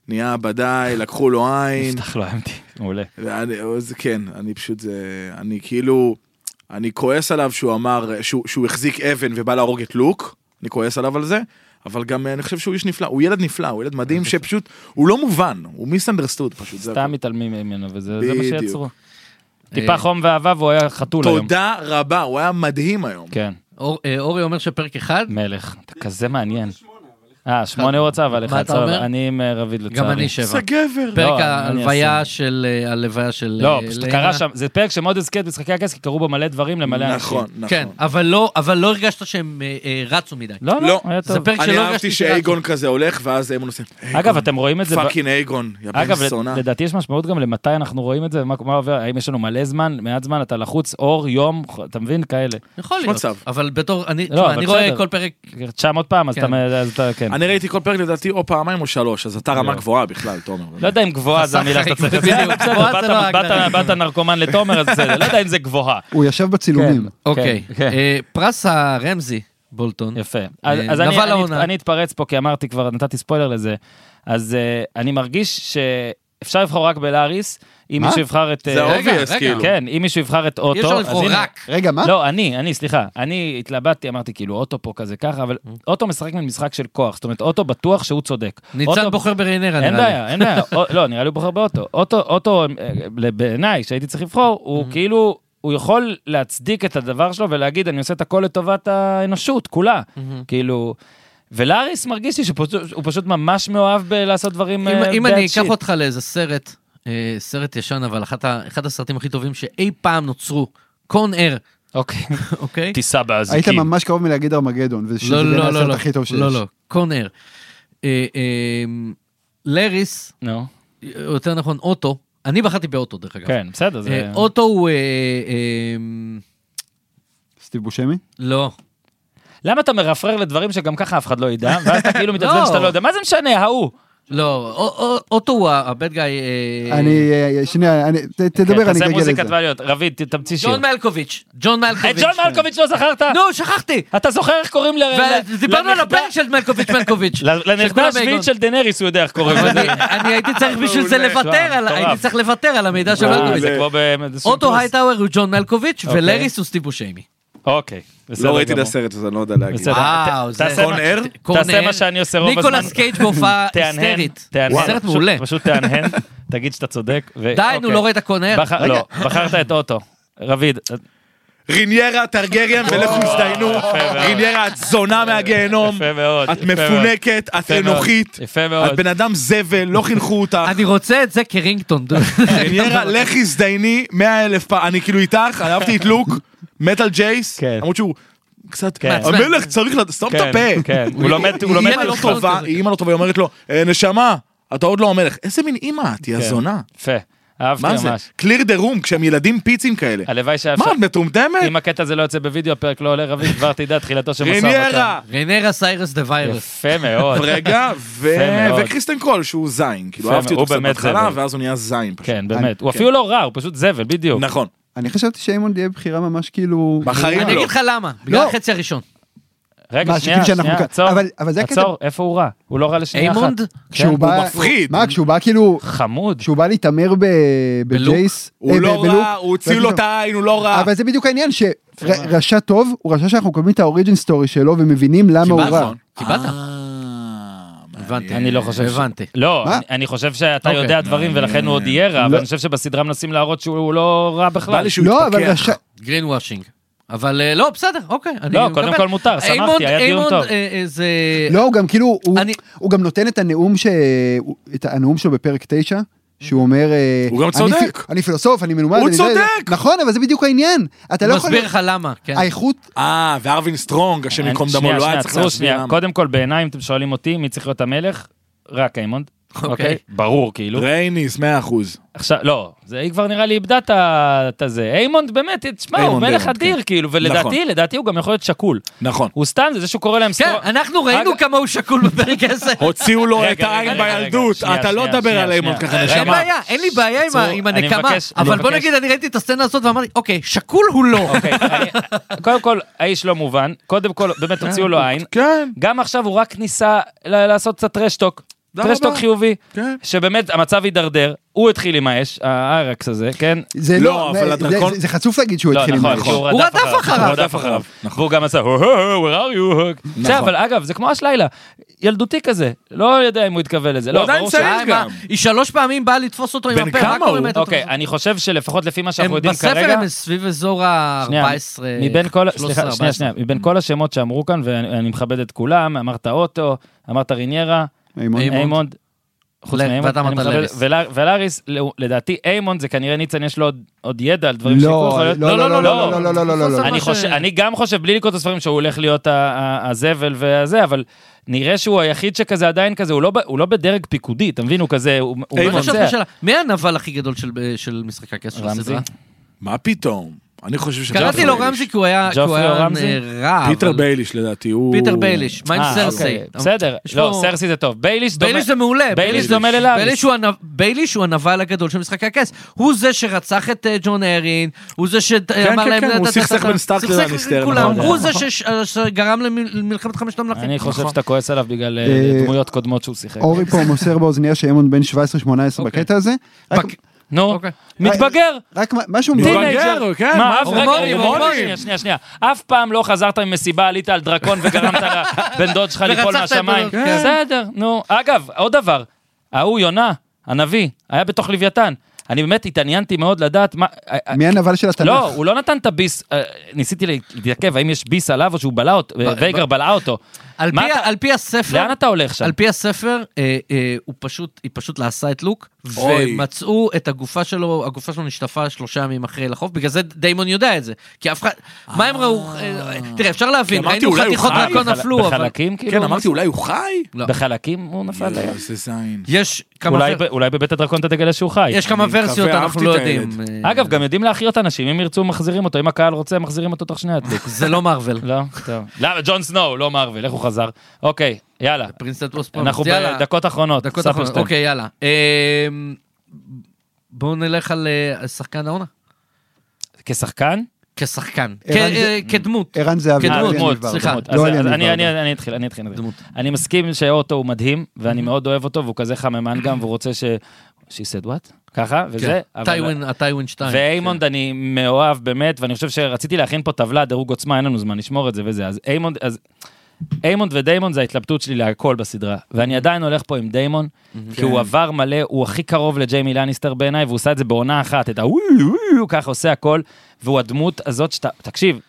נהיה עבדי, לקחו לו עין. נפתח לו אמתי. מעולה. ואני- אז כן, אני פשוט, זה- אני כאילו, אני כועס עליו שהוא אמר, שהוא שהוא החזיק אבן ובא להרוג את לוק, אני כועס עליו על זה. אבל גם אה, אני חושב שהוא איש נפלא, הוא ילד נפלא, הוא ילד מדהים שפשוט, הוא לא מובן, הוא מיסאנדרסטוד פשוט. זה סתם מתעלמים ממנו, וזה זה מה בדיוק. שיצרו. אה, טיפה חום ואהבה, והוא היה חתול היום. תודה רבה, הוא היה מדהים היום. כן, אור- אה, אורי אומר שפרק אחד, מלך. אתה כזה מעניין. אה, שמונה הוא רצה, אבל מה אחד אתה סבבה. אומר? אני עם אה, רביד לצערי. גם אני שבע. איזה גבר. לא, פרק אני ההלוויה של... אה, הלוויה של... לא, אה, פשוט לנה. קרה שם, זה פרק שמאוד הזכיר את משחקי הכס, כי קרו בו מלא דברים למלא אנשים. נכון, כן, נכון. אבל לא- אבל לא הרגשת שהם אה, אה, רצו מדי. לא, לא, לא, היה זה טוב. פרק אני שלא אהבתי הרגשתי שרצו. שאייגון כזה הולך, ואז הם עושים, אגב, אתם רואים את זה... ב- פאקינג אייגון, יא בן אגב, זונה. לדעתי יש משמעות גם למתי אנחנו רואים את זה, מה מה עובר, האם יש לנו מלא זמן, מעט זמן, אתה לחוץ, אור, יום, ח- אתה מבין? כאלה. יכול יש להיות. מצב. אבל בתור... אני לא, תשמע, אבל אני רואה בסדר. כל פרק... 900 פעם, אז כן. אתה, מ- אז אתה, כן. אני ראיתי כל פרק לדעתי או פעמיים או שלוש, אז אתה רמה גבוהה בכלל, תומר. לא יודע אם גבוהה זה המילה שאתה צריך בדיוק, לציין, אבל בסדר, גבוהה זה באת- לא באת- ההגדרה. באת נרקומן לתומר, אז בסדר, לא יודע אם זה גבוהה. הוא ישב בצילומים. אוקיי. כן. אה, פרס הרמזי, בולטון. יפה. אז אה, אז אני- נבל אני- העונה. אני אתפרץ פה, כי אמרתי כבר, נתתי ספוילר לזה. אז אה, אני מרגיש שאפשר לבחור רק בלאריס, אם מה? מישהו יבחר את... זה אה, רגע, אובייס, רגע. כאילו. כן, אם מישהו יבחר את אוטו, אי אפשר אז לבחור הנה- רק. רגע, מה? לא, אני, אני, סליחה. אני התלבטתי, אמרתי, כאילו, אוטו פה כזה ככה, אבל אוקיי. אוטו משחק מין משחק של כוח. זאת אומרת, אוטו בטוח שהוא צודק. ניצן אוטו- בוחר בריינרה, אין נראה לי. בעיה, אין בעיה. או- לא, נראה לי הוא בוחר באוטו. אוטו, אוטו, אה, בעיניי, שהייתי צריך לבחור, הוא כאילו, הוא יכול להצדיק את הדבר שלו ולהגיד, אני עושה את הכל לטובת האנושות, כולה. כאילו... ולאריס מרגיש לי שהוא פשוט ממש מאוהב בלעשות דברים... אם- אה, אם אני bad אקח shit. אותך לאיזה סרט, אה, סרט ישן, אבל אחת ה- אחד הסרטים הכי טובים שאי פעם נוצרו, קון אר, אוקיי. אוקיי? טיסה היית באזיקים. ממש קרוב מלהגיד ארמגדון, ושזה לא, בין לא, לא, הסרט לא, הכי טוב שיש. לא, לא, קונר. אה, אה, לריס, נו, או יותר נכון אוטו, אני בחרתי באוטו דרך אגב. כן, בסדר, זה... אה, אוטו הוא... אה, אה, סטיב בושמי? לא. למה אתה מרפרר לדברים שגם ככה אף אחד לא ידע, ואז אתה כאילו לא. מתעצבן שאתה לא יודע, מה זה משנה, ההוא? לא, א- א- אוטו הוא הבד גיא... אני, אה, שנייה, אני- ת- תדבר, אני כן, תעשה אגיע מוזיקת לזה. בעליות. רביד, ת- תמציא שיר. ג'ון מלקוביץ', ג'ון את מלקוביץ'. ג'ון לא, מלקוביץ' לא זכרת? נו, שכחתי. אתה זוכר איך קוראים ל... ל- ודיברנו על לנכדה- הפרק של מלקוביץ' מלקוביץ'. ל- של כל לנכדה השביעית המעיגון. של דנריס הוא יודע איך קוראים אבל לזה. אני- אני הייתי צריך בשביל זה מעולה. לוותר, על- מטורף. הייתי צריך לוותר על המידע של אה, מלקוביץ'. זה כמו ב... זה אוטו סוטוס. הייטאוור הוא ג'ון מלקוביץ' אוקיי. ולאריס הוא סטיבו שיימי. אוקיי, בסדר לא גמור. ראיתי את הסרט הזה, אני לא יודע להגיד. בסדר. אה, וואו, ת- זה- תעשה מה- קורנר? תעשה מה שאני עושה רוב הזמן. ניקולס קייג' בהופעה תהנהן, היסטרית. תהנהן. סרט פשוט- מעולה. פשוט תהנהן, תגיד שאתה צודק. ו- די, נו, אוקיי. לא ראית קונר? בח- לא, בחרת את אוטו. רביד, ריניירה, טרגריאן ולכו הזדיינו, ריניירה, את זונה מהגיהנום, יפה מאוד. את יפה מאוד. מפונקת, את יפה מאוד, אנוכית, יפה את מאוד. בן אדם זבל, לא חינכו אותך. אני רוצה את זה כרינגטון. דוד. ריניירה, לכי הזדייני 100 אלף פעם, אני כאילו איתך, אני אהבתי את לוק, מטאל ג'ייס, כן. למרות שהוא קצת, כן. המלך צריך, לד- סתום את כן, הפה. כן, הוא לומד, הוא היא לומד. אימא לא לחיות טובה, כזה. היא אימא לא טובה, היא אומרת לו, "אה, נשמה, אתה עוד לא המלך. איזה מין אימא את, יא כן. זונה. יפה, אהבתי מה זה? ממש. קליר דה רום, כשהם ילדים פיצים כאלה. הלוואי שהיה מה, אפשר. את מטומטמת? אם הקטע הזה לא יוצא בווידאו, הפרק לא עולה, רביד, כבר תדע, תחילתו של משא ומתן. ריניירה! רנרה סיירס דה ויירס. יפה מאוד. רגע, ו- יפה מאוד. וקריסטן קול, שהוא זין. כאילו, יפה אהבתי מאוד, אותו הוא קצת באמת בהתחלה, זבל. ואז הוא נהיה זין פשוט. כן, באמת. הוא כן. אפילו לא רע, הוא פשוט זבל, בדיוק. נכון. אני חשבתי שאיימון תהיה בחירה ממש כאילו... בחיים אני לא. אגיד לך למה, בגלל החצי הראשון. רגע, מה, שנייה, שכאילו שאנחנו שנייה, כאן- עצור. אבל- אבל זה הקטע- עצור, איפה הוא רע? הוא לא רע לשנייה אחת. איימונד? כן, כשהוא הוא בא... מפחיד. מה, כשהוא בא כאילו... חמוד. כשהוא בא להתעמר ב- בלוק. בג'ייס... הוא אה, לא ב- בלוק, רע, הוא הציל ואז לו פתאום- את העין, הוא לא רע. אבל זה בדיוק העניין, שרשע טוב, הוא רשע שאנחנו קובעים את האוריג'ין סטורי שלו ומבינים למה הוא רע. קיבלת? אה, קיבלת? כן. נכון, הבנתי. אני לא חושב ש- הבנתי. לא, מה? אני- אני חושב שאתה אוקיי. יודע דברים ולכן הוא עוד יהיה רע, אבל אני חושב שבסדרה מנסים להראות שהוא לא רע בא בכלל. לי שהוא לא, אבל יתפכח. רשע... גרין וושינג. אבל אה, לא, בסדר, אוקיי. אני לא, קודם מקבל. כל מותר, שמחתי, איימונד- היה דיון איימונד, טוב. אה, אה, זה... לא, הוא גם כאילו, הוא- אני- הוא גם נותן את הנאום ש... את הנאום שלו בפרק 9. שהוא אומר, אה, הוא גם "אני צודק." פי- אני פילוסוף, אני מלומד, הוא אני זה- צודק! נכון, אבל זה בדיוק העניין, אתה לא הוא יכול, מסביר לך למה, כן. האיכות, אה, וארווין סטרונג, השם אני- ייקום דמו, שנייה, לא היה שנייה, צריך עצרו להסביר שנייה. למה. קודם כל, בעיניי, אם אתם שואלים אותי, מי צריך להיות המלך? רק איימונד. אוקיי. אוקיי? ברור, כאילו. רייניס, 100%. עכשיו, לא, זה היא כבר נראה לי איבדה את ה- את הזה. איימונד באמת, תשמע, הוא איימונד, מלך איימונד, אדיר, כן. כאילו, ולדעתי, נכון. לדעתי הוא גם יכול להיות שקול. נכון. הוא סתם, זה זה שהוא קורא להם כן, סטור- אנחנו ראינו רגע- כמה הוא שקול בפרק הזה. הוציאו לו רגע, את רגע, העין רגע, רגע, בילדות, שנייה, אתה לא שנייה, תדבר שנייה, על איימונד שנייה. ככה, רגע, אין נשמה. בעיה, אין לי בעיה עם ה- עצרו, עם אני הנקמה, מבקש- אני אבל בוא מבקש. נגיד, אני ראיתי את הסצנה הזאת ואמרתי, אוקיי, שקול הוא לא. אוקיי, אני- קודם כל, האיש לא מובן, קודם כל, באמת הוציאו לו עין. כן, גם עכשיו הוא רק ניסה ל- לעשות קצת טרשטוק. תודה טרשטוק רבה. חיובי, כן. שבאמת המצב הידרדר, הוא התחיל עם האש, הארקס הזה, כן? זה לא, לא, אבל זה- הדרקון- זה- זה חצוף להגיד שהוא לא, התחיל עם נכון, האש. כי הוא רדף אחריו. הוא רדף אחריו. והוא גם עשה, "הו, הו, הו, where are you? זה, אבל אגב, זה כמו השלילה, ילדותי כזה, לא יודע אם הוא התכוון לזה. לא, עדיין ברור צעיר. ש- אה, מה, היא שלוש פעמים באה לתפוס אותו עם בן הפה, כמה מה קורה הוא? באמת? אוקיי, אני חושב שלפחות לפי מה הם שאנחנו יודעים כרגע... בספר הם סביב אזור שנייה, ה-14, מבין כל, סליחה, שנייה, שנייה, מבין כל השמות שאמרו כאן, ואני אני מכבד את כולם, אמרת אוטו, אמרת ריניירה, איימון. איימונד. איימונד. חוץ ל- מאיימונד, ואתה אני אמרת מכבד- לאריס. ול- ולאריס, לא- לדעתי איימונד זה כנראה ניצן, יש לו עוד- עוד ידע על דברים שיקרו, לא, יכול להיות- לא, לא, לא, לא, לא, לא, לא, לא, לא, לא. אני מה חושב, ש- אני גם חושב, בלי לקרוא את הספרים, שהוא הולך להיות ה- ה- הזבל והזה, אבל נראה שהוא היחיד שכזה עדיין כזה, הוא לא ב- הוא לא בדרג פיקודי, אתה מבין? הוא כזה, הוא אה, הוא לא איימונד. מבצע. מי הנבל הכי גדול של- של משחק הכס של רמזי? הסדרה? מה פתאום? אני חושב ש... קראתי לו רמזי כי הוא היה כי הוא ג'ופרי היה, או רמזי? אה, רע. פיטר אבל- בייליש לדעתי, הוא... פיטר בייליש, מה עם אה, סרסי? אוקיי, בסדר, יש לא, פה- סרסי זה טוב. בייליש דומה- בייליש זה מעולה. בייליש דומה ללאריס. בייליש הוא הנב- בייליש הוא הנבל הגדול של משחקי הכס. הוא זה שרצח את אה, ג'ון ארין, הוא זה שאמר כן, להם... כן, "דה, הוא דה, דה, סכסך דה, בין סטארק סכסך ללניסטר, לכולם. נכון. הוא זה שש- אה, שגרם למלחמת חמשת המלכים. אני חושב נכון. שאתה כועס עליו בגלל אה, אה, דמויות קודמות שהוא שיחק. אורי פה מוסר באוזנייה שאיימון בן 17-18 בקטע הזה. רק- בק- נו, אוקיי. מתבגר, רק מה- משהו... טינג'ר. כן, מה, אף רגע, הורמונים, הורמונים, הורמונים. שנייה, שנייה, שנייה. אף פעם לא חזרת ממסיבה, עלית על דרקון וגרמת לבן דוד שלך ליפול ורצחת את מהשמיים. בן דוד, כן. בסדר, נו. אגב, עוד דבר, ההוא יונה, הנביא, היה בתוך לוויתן. אני באמת התעניינתי מאוד לדעת מה... אה, מי הנבל של התנ"ך? לא, הוא לא נתן את הביס, אה, ניסיתי להתעכב, האם יש ביס עליו או שהוא בלע אותו, וייגר בלעה אותו. על מה פי אתה- ה- על פי הספר... לאן אתה הולך שם? על פי הספר, אה, אה, הוא פשוט, היא פשוט לעשה את לוק, אוי. ומצאו את הגופה שלו, הגופה שלו נשטפה שלושה ימים אחרי לחוף, בגלל זה דיימון יודע את זה. כי אף אחד, מה הם ראו, אה, תראה, אפשר להבין, אמרתי, ראינו אולי הוא חתיכות חי, דרקון אה, בחל- נפלו, אבל... בחלקים, כאילו? כן, אמרתי, אולי הוא חי? לא. בחלקים הוא נפל לים. איזה זין. יש כמה אולי ור- ב- אולי בבית הדרקון אתה תגלה שהוא חי. יש כמה אני ורסיות, מקווה, אנחנו אהבתי לא את יודעים. אה, אגב, גם יודעים להחיות אנשים, אם ירצו מחזירים אותו, אם הקהל רוצה, מחזירים אותו תוך שנייה. זה לא מארוול. לא? טוב. למה, ג'ון סנואו, לא מארוול, איך הוא חזר. אוקיי, יאללה. פרינס דאטווס פרינס, אנחנו בדקות אחרונות. דקות ספרשטיין. אחרונות, אוקיי, יאללה. אמ, בואו נלך על אה, שחקן העונה. כשחקן? אה, כשחקן. ערן כ- זה- אה, כדמות. ערן זהבי. כן, לא דמות, לי דמות, עניב סליחה. ורדה. דמות. אז לא לי אז עניב אני ורדה. אני- אני אתחיל, אני אתחיל. אני אתחיל. דמות. אני מסכים שאוטו הוא מדהים, ואני מאוד אוהב אותו, והוא כזה חממן גם, והוא רוצה ש... she said what? ככה, כן. וזה. אבל- הטיווין, הטיווין 2. ואיימונד אני מאוהב באמת, ואני חושב שרציתי להכין פה טבלה, דירוג עוצמה, אין לנו זמן לשמור את זה וזה, אז איימונד, אז... איימונד ודיימון זה ההתלבטות שלי להכל בסדרה, ואני עדיין הולך פה עם דיימון, כי הוא עבר מלא, הוא הכי קרוב לג'יימי לניסטר בעיניי, והוא עושה את זה בעונה אחת, את הוואו, וואו, ככה עושה הכל, והוא הדמות הזאת שאתה, תקשיב,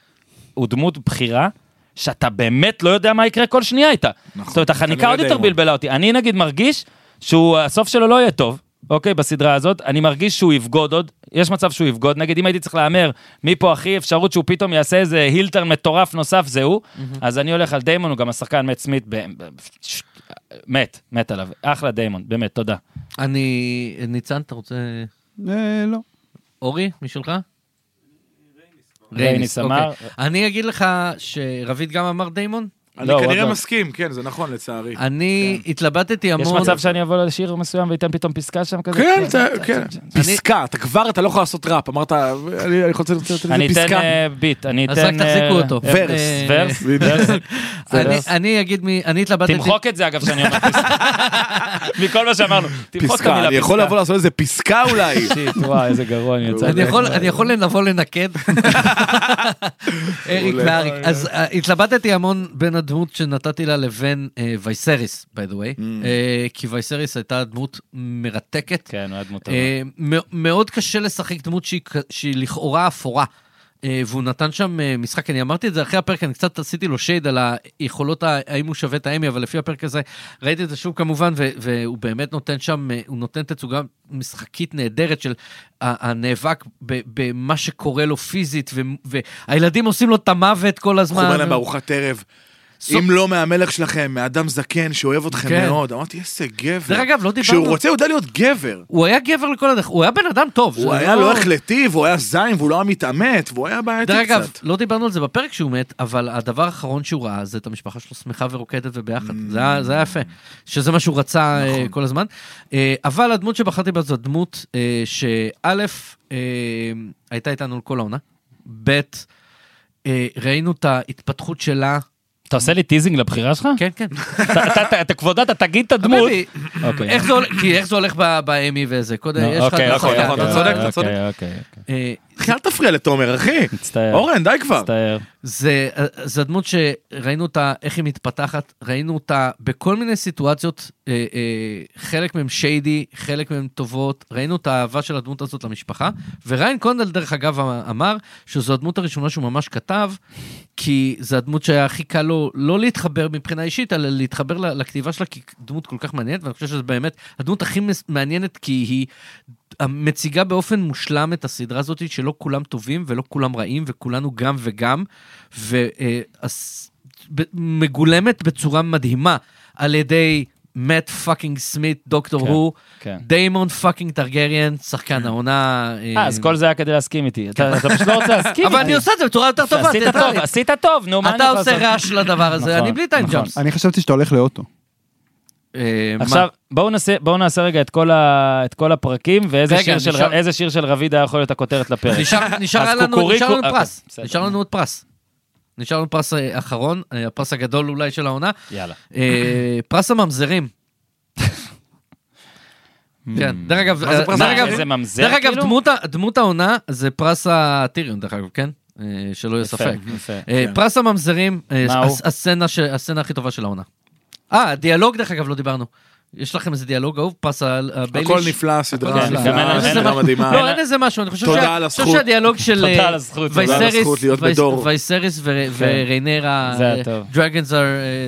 הוא דמות בחירה, שאתה באמת לא יודע מה יקרה כל שנייה איתה. נכון, זאת אומרת, החניקה לא כנראה עוד יותר דיימון. בלבלה אותי. אני נגיד מרגיש שהוא, הסוף שלו לא יהיה טוב, אוקיי, בסדרה הזאת. אני מרגיש שהוא יבגוד עוד, יש מצב שהוא יבגוד. נגיד, אם הייתי צריך להמר מי פה הכי אפשרות שהוא פתאום יעשה איזה הילטרן מטורף נוסף, זה הוא. אז אני הולך על דיימון, הוא גם השחקן מת סמית, ב- ב- ש- מת, מת עליו. אחלה דיימון, באמת, תודה. כן. אני... ניצן, אתה רוצה... אה, לא. אורי, משלך? רייניס אמר. אוקיי. אני אגיד לך שרביד גם אמר דיימון. אני לא, עוד כנראה לא. מסכים, כן, זה נכון, לצערי. אני התלבטתי יש המון. מצב שאני אבוא לשיר מסוים ואתן פתאום פסקה שם כזה? כן, אתה- כן. פסקה, אתה כבר, אתה לא יכול לעשות ראפ, אמרת, אני אני רוצה לתת אני איזה אתן פסקה. אה, ביט, אני אתן... אז רק תחזיקו אה, אותו. אה, ורס. אה, ורס? ורס? אני- אני אגיד מי... אני התלבטתי... לא- תמחוק את זה אגב שאני אומר פסקה. מכל מה שאמרנו, תמחוק את המילה פסקה, פסקה. אני יכול לבוא לעשות איזה פסקה אולי. שיט, וואי, איזה גרוע אני יצא. אני יכול, אני יכול לבוא לנקד? אריק מעולה. ואריק. אז אה, התלבטתי המון בין הדמות שנתתי לה לבין אה, וייסריס, by Mm. the way, אה, כי וייסריס הייתה דמות מרתקת. כן, הוא היה דמות טובה. אה, מא- מאוד קשה לשחק דמות שהיא כ- שהיא לכאורה אפורה. אה, והוא נתן שם אה, משחק, אני אמרתי את זה אחרי הפרק, אני קצת עשיתי לו שייד על היכולות, ה- האם הוא שווה את האמי, אבל לפי הפרק הזה ראיתי את זה שוב כמובן, ו- והוא באמת נותן שם, אה, הוא נותן תצוגה משחקית נהדרת של ה- הנאבק ב- במה שקורה לו פיזית, ו- והילדים עושים לו את המוות כל הוא הזמן. אומר להם בארוחת ערב, סופ- אם לא מהמלך שלכם, מאדם זקן שאוהב אתכם כן. מאוד. אמרתי, איזה גבר. דרך אגב, לא כשהוא דיברנו, רוצה, הוא יודע להיות גבר. הוא היה גבר לכל הדרך, הוא היה בן אדם טוב. הוא זה היה לא החלטי, והוא היה זין, והוא לא היה מתעמת, והוא היה בעייתי דרך אגב, קצת. לא דיברנו על זה בפרק שהוא מת, אבל הדבר האחרון שהוא ראה זה את המשפחה שלו שמחה ורוקדת וביחד. זה היה- זה היה יפה, שזה מה שהוא רצה אה, כל הזמן. אה, אבל הדמות שבחרתי בה זו דמות אה, שא', אה, הייתה איתנו כל העונה, ב', אה, ראינו את ההתפתחות שלה, אתה עושה לי טיזינג לבחירה שלך? כן, כן. אתה- אתה- אתה- אתה כבודו, אתה תגיד את הדמות. חביבי, אוקיי. איך זה הולך- כי איך זה הולך ב- באמי וזה, קודם, יש לך... אוקיי, נכון, אוקיי, נכון, אוקיי, אתה צודק. אתה צודק. אוקיי, אוקיי, אוקיי. אה, אל תפריע לתומר, אחי. מצטער. אורן, די כבר. מצטער. זה, אה, זה הדמות שראינו אותה, איך היא מתפתחת, ראינו אותה בכל מיני סיטואציות, אה, אה, חלק מהן שיידי, חלק מהן טובות, ראינו את האהבה של הדמות הזאת למשפחה, וריין קונדל, דרך אגב, אמ, אמר שזו הדמות הראשונה שהוא ממש כתב, כי זו הדמות שהיה הכי קל לו לא להתחבר מבחינה אישית, אלא להתחבר ל- לכתיבה שלה, כי דמות כל כך מעניינת, ואני חושב שזו באמת הדמות הכי מס- מעניינת, כי היא מציגה באופן מושלם את הסדרה הזאת, שלא כולם טובים ולא כולם רעים, וכולנו גם וגם, אה, ומגולמת בצורה מדהימה על ידי מאט פאקינג סמית, דוקטור כן, הוא, כן. דיימון פאקינג טרגריאן, שחקן העונה. אה, אז כל זה היה כדי להסכים איתי. אתה אתה פשוט לא רוצה להסכים איתי. אבל אני עושה את זה בצורה יותר טובה, עשית תראה טוב, לי. עשית טוב, נו, מה אני אתה יכול עושה לעשות? רעש לדבר הזה, נכון, אני בלי טיים נכון. ג'אמפס. אני חשבתי שאתה הולך לאוטו. אה, מה? עכשיו, בואו נעשה, בואו נעשה רגע את כל, ה, את כל הפרקים, ואיזה רגע, שיר, של, כן, נשאר- ר- איזה שיר של רביד היה יכול להיות הכותרת לפרק. נשאר- נשאר אז לנו קוקוריקו- נשאר לנו אוקיי, פרס, בסדר. נשאר לנו עוד פרס. נשאר לנו פרס אה, אחרון, אה, הפרס הגדול אולי של העונה, יאללה. אה, פרס הממזרים. כן, דרך אגב, מה זה אה, פרס דרך הממזרים? אגב- זה ממזר, דרך אגב, כאילו? דמות ה- דמות העונה זה פרס הטיריון, דרך אגב, כן? אה, שלא יהיה יפה, ספק. יפה. כן. אה, פרס הממזרים, אה, מה הוא? הס- הסצנה ש- הסצנה הכי טובה של העונה. אה, הדיאלוג, דרך אגב, לא דיברנו. יש לכם איזה דיאלוג אהוב? פרס הבייליש? הכל נפלא, סדרה נפלא. כן, גם אין- נפלאה, אין- סדרה מדהימה. לא, אין איזה משהו, אני חושב תודה שה- על אני חושב הזכות. שהדיאלוג של תודה אה, על הזכות, תודה על הזכות להיות וייס- בדור. וייסריס ו- וריינרה, זה היה טוב. דרגנס, אה,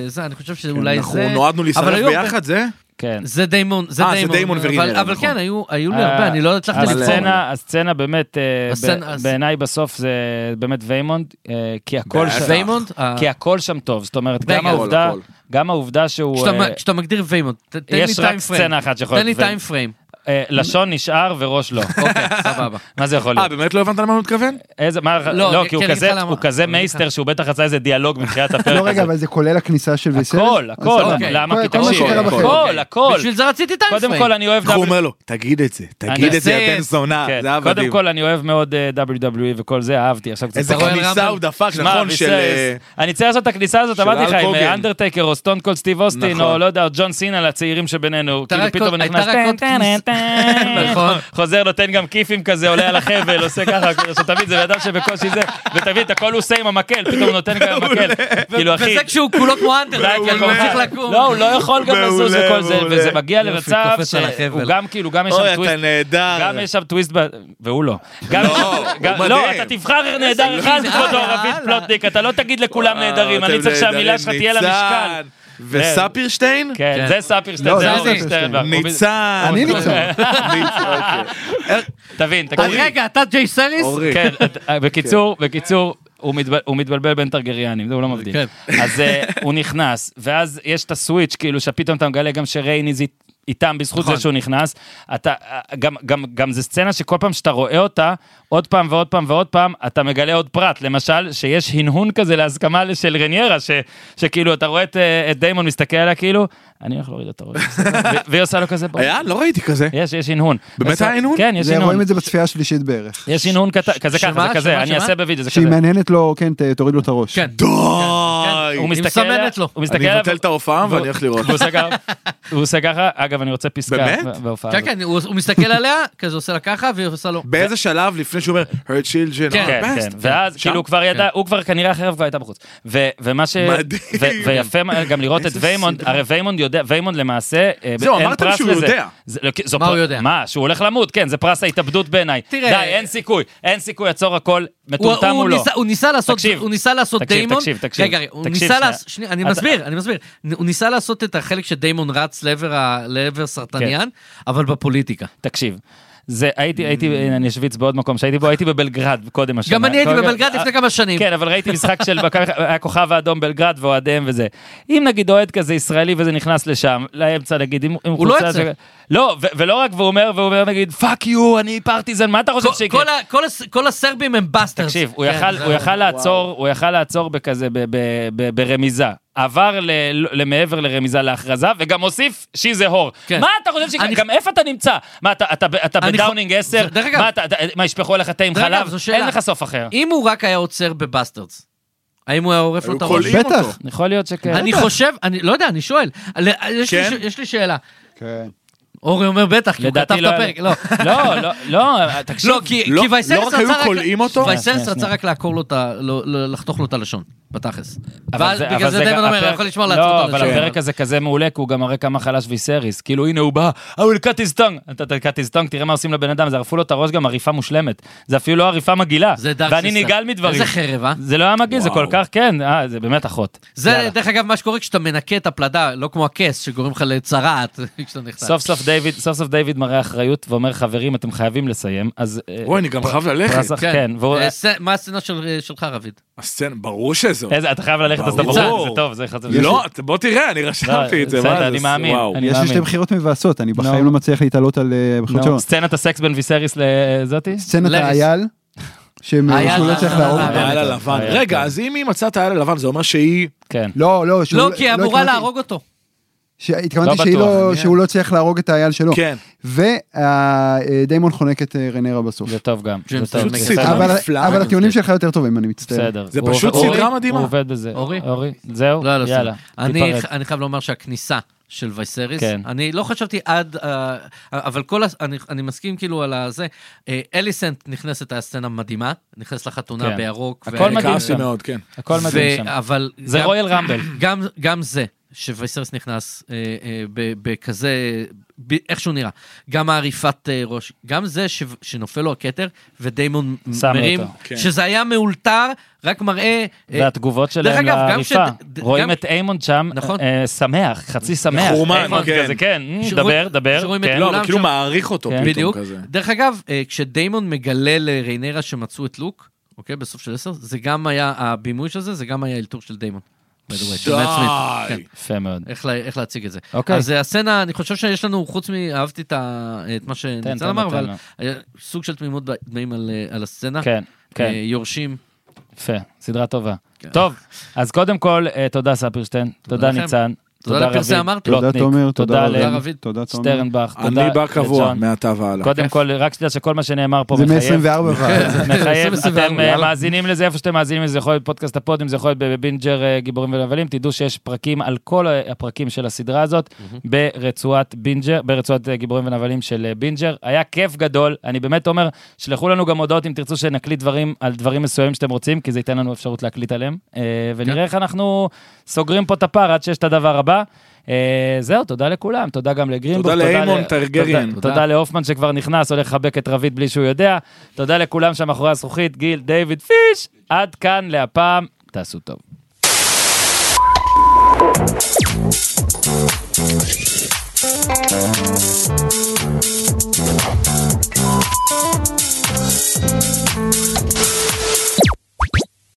זה, אני חושב שאולי כן, אנחנו זה... נועדנו אבל להסתרף היו הרבה- ביחד, זה? כן. זה דיימון, זה אה, זה דיימון. דיימון אבל- וריינרה, אבל נכון. כן, היו היו לי אה, הרבה, אני לא הצלחתי לבחור. הסצנה, הסצנה באמת, אה, הסצנה- ב- הס- בעיניי בסוף זה באמת ויימונד, אה, כי הכל בטח. שם, ויימונד, אה, כי הכל שם טוב, זאת אומרת, גם הכל, העובדה, הכל. גם העובדה שהוא, כשאתה אה, מג- כשאתה מגדיר ויימונד, ת- תן לי יש רק טיים פריים. סצנה אחת שיכול תן לי להיות, טיים פריים. אה, לשון נשאר וראש לא. אוקיי, סבבה. מה זה יכול אה, להיות? באמת לא הבנת למה הוא מתכוון? איזה, מה, לא, לא, כי הוא כן, אני כזה- אגיד לך הוא למה. כזה אני אגיד לך. מייסטר שהוא בטח עשה איזה דיאלוג מתחילת הפרק. לא, רגע, הזה. אבל זה כולל הכניסה של ויסל? כן, הכל, הכל, אוקיי. למה כל- כי כל מה תקשיב, שקרה בחדר. הכל, הכל. בשביל זה רציתי טיימפריים. קודם כל אני אוהב איך הוא W- אומר לו, תגיד את זה, תגיד אני- את זה, זה- יא בן זונה, כן, אה, זה היה קודם מדהים. כל אני אוהב מאוד אה, WWE וכל זה, אהבתי, עכשיו קצת... איזה אתה רואה, כניסה רמבל? הוא דפק, שמע, נכון, ביסס. של... אה, אני צריך לעשות את הכניסה הזאת, של אמרתי לך, אל עם הוגן. אה, אנדרטייקר או סטון קולד סטיב אוסטין, נכון. או לא יודע, או ג'ון סינה לצעירים שבינינו, כאילו רק פתאום עוד- נכנס, הייתה רק טן, עוד טן, כניסה. טן, נכון. חוזר, נותן גם כיפים כזה, עולה על החבל, עושה ככה, כאילו, שתבין, זה בן אדם שבקושי זה, ותבין, את הכל הוא עושה עם המקל, פתאום הוא נותן גם עם המקל, כאילו, אחי, וזה כשהוא כולו כמו אנדרטייקר, הוא ממשיך לקום. לא, הוא לא יכול גם לזוז מעולה, וכל זה, מעולה. וזה מגיע יופי, למצב קופץ על שהוא החבל. גם כאילו, גם יש אוי, שם אתה טוויסט, נהדר. גם יש שם טוויסט, ב- והוא לא. גם- הוא גם- לא, מדהים. אתה תבחר נהדר אחד, גזען, כבודו ערבית יאללה. פלוטניק, אתה לא תגיד לכולם נהדרים, אתם אני צריך שהמילה נהדרים. שלך תהיה לה משקל. ניצן וספירשטיין? כן, כן. זה ספירשטיין, לא, זה זה אורן ספירשטיין. שטרנברג. הוא בדיוק- ניצן. אני אוקיי. ניצן. תבין, אז תקשיב. רגע, אתה ג'יי סריס? אורי. כן, את- בקיצור, כן. בקיצור, הוא מתבל- הוא מתבלבל בין טרגריאנים, זה הוא לא מבדיל. כן. אז אה, הוא נכנס, ואז יש את הסוויץ', כאילו, שפתאום אתה מגלה גם שרייניז אית- איתם בזכות זה נכון. שהוא נכנס. אתה, אה, גם- גם- גם זו סצנה שכל פעם שאתה רואה אותה, עוד פעם ועוד פעם ועוד פעם, אתה מגלה עוד פרט. למשל, שיש הנהון כזה להסכמה של רניירה, ש- שכאילו, אתה רואה את, אה, את דיימון מסתכל עליה, כאילו, אני הולך להוריד את הראש. ו- והיא עושה לו כזה, "בוא." היה? לא ראיתי כזה. יש, יש הנהון. באמת היה הנהון? כן, יש זה, הנהון. רואים את זה בצפייה השלישית בערך. יש הנהון קטן, כזה שמה? ככה, זה כזה, שמה? אני שמה? אעשה בווידאו, זה שהיא כזה. מהנהנת לו, כן, ת- תוריד לו את הראש. כן. די! כן, הוא היא מסתכל עליה, מסמנת לו. הוא מסתכל אני עליה, מבטל את ההופעה ואני הולך לראות. והוא עושה ככה, הוא עושה ככה, אגב, אני רוצה פסקה באמת? בה- בהופעה כן, הזאת. כן, הוא הוא מסתכל עליה, כזה עושה לה ככה, והיא עושה לו... באיזה שלב לפני שהוא אומר, her children כן, כן, are כן, best. ואז כאילו הוא כבר ידע, הוא כבר כנראה החרב כבר הייתה בחוץ. ו- ומה ש... מדהים. ו- ויפה מה- גם לראות את איזה ויימונד, סדרה. הרי ויימונד יודע, ויימונד למעשה, אה, זהו, אין אמרתם פרס שהוא לזה. יודע. זה- לא, כי זו מה פר- הוא יודע? מה, שהוא הולך למות, כן, זה פרס ההתאבדות בעיניי. די, תראה- אין סיכוי, אין סיכוי, עצור הכל, הוא- מטומטם הוא הוא לא. ניסה- הוא ניסה לעשות, תקשיב, הוא ניסה לעשות תקשיב, דיימון, תקשיב, תקשיב, רגע, רגע, הוא תקשיב ניסה שנייה. לעשות, שנייה, אני אתה- מסביר, אני מסביר, הוא ניסה לעשות את החלק שדיימון רץ לעבר ה- לעבר סרטניאן, אבל בפוליטיקה. תקשיב. זה, הייתי, הייתי, אני אשוויץ בעוד מקום שהייתי בו, הייתי בבלגרד קודם השנה. Mm. גם אני הייתי כל- בבלגרד לפני כמה שנים. לא, כן, אבל ראיתי משחק של מכבי חיפה, היה כוכב האדום בלגרד ואוהדיהם וזה. אם נגיד אוהד כזה ישראלי וזה נכנס לשם, לאמצע נגיד, אם הוא לא יוצא. לא, ו- ולא רק, והוא אומר, והוא אומר נגיד, פאק יו, אני פרטיזן, מה אתה חושב כל- שיקרה? כל ה- כל הס- כל הסרבים הם בסטרס. לא, כן. תקשיב, הוא כן, יכל- זה- הוא יכל לעצור, הוא יכל לעצור בכזה, ב- ב- ב- ברמיזה. עבר ל- למעבר לרמיזה להכרזה, וגם הוסיף שיזה הור. כן. מה אתה חושב שיקרה? אני- גם איפה אתה נמצא? מה, אתה- אתה ב- אתה אני חו- בדאונינג 10? זה- דרך אגב- מה, אתה- אתה- מה, ישפכו עליך תה עם דרך אגב, חלב? זו שאלה. אין לך סוף אחר. אם הוא רק היה עוצר בבסטרדס, האם הוא היה עורף לו היו את הראש? קולעים אותו. בטח. יכול להיות שכן. אני חושב, אני לא יודע, אני שואל. ל- יש לי כן? ש- יש לי שאלה. כן. אורי אומר בטח, כי הוא לדעתי כתב את לא הפרק. היה- לא, לא, לא, לא, תקשיב. לא, כי לא- כי וייסרס לא רק רצה היו רק... כולאים אותו? שנייה, וייסרס שנייה, רצה שנייה. רק לעקור לו את ה... לא- לא- לחתוך לו את הלשון, בתכלס. אבל ואז אבל בגלל זה גם- דיימון אומר, הפרק- יכול לשמור לא, לעצמו את אבל הלשון. הפרק הזה כזה מעולה, כי הוא גם מראה כמה חלש ויסריס. כאילו, הנה הוא בא, I will cut his tongue. אתה אתה cut his tongue, תראה מה עושים לבן אדם, זה ערפו לו את הראש גם עריפה מושלמת. זה אפילו לא עריפה מגעילה. זה דארק ואני סיסטם. נגעל מדברים. איזה חרב, אה? זה לא היה מגעיל, זה כל כך, כן, אה, זה באמת אחות. זה, יאללה. דרך אגב, מה שקורה כשאתה מנקה את הפלדה, לא כמו הכס שגורם לך לצרעת כשאתה נכנס. סוף סוף דיוויד, סוף סוף דיוויד מראה אחריות ואומר, חברים, אתם חייבים לסיים, אז... אה, אוי, אני גם חייב ללכת. פרס אח- כן, והוא- אה, ס- מה הסצנה של- שלך, רביד? הסצנה, ברור שזו. איזה- אתה חייב ללכת, אז אתה ברור. בוחר, זה טוב, זה חזק. לא, אתה- בוא תראה, אני רשמתי את זה. בסדר, מה זה? אני מאמין. וואו. אני יש לי שתי מאמין. בחירות מבאסות, אני נו. בחיים לא מצליח להתעלות על אה, בחירות נו, שלו. סצנת הסקס בין ויסריס לזאתי? סצנת לריס. האייל, שהם- האייל, שהוא לא אה, צריך אה, להרוג. אה, אותו. היאללה לבן. היה, רגע, כן. אז אם היא מצאה את היאללה לבן, זה אומר שהיא... כן. לא, לא, שהוא לא, לא- כי היא לא אמורה התכוונתי- להרוג אותו. שהתכוונתי לא שהיא בטוח, לא- אני- שהוא לא צריך להרוג את האייל שלו. כן. ודיימון חונק את אה, רנרה בסוף. זה טוב גם. ג'יימס זה טוב, פשוט זה סדרה בסדר. אבל נפלאה, אבל אני הטיעונים שלך יותר טובים, אני מצטער. בסדר. זה הוא- פשוט אורי, סדרה מדהימה. הוא עובד בזה. אורי? אורי, זהו? לא, לא, יאללה. יאללה. אני, תיפרד. אני חייב לומר שהכניסה של וייסריס, כן. אני לא חשבתי עד, אה, אבל כל, הס- אני, אני מסכים כאילו על הזה, אה, אליסנט נכנסת, הייתה סצנה מדהימה, נכנסת לחתונה כן. בירוק. הכל ו- מדהים ו- אה, כעסתי שם. מאוד, כן. הכל מדהים שם. אבל זה אה, גם- אה, רויאל רמבל. גם, גם זה, שווייסרס נכנס אה, אה, ב- בכזה, ב- איך שהוא נראה, גם העריפת אה, ראש, גם זה ש, שנופל לו הכתר, ודיימון שם לו מרים, אותו. כן. שזה היה מאולתר, רק מראה... אה, והתגובות שלהם אגב, גם לעריפה. כשד- ד- רואים גם- את איימון שם, נכון. אה, שמח, חצי שמח. מחורמן, איימון כן. כזה, כן, מ, שרואים- דבר, דבר. שרואים את כן. לא, כולם אבל כאילו שם- מעריך אותו כן. פתאום בדיוק. כזה. דרך אגב, אה, כשדיימון מגלה לריינרה שמצאו את לוק, אוקיי, בסוף של 10, זה גם היה, הבימוי של זה, זה גם היה אלתור של דיימון. by the way, של מאט סמית. כן. די. יפה מאוד. איך, לה, איך להציג את זה. אוקיי. אז אה, הסצנה, אני חושב שיש לנו, חוץ מ... אהבתי את, ה, את מה תן, תן שניצן לו, אמר, תן אבל לו. היה סוג של תמימות ב- דעים על, אה, על הסצנה. כן, אה, כן, יורשים. יפה, סדרה טובה. כן. טוב, אז קודם כל, אה, תודה ספרשטיין, תודה לכם. ניצן, תודה תודה לפרסי רביד, אמרתי. תודה פלוטניק, תומר, תודה תודה ל- לרביד רביד, תודה תומר. שטרנבך, תודה אני בא קבוע, לג'ון. מעתה והלאה. קודם כל, רק שתדע שכל מה שנאמר פה זה מחייב. מ-24 ועד. מחייב, 24, אתם אה, יאללה. מאזינים לזה איפה שאתם מאזינים לזה, זה יכול להיות פודקאסט הפודים, זה יכול להיות בבינג'ר אה, גיבורים ולבלים, תדעו שיש פרקים על כל אה, הפרקים של הסדרה הזאת ברצועת בינג'ר, ברצועת אה, גיבורים ונבלים של אה, בינג'ר. היה כיף גדול, אני באמת אומר, שלחו לנו גם הודעות אם תרצו שנקליט דברים על דברים מסוימים שאתם רוצים, כי זה ייתן לנו אפשרות להקליט עליהם, אה, ונראה איך אנחנו סוגרים פה את הפער עד שיש את הדבר הבא. אה, זהו, תודה לכולם, תודה גם לגרינבוך, תודה לאיימון ל- טרגריאן. תודה- תודה להופמן שכבר נכנס, הולך לחבק את רביד בלי שהוא יודע. תודה לכולם שם מאחורי הזכוכית, גיל, דיוויד, פיש. עד כאן להפעם, תעשו טוב.